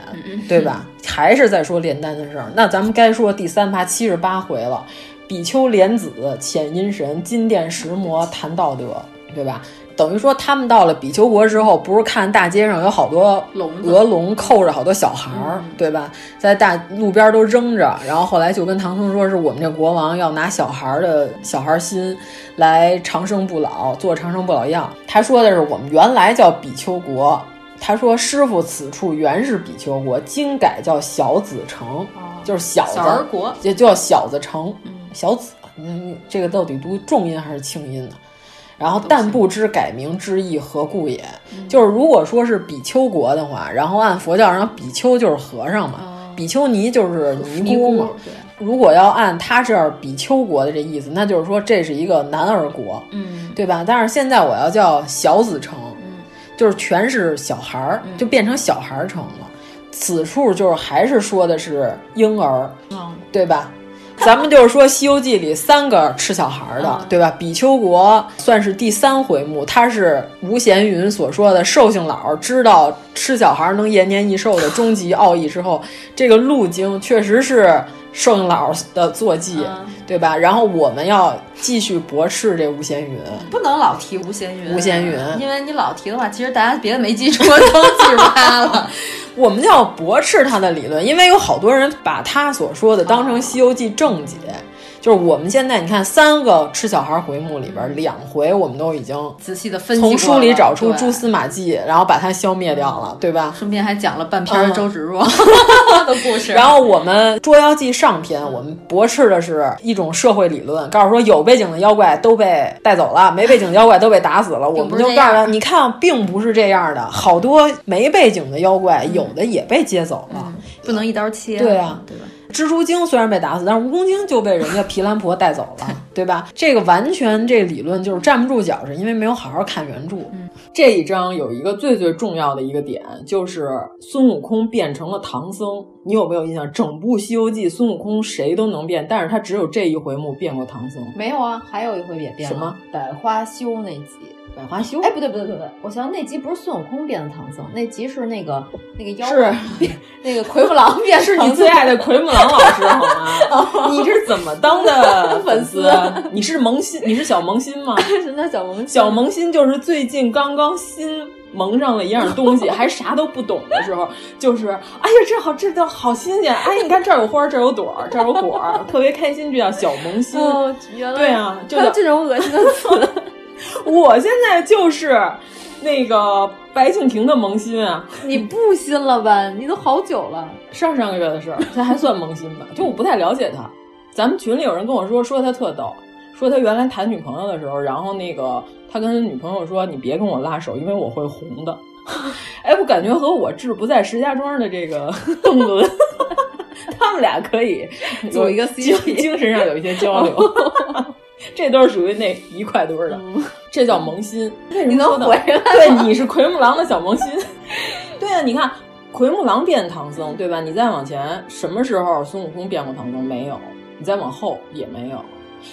[SPEAKER 5] 对吧？还是在说炼丹的事儿。那咱们该说第三趴七十八回了，比丘莲子、遣阴神、金殿石魔谈道德，对吧？等于说他们到了比丘国之后，不是看大街上有好多鹅笼扣着好多小孩儿，对吧？在大路边都扔着，然后后来就跟唐僧说，是我们这国王要拿小孩儿的小孩儿心来长生不老，做长生不老药。他说的是我们原来叫比丘国，他说师傅此处原是比丘国，今改叫小子城，就是哦小子
[SPEAKER 3] 小儿国
[SPEAKER 5] 也叫小子城，小子，嗯，这个到底读重音还是轻音呢？然后但不知改名之意何故也，就是如果说是比丘国的话，然后按佛教，然后比丘就是和尚嘛，比丘尼就是哦尼姑嘛。如果要按他这儿比丘国的这意思，那就是说这是一个男儿国，
[SPEAKER 3] 嗯，
[SPEAKER 5] 对吧？但是现在我要叫小子城，就是全是小孩儿，就变成小孩儿城了。此处就是还是说的是婴儿，对吧？咱们就是说，《西游记》里三个吃小孩儿的，对吧？比丘国算是第三回目，它是吴闲云所说的寿星老儿知道吃小孩儿能延年益寿的终极奥义之后，这个路径确实是寿星老儿的坐骑，对吧？然后我们要继续驳斥这吴闲云，
[SPEAKER 3] 不能老提吴闲云，
[SPEAKER 5] 吴闲云
[SPEAKER 3] 因为你老提的话，其实大家别的没记住都记住他
[SPEAKER 5] [laughs]
[SPEAKER 3] 了。
[SPEAKER 5] 我们就要驳斥他的理论，因为有好多人把他所说的当成《西游记》正解。就是我们现在你看三个吃小孩回目里边，两回我们都已经
[SPEAKER 3] 仔细的分析过
[SPEAKER 5] 从
[SPEAKER 3] 了，
[SPEAKER 5] 书里找出
[SPEAKER 3] 对
[SPEAKER 5] 蛛丝马迹，然后把它消灭掉了，对吧？
[SPEAKER 3] 顺便还讲了半篇周芷若的故事，
[SPEAKER 5] 嗯然后我们《捉妖记》上篇，我们驳斥的是一种社会理论，告诉说有背景的妖怪都被带走了，没背景的妖怪都被打死了。我们就告诉他，你看，并不是这样的，好多没背景的妖怪，有的也被接走了。
[SPEAKER 3] 不能一刀切，
[SPEAKER 5] 对啊
[SPEAKER 3] 嗯对吧？
[SPEAKER 5] 蜘蛛精虽然被打死，但是蜈蚣精就被人家皮兰婆带走了，对吧？这个完全这理论就是站不住脚，是因为没有好好看原著。这一章有一个最最重要的一个点，就是孙悟空变成了唐僧。你有没有印象？整部《西游记》，孙悟空谁都能变，但是他只有这一回目变过唐僧。
[SPEAKER 3] 没有啊，还有一回也变了
[SPEAKER 5] 什么嗯
[SPEAKER 3] 百花羞那集。
[SPEAKER 5] 百花羞？
[SPEAKER 3] 哎，不对不对不对，我想那集不是孙悟空变的唐僧，那集是那个那个妖
[SPEAKER 5] 是
[SPEAKER 3] 变那个奎木狼变
[SPEAKER 5] 是你最爱的奎木狼老师
[SPEAKER 3] [laughs]
[SPEAKER 5] 好吗？你是怎么当的
[SPEAKER 3] 哦粉啊
[SPEAKER 5] 丝？啊你是萌新？你是小萌新
[SPEAKER 3] [laughs]
[SPEAKER 5] 吗？
[SPEAKER 3] 是那小萌
[SPEAKER 5] 小萌新就是最近刚刚新蒙上了一样
[SPEAKER 3] [laughs]
[SPEAKER 5] 东西，还啥都不懂的时候，就是哎呀，这好，这倒好新鲜！哎，你看这儿有花，这儿有朵，这儿有果，特别开心，这叫小萌新。
[SPEAKER 3] 哦，原来
[SPEAKER 5] 对啊，
[SPEAKER 3] [laughs]
[SPEAKER 5] 就
[SPEAKER 3] 还有
[SPEAKER 5] 叫
[SPEAKER 3] 这种恶心的词。
[SPEAKER 5] 我现在就是那个白敬亭的萌新啊，
[SPEAKER 3] [laughs] 你不新了吧？你都好久了。
[SPEAKER 5] 上上个月的事儿，他还算萌新
[SPEAKER 3] [laughs]
[SPEAKER 5] 吧？就我不太了解他。咱们群里有人跟我说，说他特逗，说他原来谈女朋友的时候，然后那个他跟女朋友说：“你别跟我拉手，因为我会红的。” [laughs] 哎，我感觉和我志不在石家庄的
[SPEAKER 3] [laughs]
[SPEAKER 5] 这个邓伦，他们俩可以有
[SPEAKER 3] 组一个 CP
[SPEAKER 5] 精精神上有一些交
[SPEAKER 3] [laughs]
[SPEAKER 5] 流。这都是属于那一块堆儿的，
[SPEAKER 3] 嗯
[SPEAKER 5] 这叫萌新。为什么说
[SPEAKER 3] 你
[SPEAKER 5] 呢
[SPEAKER 3] 能回来吗 [laughs]
[SPEAKER 5] 对，你是奎木狼的小萌新。对啊，你看奎木狼变唐僧，对吧？你再往前，什么时候孙悟空变过唐僧？没有。你再往后也没有。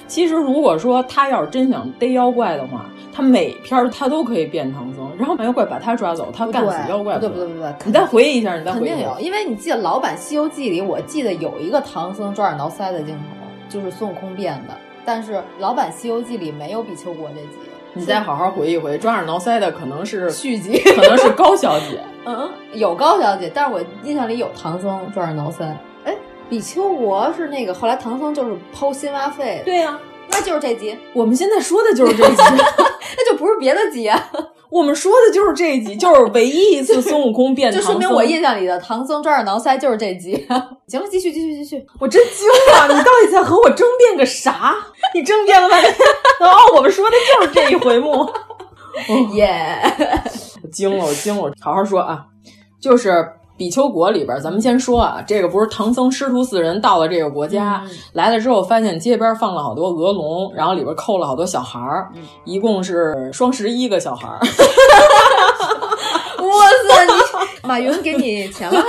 [SPEAKER 5] 其实如果说他要是真想逮妖怪的话，他每篇儿他都可以变唐僧，然后把妖怪把他抓走，他干死妖怪。
[SPEAKER 3] 不对不对不对，
[SPEAKER 5] 你再回忆一下，你再
[SPEAKER 3] 肯
[SPEAKER 5] 回忆
[SPEAKER 3] 定
[SPEAKER 5] 一下
[SPEAKER 3] 有，因为你记得老版《西游记》里，我记得有一个唐僧抓耳挠腮的镜头，就是孙悟空变的，但是老版《西游记》里没有比丘国这集。
[SPEAKER 5] 你再好好回忆回，抓耳挠腮的可能是
[SPEAKER 3] 续 [laughs] 集
[SPEAKER 5] 可能是高小姐。
[SPEAKER 3] 嗯，有高小姐，但是我印象里有唐僧抓耳挠腮。哎，比丘国是那个后来唐僧就是剖心挖肺的，
[SPEAKER 5] 对呀、
[SPEAKER 3] 那就是这集，
[SPEAKER 5] 我们现在说的就是这集，
[SPEAKER 3] [laughs] 那就不是别的集啊。
[SPEAKER 5] 我们说的就是这一集，就是唯一一次孙悟空
[SPEAKER 3] [laughs]
[SPEAKER 5] 变
[SPEAKER 3] 就
[SPEAKER 5] 唐僧。
[SPEAKER 3] 说明我印象里的唐僧抓耳挠腮就是这集。 [laughs] 行了，继续继续继续。
[SPEAKER 5] 我真惊了，你到底在和我争辩个 [laughs] 啥？你争辩了 [laughs] 半天，哦，我们说的就是这一回目。哦
[SPEAKER 3] 耶、
[SPEAKER 5] [laughs] 我惊了，我惊了，我好好说啊，就是。比丘国里边，咱们先说啊，这个不是唐僧师徒四人到了这个国家，来了之后发现街边放了好多鹅笼，然后里边扣了好多小孩儿，一共是双十一个小孩儿，
[SPEAKER 3] 哇塞，你马云给你钱了？
[SPEAKER 5] [laughs]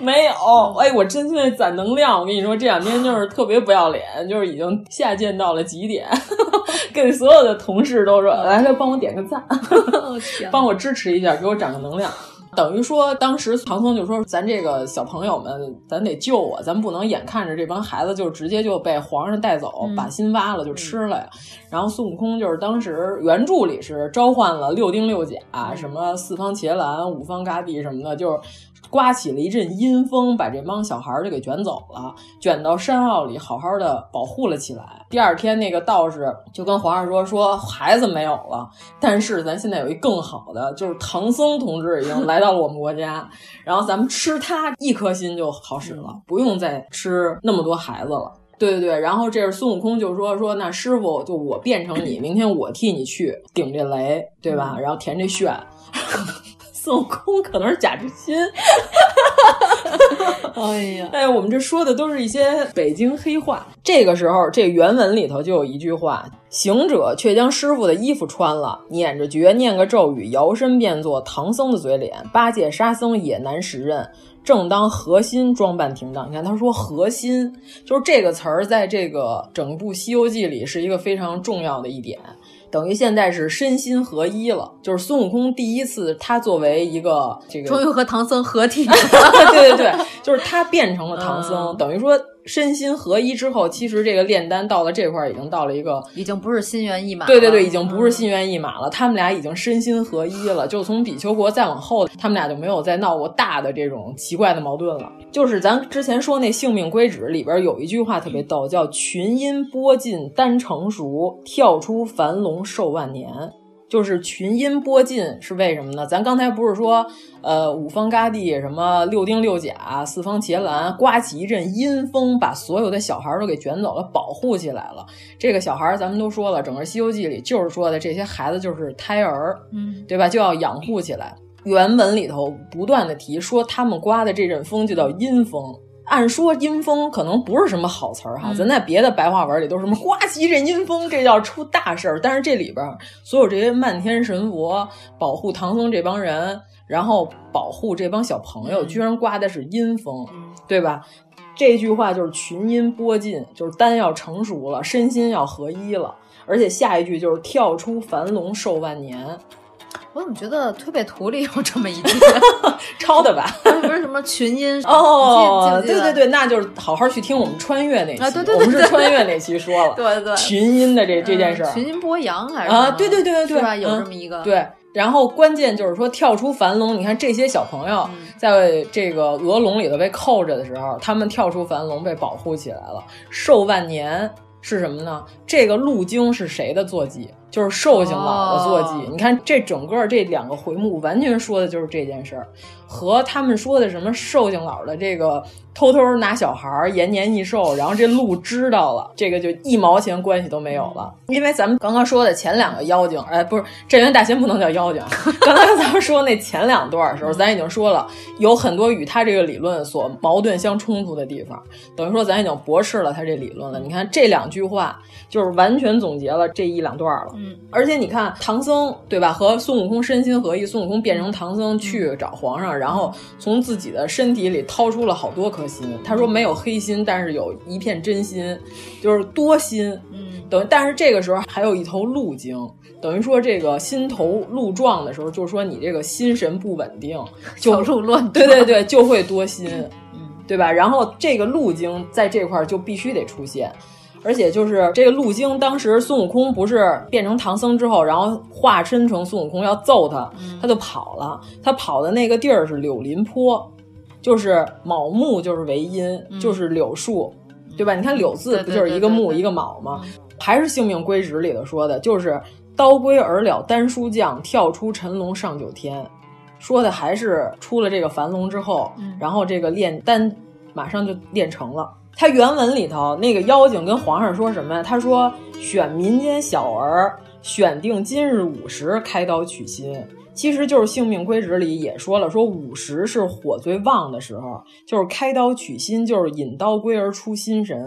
[SPEAKER 5] 没有，哎，我真在攒能量。我跟你说，这两天就是特别不要脸，就是已经下贱到了极点， [laughs] 跟所有的同事都说，来来帮我点个赞，帮我支持一下，给我涨个能量。等于说，当时唐僧就说：“咱这个小朋友们，咱得救啊，咱不能眼看着这帮孩子就直接就被皇上带走，把心挖了就吃了呀。然后孙悟空就是当时原著里是召唤了六丁六甲，什么四方伽蓝、五方嘎地什么的，就是刮起了一阵阴风，把这帮小孩儿就给卷走了，卷到山坳里好好的保护了起来。第二天，那个道士就跟皇上说：说孩子没有了，但是咱现在有一更好的，就是唐僧同志已经来到了我们国家， [laughs] 然后咱们吃他一颗心就好使了，不用再吃那么多孩子了。对对对，然后这是孙悟空就说说那师傅就我变成你，明天我替你去顶这雷，对吧？然后填这炫， [laughs] 孙悟空可能是贾志新，
[SPEAKER 3] 哎呀，
[SPEAKER 5] 哎，我们这说的都是一些北京黑话。这个时候，这原文里头就有一句话：“行者却将师傅的衣服穿了，捻着诀，念个咒语，摇身变作唐僧的嘴脸，八戒、沙僧也难识认。”正当核心装扮停当，你看他说核心，就是这个词儿，在这个整部《西游记》里是一个非常重要的一点。等于现在是身心合一了，就是孙悟空第一次，他作为一个这
[SPEAKER 3] [laughs]
[SPEAKER 5] 个
[SPEAKER 3] 终于和唐僧合体
[SPEAKER 5] [laughs]
[SPEAKER 3] 了。
[SPEAKER 5] 对对对，就是他变成了唐僧，等于说身心合一之后，其实这个炼丹到了这块儿已经到了一个。
[SPEAKER 3] 已经不是心猿意马了。
[SPEAKER 5] 对对对，已经不是心猿意马了，他们俩已经身心合一了。就从比丘国再往后，他们俩就没有再闹过大的这种奇怪的矛盾了。就是咱之前说那《性命归旨》里边有一句话特别逗，叫“群阴波尽丹成熟，跳出樊笼寿万年”。就是群阴波尽是为什么呢？咱刚才不是说，呃，五方嘎地什么六丁六甲、四方伽蓝，刮起一阵阴风，把所有的小孩儿都给卷走了，保护起来了。这个小孩儿咱们都说了，整个《西游记》里就是说的这些孩子就是胎儿，
[SPEAKER 3] 嗯，
[SPEAKER 5] 对吧？就要养护起来。原文里头不断的提说，他们刮的这阵风就叫阴风。按说阴风可能不是什么好词儿哈，咱在别的白话文里都是什么刮起一阵阴风，这叫出大事儿。但是这里边儿所有这些漫天神佛保护唐僧这帮人，然后保护这帮小朋友，居然刮的是阴风，对吧？这句话就是群阴播尽，就是丹要成熟了，身心要合一了。而且下一句就是跳出樊笼寿万年，
[SPEAKER 3] 我怎么觉得推背图里有这么一句？
[SPEAKER 5] [laughs] 抄的
[SPEAKER 3] [laughs]
[SPEAKER 5] 吧？
[SPEAKER 3] 不是什么群音
[SPEAKER 5] 哦，
[SPEAKER 3] 你记
[SPEAKER 5] 对
[SPEAKER 3] 不记
[SPEAKER 5] 对
[SPEAKER 3] 得
[SPEAKER 5] 对，那就是好好去听我们穿越那期，
[SPEAKER 3] 啊对对对
[SPEAKER 5] 我们是
[SPEAKER 3] 对
[SPEAKER 5] 穿越那期说了，
[SPEAKER 3] 对对对
[SPEAKER 5] 群音的这这件事儿、
[SPEAKER 3] 嗯群音播扬还是什么
[SPEAKER 5] 啊，对对对对对，
[SPEAKER 3] 是吧？有
[SPEAKER 5] 嗯
[SPEAKER 3] 这么一个，
[SPEAKER 5] 对。然后关键就是说跳出樊笼，你看这些小朋
[SPEAKER 3] 嗯
[SPEAKER 5] 友在这个鹅笼里头被扣着的时候，他们跳出樊笼被保护起来了。寿万年是什么呢？这个路经是谁的坐骑？就是寿星老的坐骑。
[SPEAKER 3] 哦
[SPEAKER 5] 你看这整个这两个回目完全说的就是这件事儿，和他们说的什么寿星老的这个偷偷拿小孩儿延年益寿，然后这鹿知道了，这个就一毛钱关系都没有了。因为咱们刚刚说的前两个妖精，哎，不是镇元大仙不能叫妖精。刚才咱们说那前两段的时候，咱已经说了，有很多与他这个理论所矛盾相冲突的地方，等于说咱已经驳斥了他这理论了。你看这两句话，就是完全总结了这一两段了。
[SPEAKER 3] 嗯，
[SPEAKER 5] 而且你看唐僧对吧，和孙悟空身心合一，孙悟空变成唐僧去找皇上，然后从自己的身体里掏出了好多颗心。他说没有黑心，但是有一片真心，就是多心。
[SPEAKER 3] 嗯，
[SPEAKER 5] 等于但是这个时候还有一头鹿精，等于说这个心头鹿撞的时候，就是说你这个心神不稳定，就
[SPEAKER 3] 鹿乱撞嗯
[SPEAKER 5] 对对对，就会多心，对吧？然后这个鹿精在这块儿就必须得出现。而且就是这个鹿精，当时孙悟空不是变成唐僧之后，然后化身成孙悟空要揍他，
[SPEAKER 3] 嗯
[SPEAKER 5] 他就跑了。他跑的那个地儿是柳林坡，就是卯木就是为阴，就是柳树，对吧？你看柳字不就是一个木一个卯吗？还是《性命归旨》里头说的，就是“刀归尔了丹书将，跳出尘笼上九天”，说的还是出了这个樊笼之后，
[SPEAKER 3] 嗯
[SPEAKER 5] 然后这个炼丹马上就炼成了。他原文里头那个妖精跟皇上说什么呀？他说：“选民间小儿，选定今日午时开刀取心。”其实就是《性命归旨》里也说了，说午时是火最旺的时候，就是开刀取心，就是引刀归而出心神。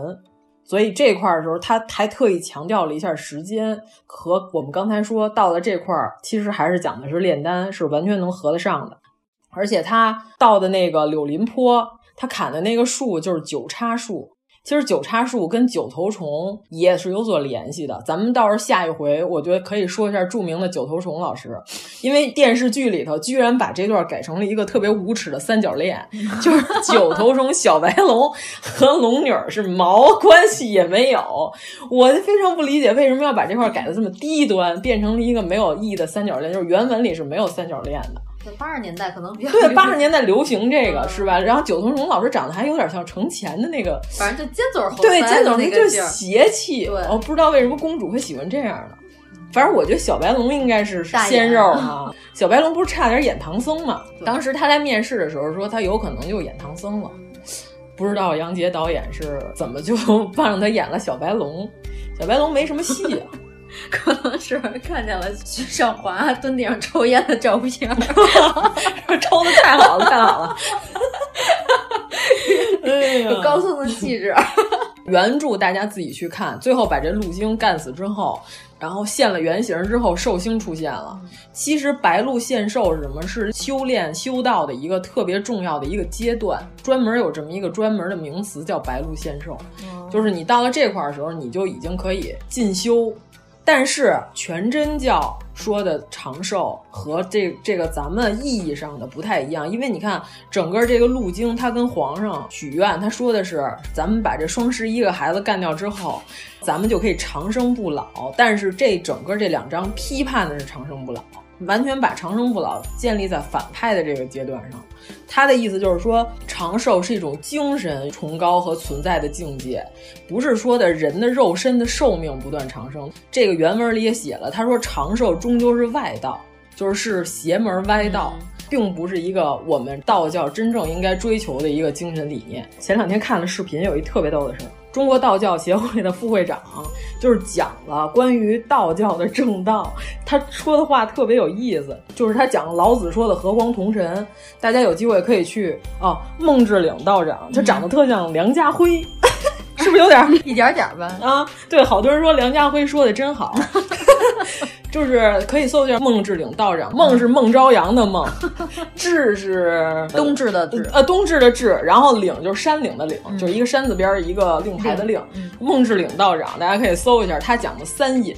[SPEAKER 5] 所以这块儿的时候，他还特意强调了一下时间和我们刚才说到的这块儿，其实还是讲的是炼丹，是完全能合得上的。而且他到的那个柳林坡，他砍的那个树就是九叉树。其实九叉树跟九头虫也是有所联系的。咱们到时候下一回，我觉得可以说一下著名的九头虫老师，因为电视剧里头居然把这段改成了一个特别无耻的三角恋，就是九头虫小白龙和龙女儿是毛关系也没有。我非常不理解为什么要把这块改的这么低端，变成了一个没有意义的三角恋，就是原文里是没有三角恋的。
[SPEAKER 3] 八十年代可能比较
[SPEAKER 5] 对，八十年代流行这个是吧？然后九头虫老师长得还有点像程前的那个，
[SPEAKER 3] 反正就尖嘴猴腮
[SPEAKER 5] 对，尖嘴
[SPEAKER 3] 那
[SPEAKER 5] 那
[SPEAKER 3] 个
[SPEAKER 5] 就
[SPEAKER 3] 劲儿
[SPEAKER 5] 邪气。我不知道为什么公主会喜欢这样的。反正我觉得小白龙应该是
[SPEAKER 3] 大
[SPEAKER 5] 鲜
[SPEAKER 3] 眼
[SPEAKER 5] 肉
[SPEAKER 3] [laughs]
[SPEAKER 5] 啊，小白龙不是差点演唐僧嘛？当时他来面试的时候说他有可能就演唐僧了，不知道杨洁导演是怎么就 [laughs] 让他演了小白龙。小白龙没什么戏啊， [laughs]
[SPEAKER 3] 可能是看见了徐少华蹲地上抽烟的照片儿，
[SPEAKER 5] 哎抽的太好了，太好了。 [laughs] 哎呀
[SPEAKER 3] 有高僧的气质。
[SPEAKER 5] 原著大家自己去看，最后把这陆星干死之后，然后现了原形之后，寿星出现了。其实白鹿现寿是什么？是修炼修道的一个特别重要的一个阶段，专门有这么一个专门的名词叫白鹿现寿，就是你到了这块儿的时候，你就已经可以进修。但是全真教说的长寿和这这个咱们意义上的不太一样，因为你看整个这个路经，他跟皇上许愿，他说的是咱们把这双十一个孩子干掉之后，咱们就可以长生不老。但是这整个这两章批判的是长生不老，完全把长生不老建立在反派的这个阶段上。他的意思就是说，长寿是一种精神崇高和存在的境界，不是说的人的肉身的寿命不断长生。这个原文里也写了，他说长寿终究是外道，就是是邪门歪道。并不是一个我们道教真正应该追求的一个精神理念。前两天看了视频，有一特别逗的事儿，中国道教协会的副会长，就是讲了关于道教的正道。他说的话特别有意思，就是他讲老子说的“和光同尘”，大家有机会可以去哦。孟志岭道长，
[SPEAKER 3] 嗯
[SPEAKER 5] 他长得特像梁家辉。 [laughs] 是不是有点
[SPEAKER 3] [laughs] 一点点吧？
[SPEAKER 5] 啊，对，好多人说梁家辉说的真
[SPEAKER 3] [laughs]
[SPEAKER 5] 好，就是可以搜一下孟志岭道长，
[SPEAKER 3] 嗯
[SPEAKER 5] 孟是孟朝阳
[SPEAKER 3] [laughs]
[SPEAKER 5] 的孟，志是
[SPEAKER 3] 冬至的
[SPEAKER 5] 志，呃，冬至的志，然后岭就是山岭的岭，嗯、就是一个山字边一个令牌的令，嗯、孟志岭道长，大家可以搜一下，他讲的三隐，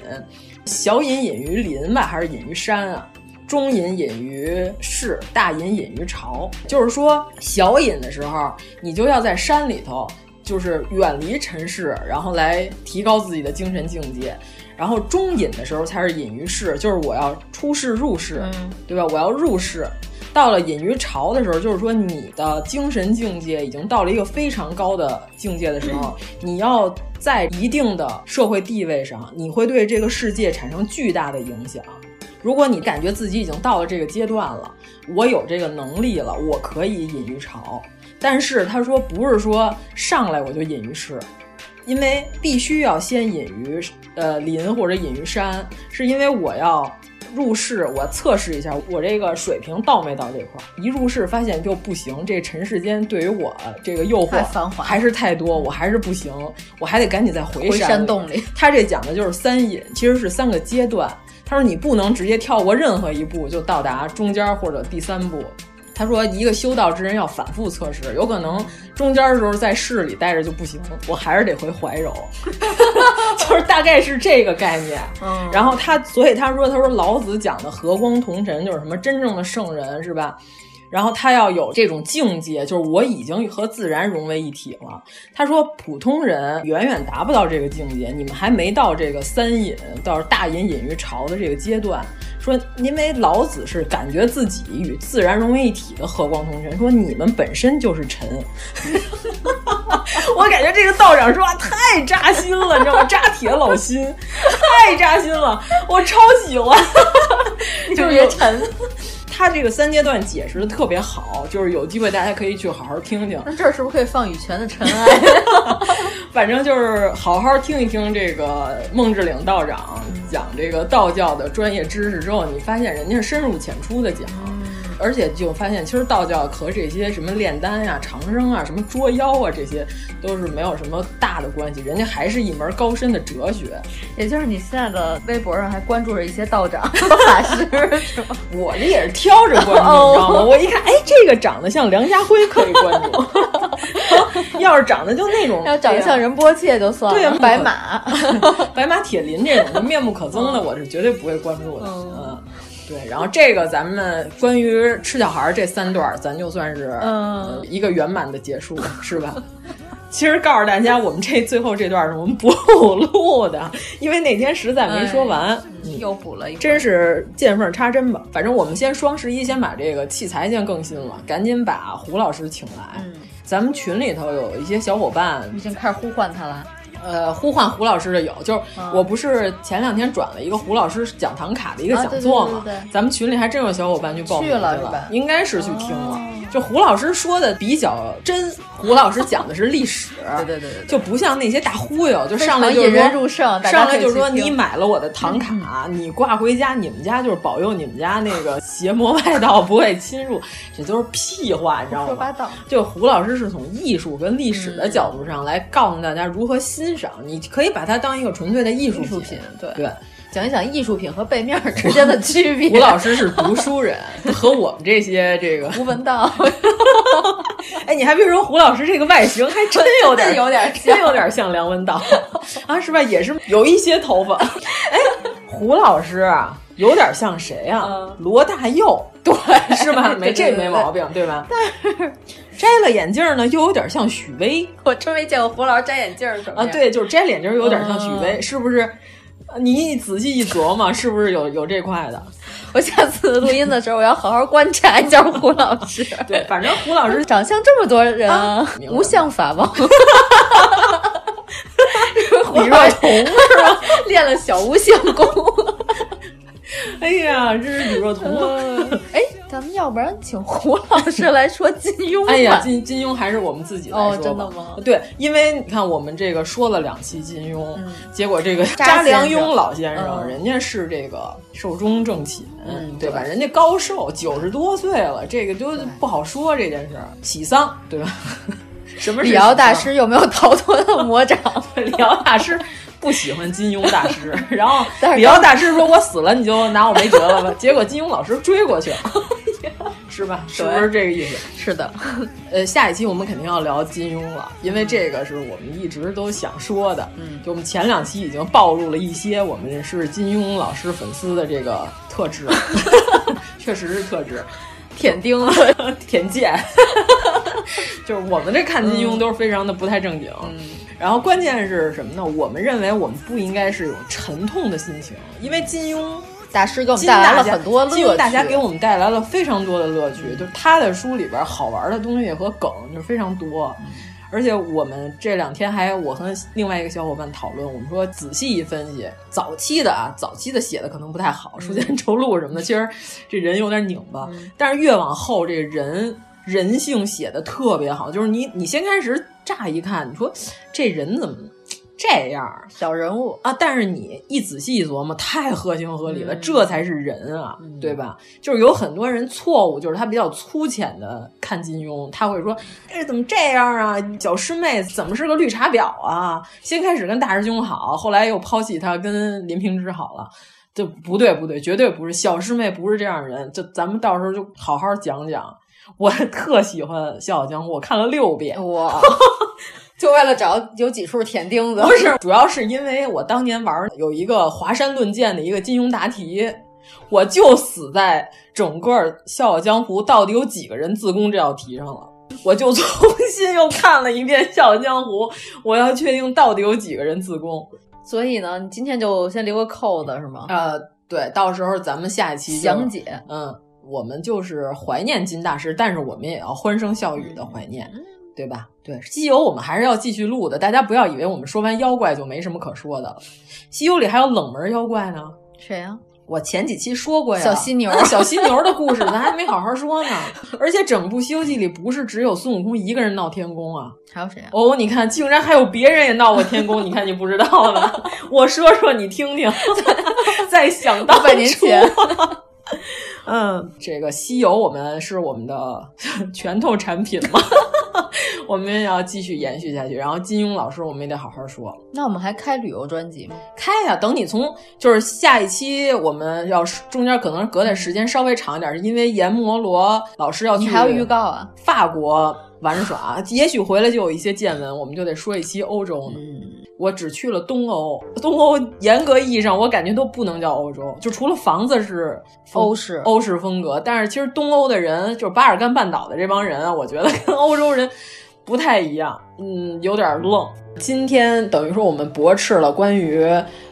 [SPEAKER 5] 小隐隐于林吧，还是隐于山啊？中隐隐于市，大隐隐于朝，就是说小隐的时候，你就要在山里头。就是远离尘世，然后来提高自己的精神境界。然后中隐的时候才是隐于世，就是我要出世入世，嗯、对吧？我要入世。到了隐于朝的时候，就是说你的精神境界已经到了一个非常高的境界的时候，嗯、你要在一定的社会地位上，你会对这个世界产生巨大的影响。如果你感觉自己已经到了这个阶段了，我有这个能力了，我可以隐于朝。但是他说不是说上来我就隐于市，因为必须要先隐于呃林或者隐于山，是因为我要入世，我测试一下我这个水平到没到这块儿。一入世发现就不行，这尘世间对于我这个诱惑还是太多，我还是不行，我还得赶紧再
[SPEAKER 3] 回
[SPEAKER 5] 山
[SPEAKER 3] 洞
[SPEAKER 5] [laughs]
[SPEAKER 3] 里。
[SPEAKER 5] 他这讲的就是三隐，其实是三个阶段。他说你不能直接跳过任何一步就到达中间或者第三步。他说：“一个修道之人要反复测试，有可能中间的时候在市里待着就不行，我还是得回怀柔，就是大概是这个概念。嗯、然后他，所以他说，他说老子讲的和光同尘就是什么真正的圣人是吧？然后他要有这种境界，就是我已经和自然融为一体了。他说普通人远远达不到这个境界，你们还没到这个三隐，到大隐隐于朝的这个阶段。”说，因为老子是感觉自己与自然融为一体的和光同尘。说你们本身就是尘， [laughs] 我感觉这个道长说话太扎心了，你知道吗？扎铁老心，太扎心了，我超喜欢， [laughs]
[SPEAKER 3] 就是尘。
[SPEAKER 5] 他这个三阶段解释的特别好，就是有机会大家可以去好好听听。
[SPEAKER 3] 那这儿是不是可以放羽泉的《尘埃》
[SPEAKER 5] [laughs] 反正就是好好听一听这个孟志岭道长
[SPEAKER 3] 嗯
[SPEAKER 5] 讲这个道教的专业知识之后，你发现人家是深入浅出的讲，
[SPEAKER 3] 嗯
[SPEAKER 5] 而且就发现其实道教和这些什么炼丹呀、啊、长生啊、什么捉妖啊这些都是没有什么大的关系，人家还是一门高深的哲学。
[SPEAKER 3] 也就是你现在的微博上还关注着一些
[SPEAKER 5] [laughs]
[SPEAKER 3] 道长、法师，嗯
[SPEAKER 5] 我这也是。挑着
[SPEAKER 3] [laughs]
[SPEAKER 5] 关注，你知道
[SPEAKER 3] 哦
[SPEAKER 5] 吗？我一看，哎，这个长得像梁家辉，可以关注。 [laughs]
[SPEAKER 3] [laughs]
[SPEAKER 5] 要是长得就那种，
[SPEAKER 3] 要长得像任波切就算了。
[SPEAKER 5] 啊对，啊
[SPEAKER 3] 白马、
[SPEAKER 5] [laughs] 白马铁林这种就面目可憎的，我是绝对不会关注的。嗯，对。然后这个咱们关于吃小孩这三段，咱就算是呃一个圆满的结束，是吧？ [laughs] 其实告诉大家，我们这最后这段是我们补录的，因为那天实在没说完，哎
[SPEAKER 3] 嗯、又补了一，
[SPEAKER 5] 真是见缝插针吧。反正我们先双十一先把这个器材先更新了，赶紧把胡老师请来。嗯、咱们群里头有一些小伙伴
[SPEAKER 3] 已经开始呼唤他了。
[SPEAKER 5] 呃，呼唤胡老师的有，就是
[SPEAKER 3] 啊
[SPEAKER 5] 我不是前两天转了一个胡老师讲堂卡的一个讲座嘛，
[SPEAKER 3] 啊、对对对
[SPEAKER 5] 咱们群里还真有小伙伴去报名
[SPEAKER 3] 去了，
[SPEAKER 5] 是
[SPEAKER 3] 吧？
[SPEAKER 5] 应该是去听了。哦、就胡老师说的比较真，胡老师讲的是历史，
[SPEAKER 3] 对对对对，
[SPEAKER 5] 就不像那些大忽悠，就上来就引
[SPEAKER 3] 人入胜，
[SPEAKER 5] 上来就说你买了我的堂卡，嗯、你挂回家，你们家就是保佑你们家那个邪魔外道不会侵入，这都是屁话，你知道吗？
[SPEAKER 3] 说八道。
[SPEAKER 5] 就胡老师是从艺术跟历史的角度上来告诉大家如何欣。欣赏，你可以把它当一个纯粹的艺术
[SPEAKER 3] 品，品对
[SPEAKER 5] 对，
[SPEAKER 3] 讲一讲艺术品和背面之间的区别。
[SPEAKER 5] 吴老师是读书人， [laughs] 和我们这些这个
[SPEAKER 3] 吴文道， [laughs]
[SPEAKER 5] 哎，你还别说，胡老师这个外形还真有点，
[SPEAKER 3] 有点，
[SPEAKER 5] [laughs] 真有点像梁
[SPEAKER 3] [laughs]
[SPEAKER 5] 文道啊，是吧？也是有一些头发。哎，胡老师啊。有点像谁啊？嗯、罗大佑，
[SPEAKER 3] 对，
[SPEAKER 5] 是吧？没这没毛病，对吧？
[SPEAKER 3] 但是
[SPEAKER 5] 摘了眼镜呢，又有点像许巍。
[SPEAKER 3] 我真没见过胡老师摘眼镜什么
[SPEAKER 5] 啊？对，就是摘眼镜有点像许巍，
[SPEAKER 3] 嗯、
[SPEAKER 5] 是不是？你仔细一琢磨，是不是有有这块的？
[SPEAKER 3] 我下次录音的时候，我要好好观察一下胡老师。
[SPEAKER 5] 对，反正胡老
[SPEAKER 3] [laughs]
[SPEAKER 5] 师
[SPEAKER 3] 长相这么多人，啊、无相法
[SPEAKER 8] [laughs]
[SPEAKER 3] 王。
[SPEAKER 5] 李若彤是吧？
[SPEAKER 3] 练
[SPEAKER 8] [laughs]
[SPEAKER 3] 了小无相功。
[SPEAKER 5] [laughs] 哎呀，这是李若彤。
[SPEAKER 3] 哎，
[SPEAKER 8] 咱们要不然请胡老师来说金庸吧。
[SPEAKER 5] 哎呀，金金庸还是我们自己来
[SPEAKER 8] 哦
[SPEAKER 5] 说吧。
[SPEAKER 8] 真的吗
[SPEAKER 5] 对，因为你看我们这个说了两期金庸，
[SPEAKER 8] 嗯
[SPEAKER 5] 结果这个
[SPEAKER 8] 扎
[SPEAKER 5] 查良
[SPEAKER 8] 先生
[SPEAKER 5] 镛老先生，
[SPEAKER 8] 嗯
[SPEAKER 5] 人家是这个寿终正寝，
[SPEAKER 8] 嗯
[SPEAKER 5] 对吧？
[SPEAKER 8] 对
[SPEAKER 5] 人家高寿九十多岁了，这个就不好说这件事儿，喜丧对吧？ [laughs] 什么是
[SPEAKER 8] 李敖大
[SPEAKER 5] 喜丧
[SPEAKER 8] 师有没有逃脱的魔掌？
[SPEAKER 5] [laughs] 李敖大师不喜欢金庸
[SPEAKER 8] [laughs]
[SPEAKER 5] 大师，然后
[SPEAKER 8] 但是
[SPEAKER 5] 李敖大师说：“我死了你就拿我没辙了吧？”结果金庸老师追过去
[SPEAKER 8] [laughs]
[SPEAKER 5] 了，是吧？是不是这个意思？
[SPEAKER 8] 是的，
[SPEAKER 5] [laughs] 呃，下一期我们肯定要聊金庸了，因为这个是我们一直都想说的。嗯，就我们前两期已经暴露了一些我们是金庸老师粉丝的这个特质， [laughs] 确实是特质。
[SPEAKER 8] 铁钉啊，
[SPEAKER 5] [laughs] 舔剑，就是我们这看金
[SPEAKER 8] 嗯
[SPEAKER 5] 庸都是非常的不太正经。然后关键是什么呢？我们认为我们不应该是有沉痛的心情，因为金庸
[SPEAKER 8] [laughs] 大师给我们
[SPEAKER 5] 金庸
[SPEAKER 8] 带来了
[SPEAKER 5] 大家
[SPEAKER 8] 很多
[SPEAKER 5] 金庸
[SPEAKER 8] 乐
[SPEAKER 5] 大家
[SPEAKER 8] 趣。嗯
[SPEAKER 5] 给我们带来了非常多的乐趣，就是他的书里边好玩的东西和梗就是非常多。
[SPEAKER 8] 嗯
[SPEAKER 5] 而且我们这两天还我和另外一个小伙伴讨论，我们说仔细一分析，早期的啊，早期的写的可能不太
[SPEAKER 8] 嗯
[SPEAKER 5] 好，书 [laughs] 剑仇录什么的，其实这人有点拧巴。但是越往后，这个人人性写的特别好，就是你你先开始乍一看，你说这人怎么这样啊？
[SPEAKER 8] 小人物
[SPEAKER 5] 啊，但是你一仔细一琢磨，太合情合理
[SPEAKER 8] 嗯
[SPEAKER 5] 了，这才是人啊，对吧？就是有很多人错误，就是他比较粗浅的看金庸，他会说：“哎，怎么这样啊？小师妹怎么是个绿茶婊啊？”先开始跟大师兄好，后来又抛弃他，跟林平之好了。这不对，不对，绝对不是小师妹，不是这样的人。就咱们到时候就好好讲讲。我特喜欢《笑傲江湖》，我看了六遍。
[SPEAKER 8] 哇， [laughs] 就为了找有几处铁钉子，
[SPEAKER 5] 不是，主要是因为我当年玩儿有一个华山论剑的一个金庸答题，我就死在整个《笑傲江湖》到底有几个人自宫这道题上了。我就重新又看了一遍《笑傲江湖》，我要确定到底有几个人自宫。
[SPEAKER 8] 所以呢，你今天就先留个扣子是吗？
[SPEAKER 5] 呃，对，到时候咱们下一期就
[SPEAKER 8] 详解。
[SPEAKER 5] 嗯，我们就是怀念金大师，但是我们也要欢声笑语的怀念，对吧？对，西游我们还是要继续录的，大家不要以为我们说完妖怪就没什么可说的了。西游里还有冷门妖怪呢，
[SPEAKER 8] 谁呀、
[SPEAKER 5] 我前几期说过呀，
[SPEAKER 8] 小犀
[SPEAKER 5] [laughs]
[SPEAKER 8] 牛
[SPEAKER 5] 小犀牛的故事咱还没好好说呢。而且整部《西游记》里不是只有孙悟空一个人闹天宫啊，
[SPEAKER 8] 还有谁呀、
[SPEAKER 5] 哦，你看，竟然还有别人也闹过天宫，你看你不知道了。 [laughs] 我说说你听 [laughs] 听，再想
[SPEAKER 8] [laughs]
[SPEAKER 5] 到
[SPEAKER 8] 五百年前。
[SPEAKER 5] 嗯，这个西游我们是我们的 [laughs] 拳头产品嘛， [laughs] 我们要继续延续下去。然后金庸老师我们也得好好说。
[SPEAKER 8] 那我们还开旅游专辑吗？
[SPEAKER 5] 开呀、等你从就是下一期我们要是中间可能隔点时间稍微长一点，是因为阎摩罗老师要去
[SPEAKER 8] 你还有预告啊？
[SPEAKER 5] 法国玩耍，也许回来就有一些见闻，我们就得说一期欧洲
[SPEAKER 8] 嗯
[SPEAKER 5] 呢。我只去了东欧，东欧严格意义上我感觉都不能叫欧洲，就除了房子是风
[SPEAKER 8] 欧式
[SPEAKER 5] 欧式风格，但是其实东欧的人就是巴尔干半岛的这帮人啊，我觉得跟欧洲人不太一样，嗯，有点愣。今天等于说我们驳斥了关于。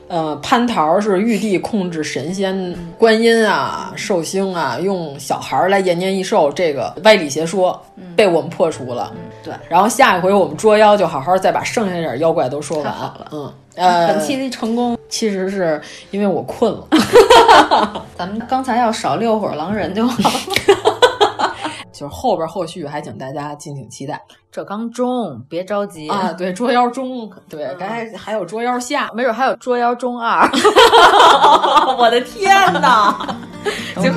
[SPEAKER 5] 呃，蟠桃是玉帝控制神仙、观音啊、寿星啊，用小孩儿来延年益寿，这个歪理邪说被我们破除了。
[SPEAKER 8] 对，
[SPEAKER 5] 然后下一回我们捉妖就好好再把剩下的点妖怪都说完。了，嗯，呃，
[SPEAKER 8] 本期成功，
[SPEAKER 5] 其实是因为我困了。 [laughs]
[SPEAKER 8] 咱们刚才要少遛会儿狼人就好。
[SPEAKER 5] 就是后边后续还请大家敬请期待
[SPEAKER 8] [laughs] 这刚中，别着急
[SPEAKER 5] 啊！对，捉妖中，对，该还有捉妖下，
[SPEAKER 8] 没准还有捉妖中二。
[SPEAKER 5] [laughs] 我的天哪！
[SPEAKER 8] 行，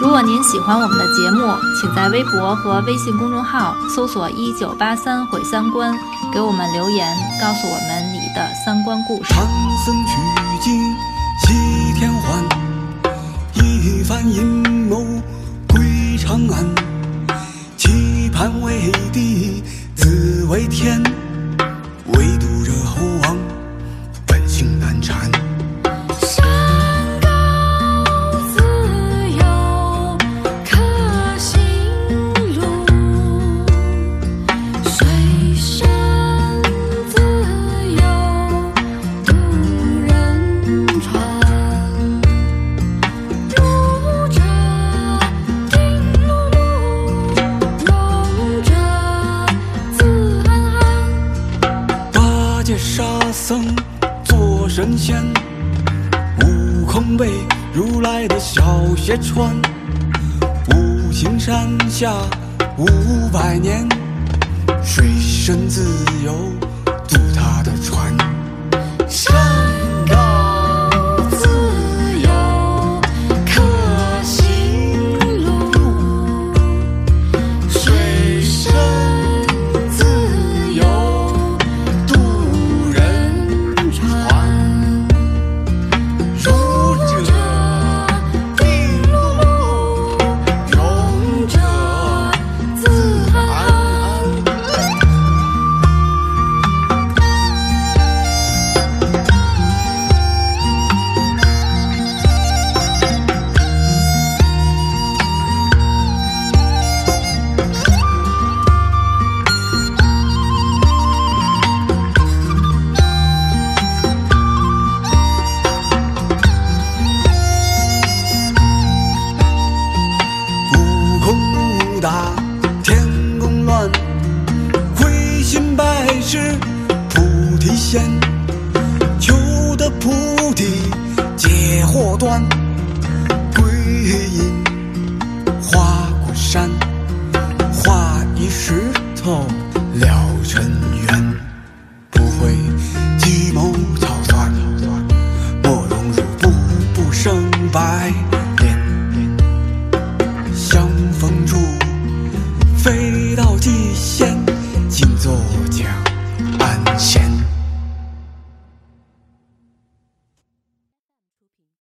[SPEAKER 12] 如果您喜欢我们的节目，请在微博和微信公众号搜索“一九八三毁三观”，给我们留言，告诉我们你的三观故事。
[SPEAKER 10] 僧取经西天还，一番阴谋归长安。棋盘为地，子为天，唯独这猴王本性难缠。
[SPEAKER 13] 山高自有客行路，水深自有渡人船。读者听碌木，农者自安安。
[SPEAKER 10] 八戒、沙僧做神仙，悟空被如来的小鞋穿。五行山下五百年，水深自由渡他的船。
[SPEAKER 13] 山高自有客行路，水深自有渡人船。儒者并路，勇者自安。
[SPEAKER 10] 悟空武打天宫乱，慧心拜师菩提仙，求得菩提解祸端，归隐花果山，化一石头了尘缘，不会计谋操算，莫容辱不不生白莲。相逢处，飞到极限，静坐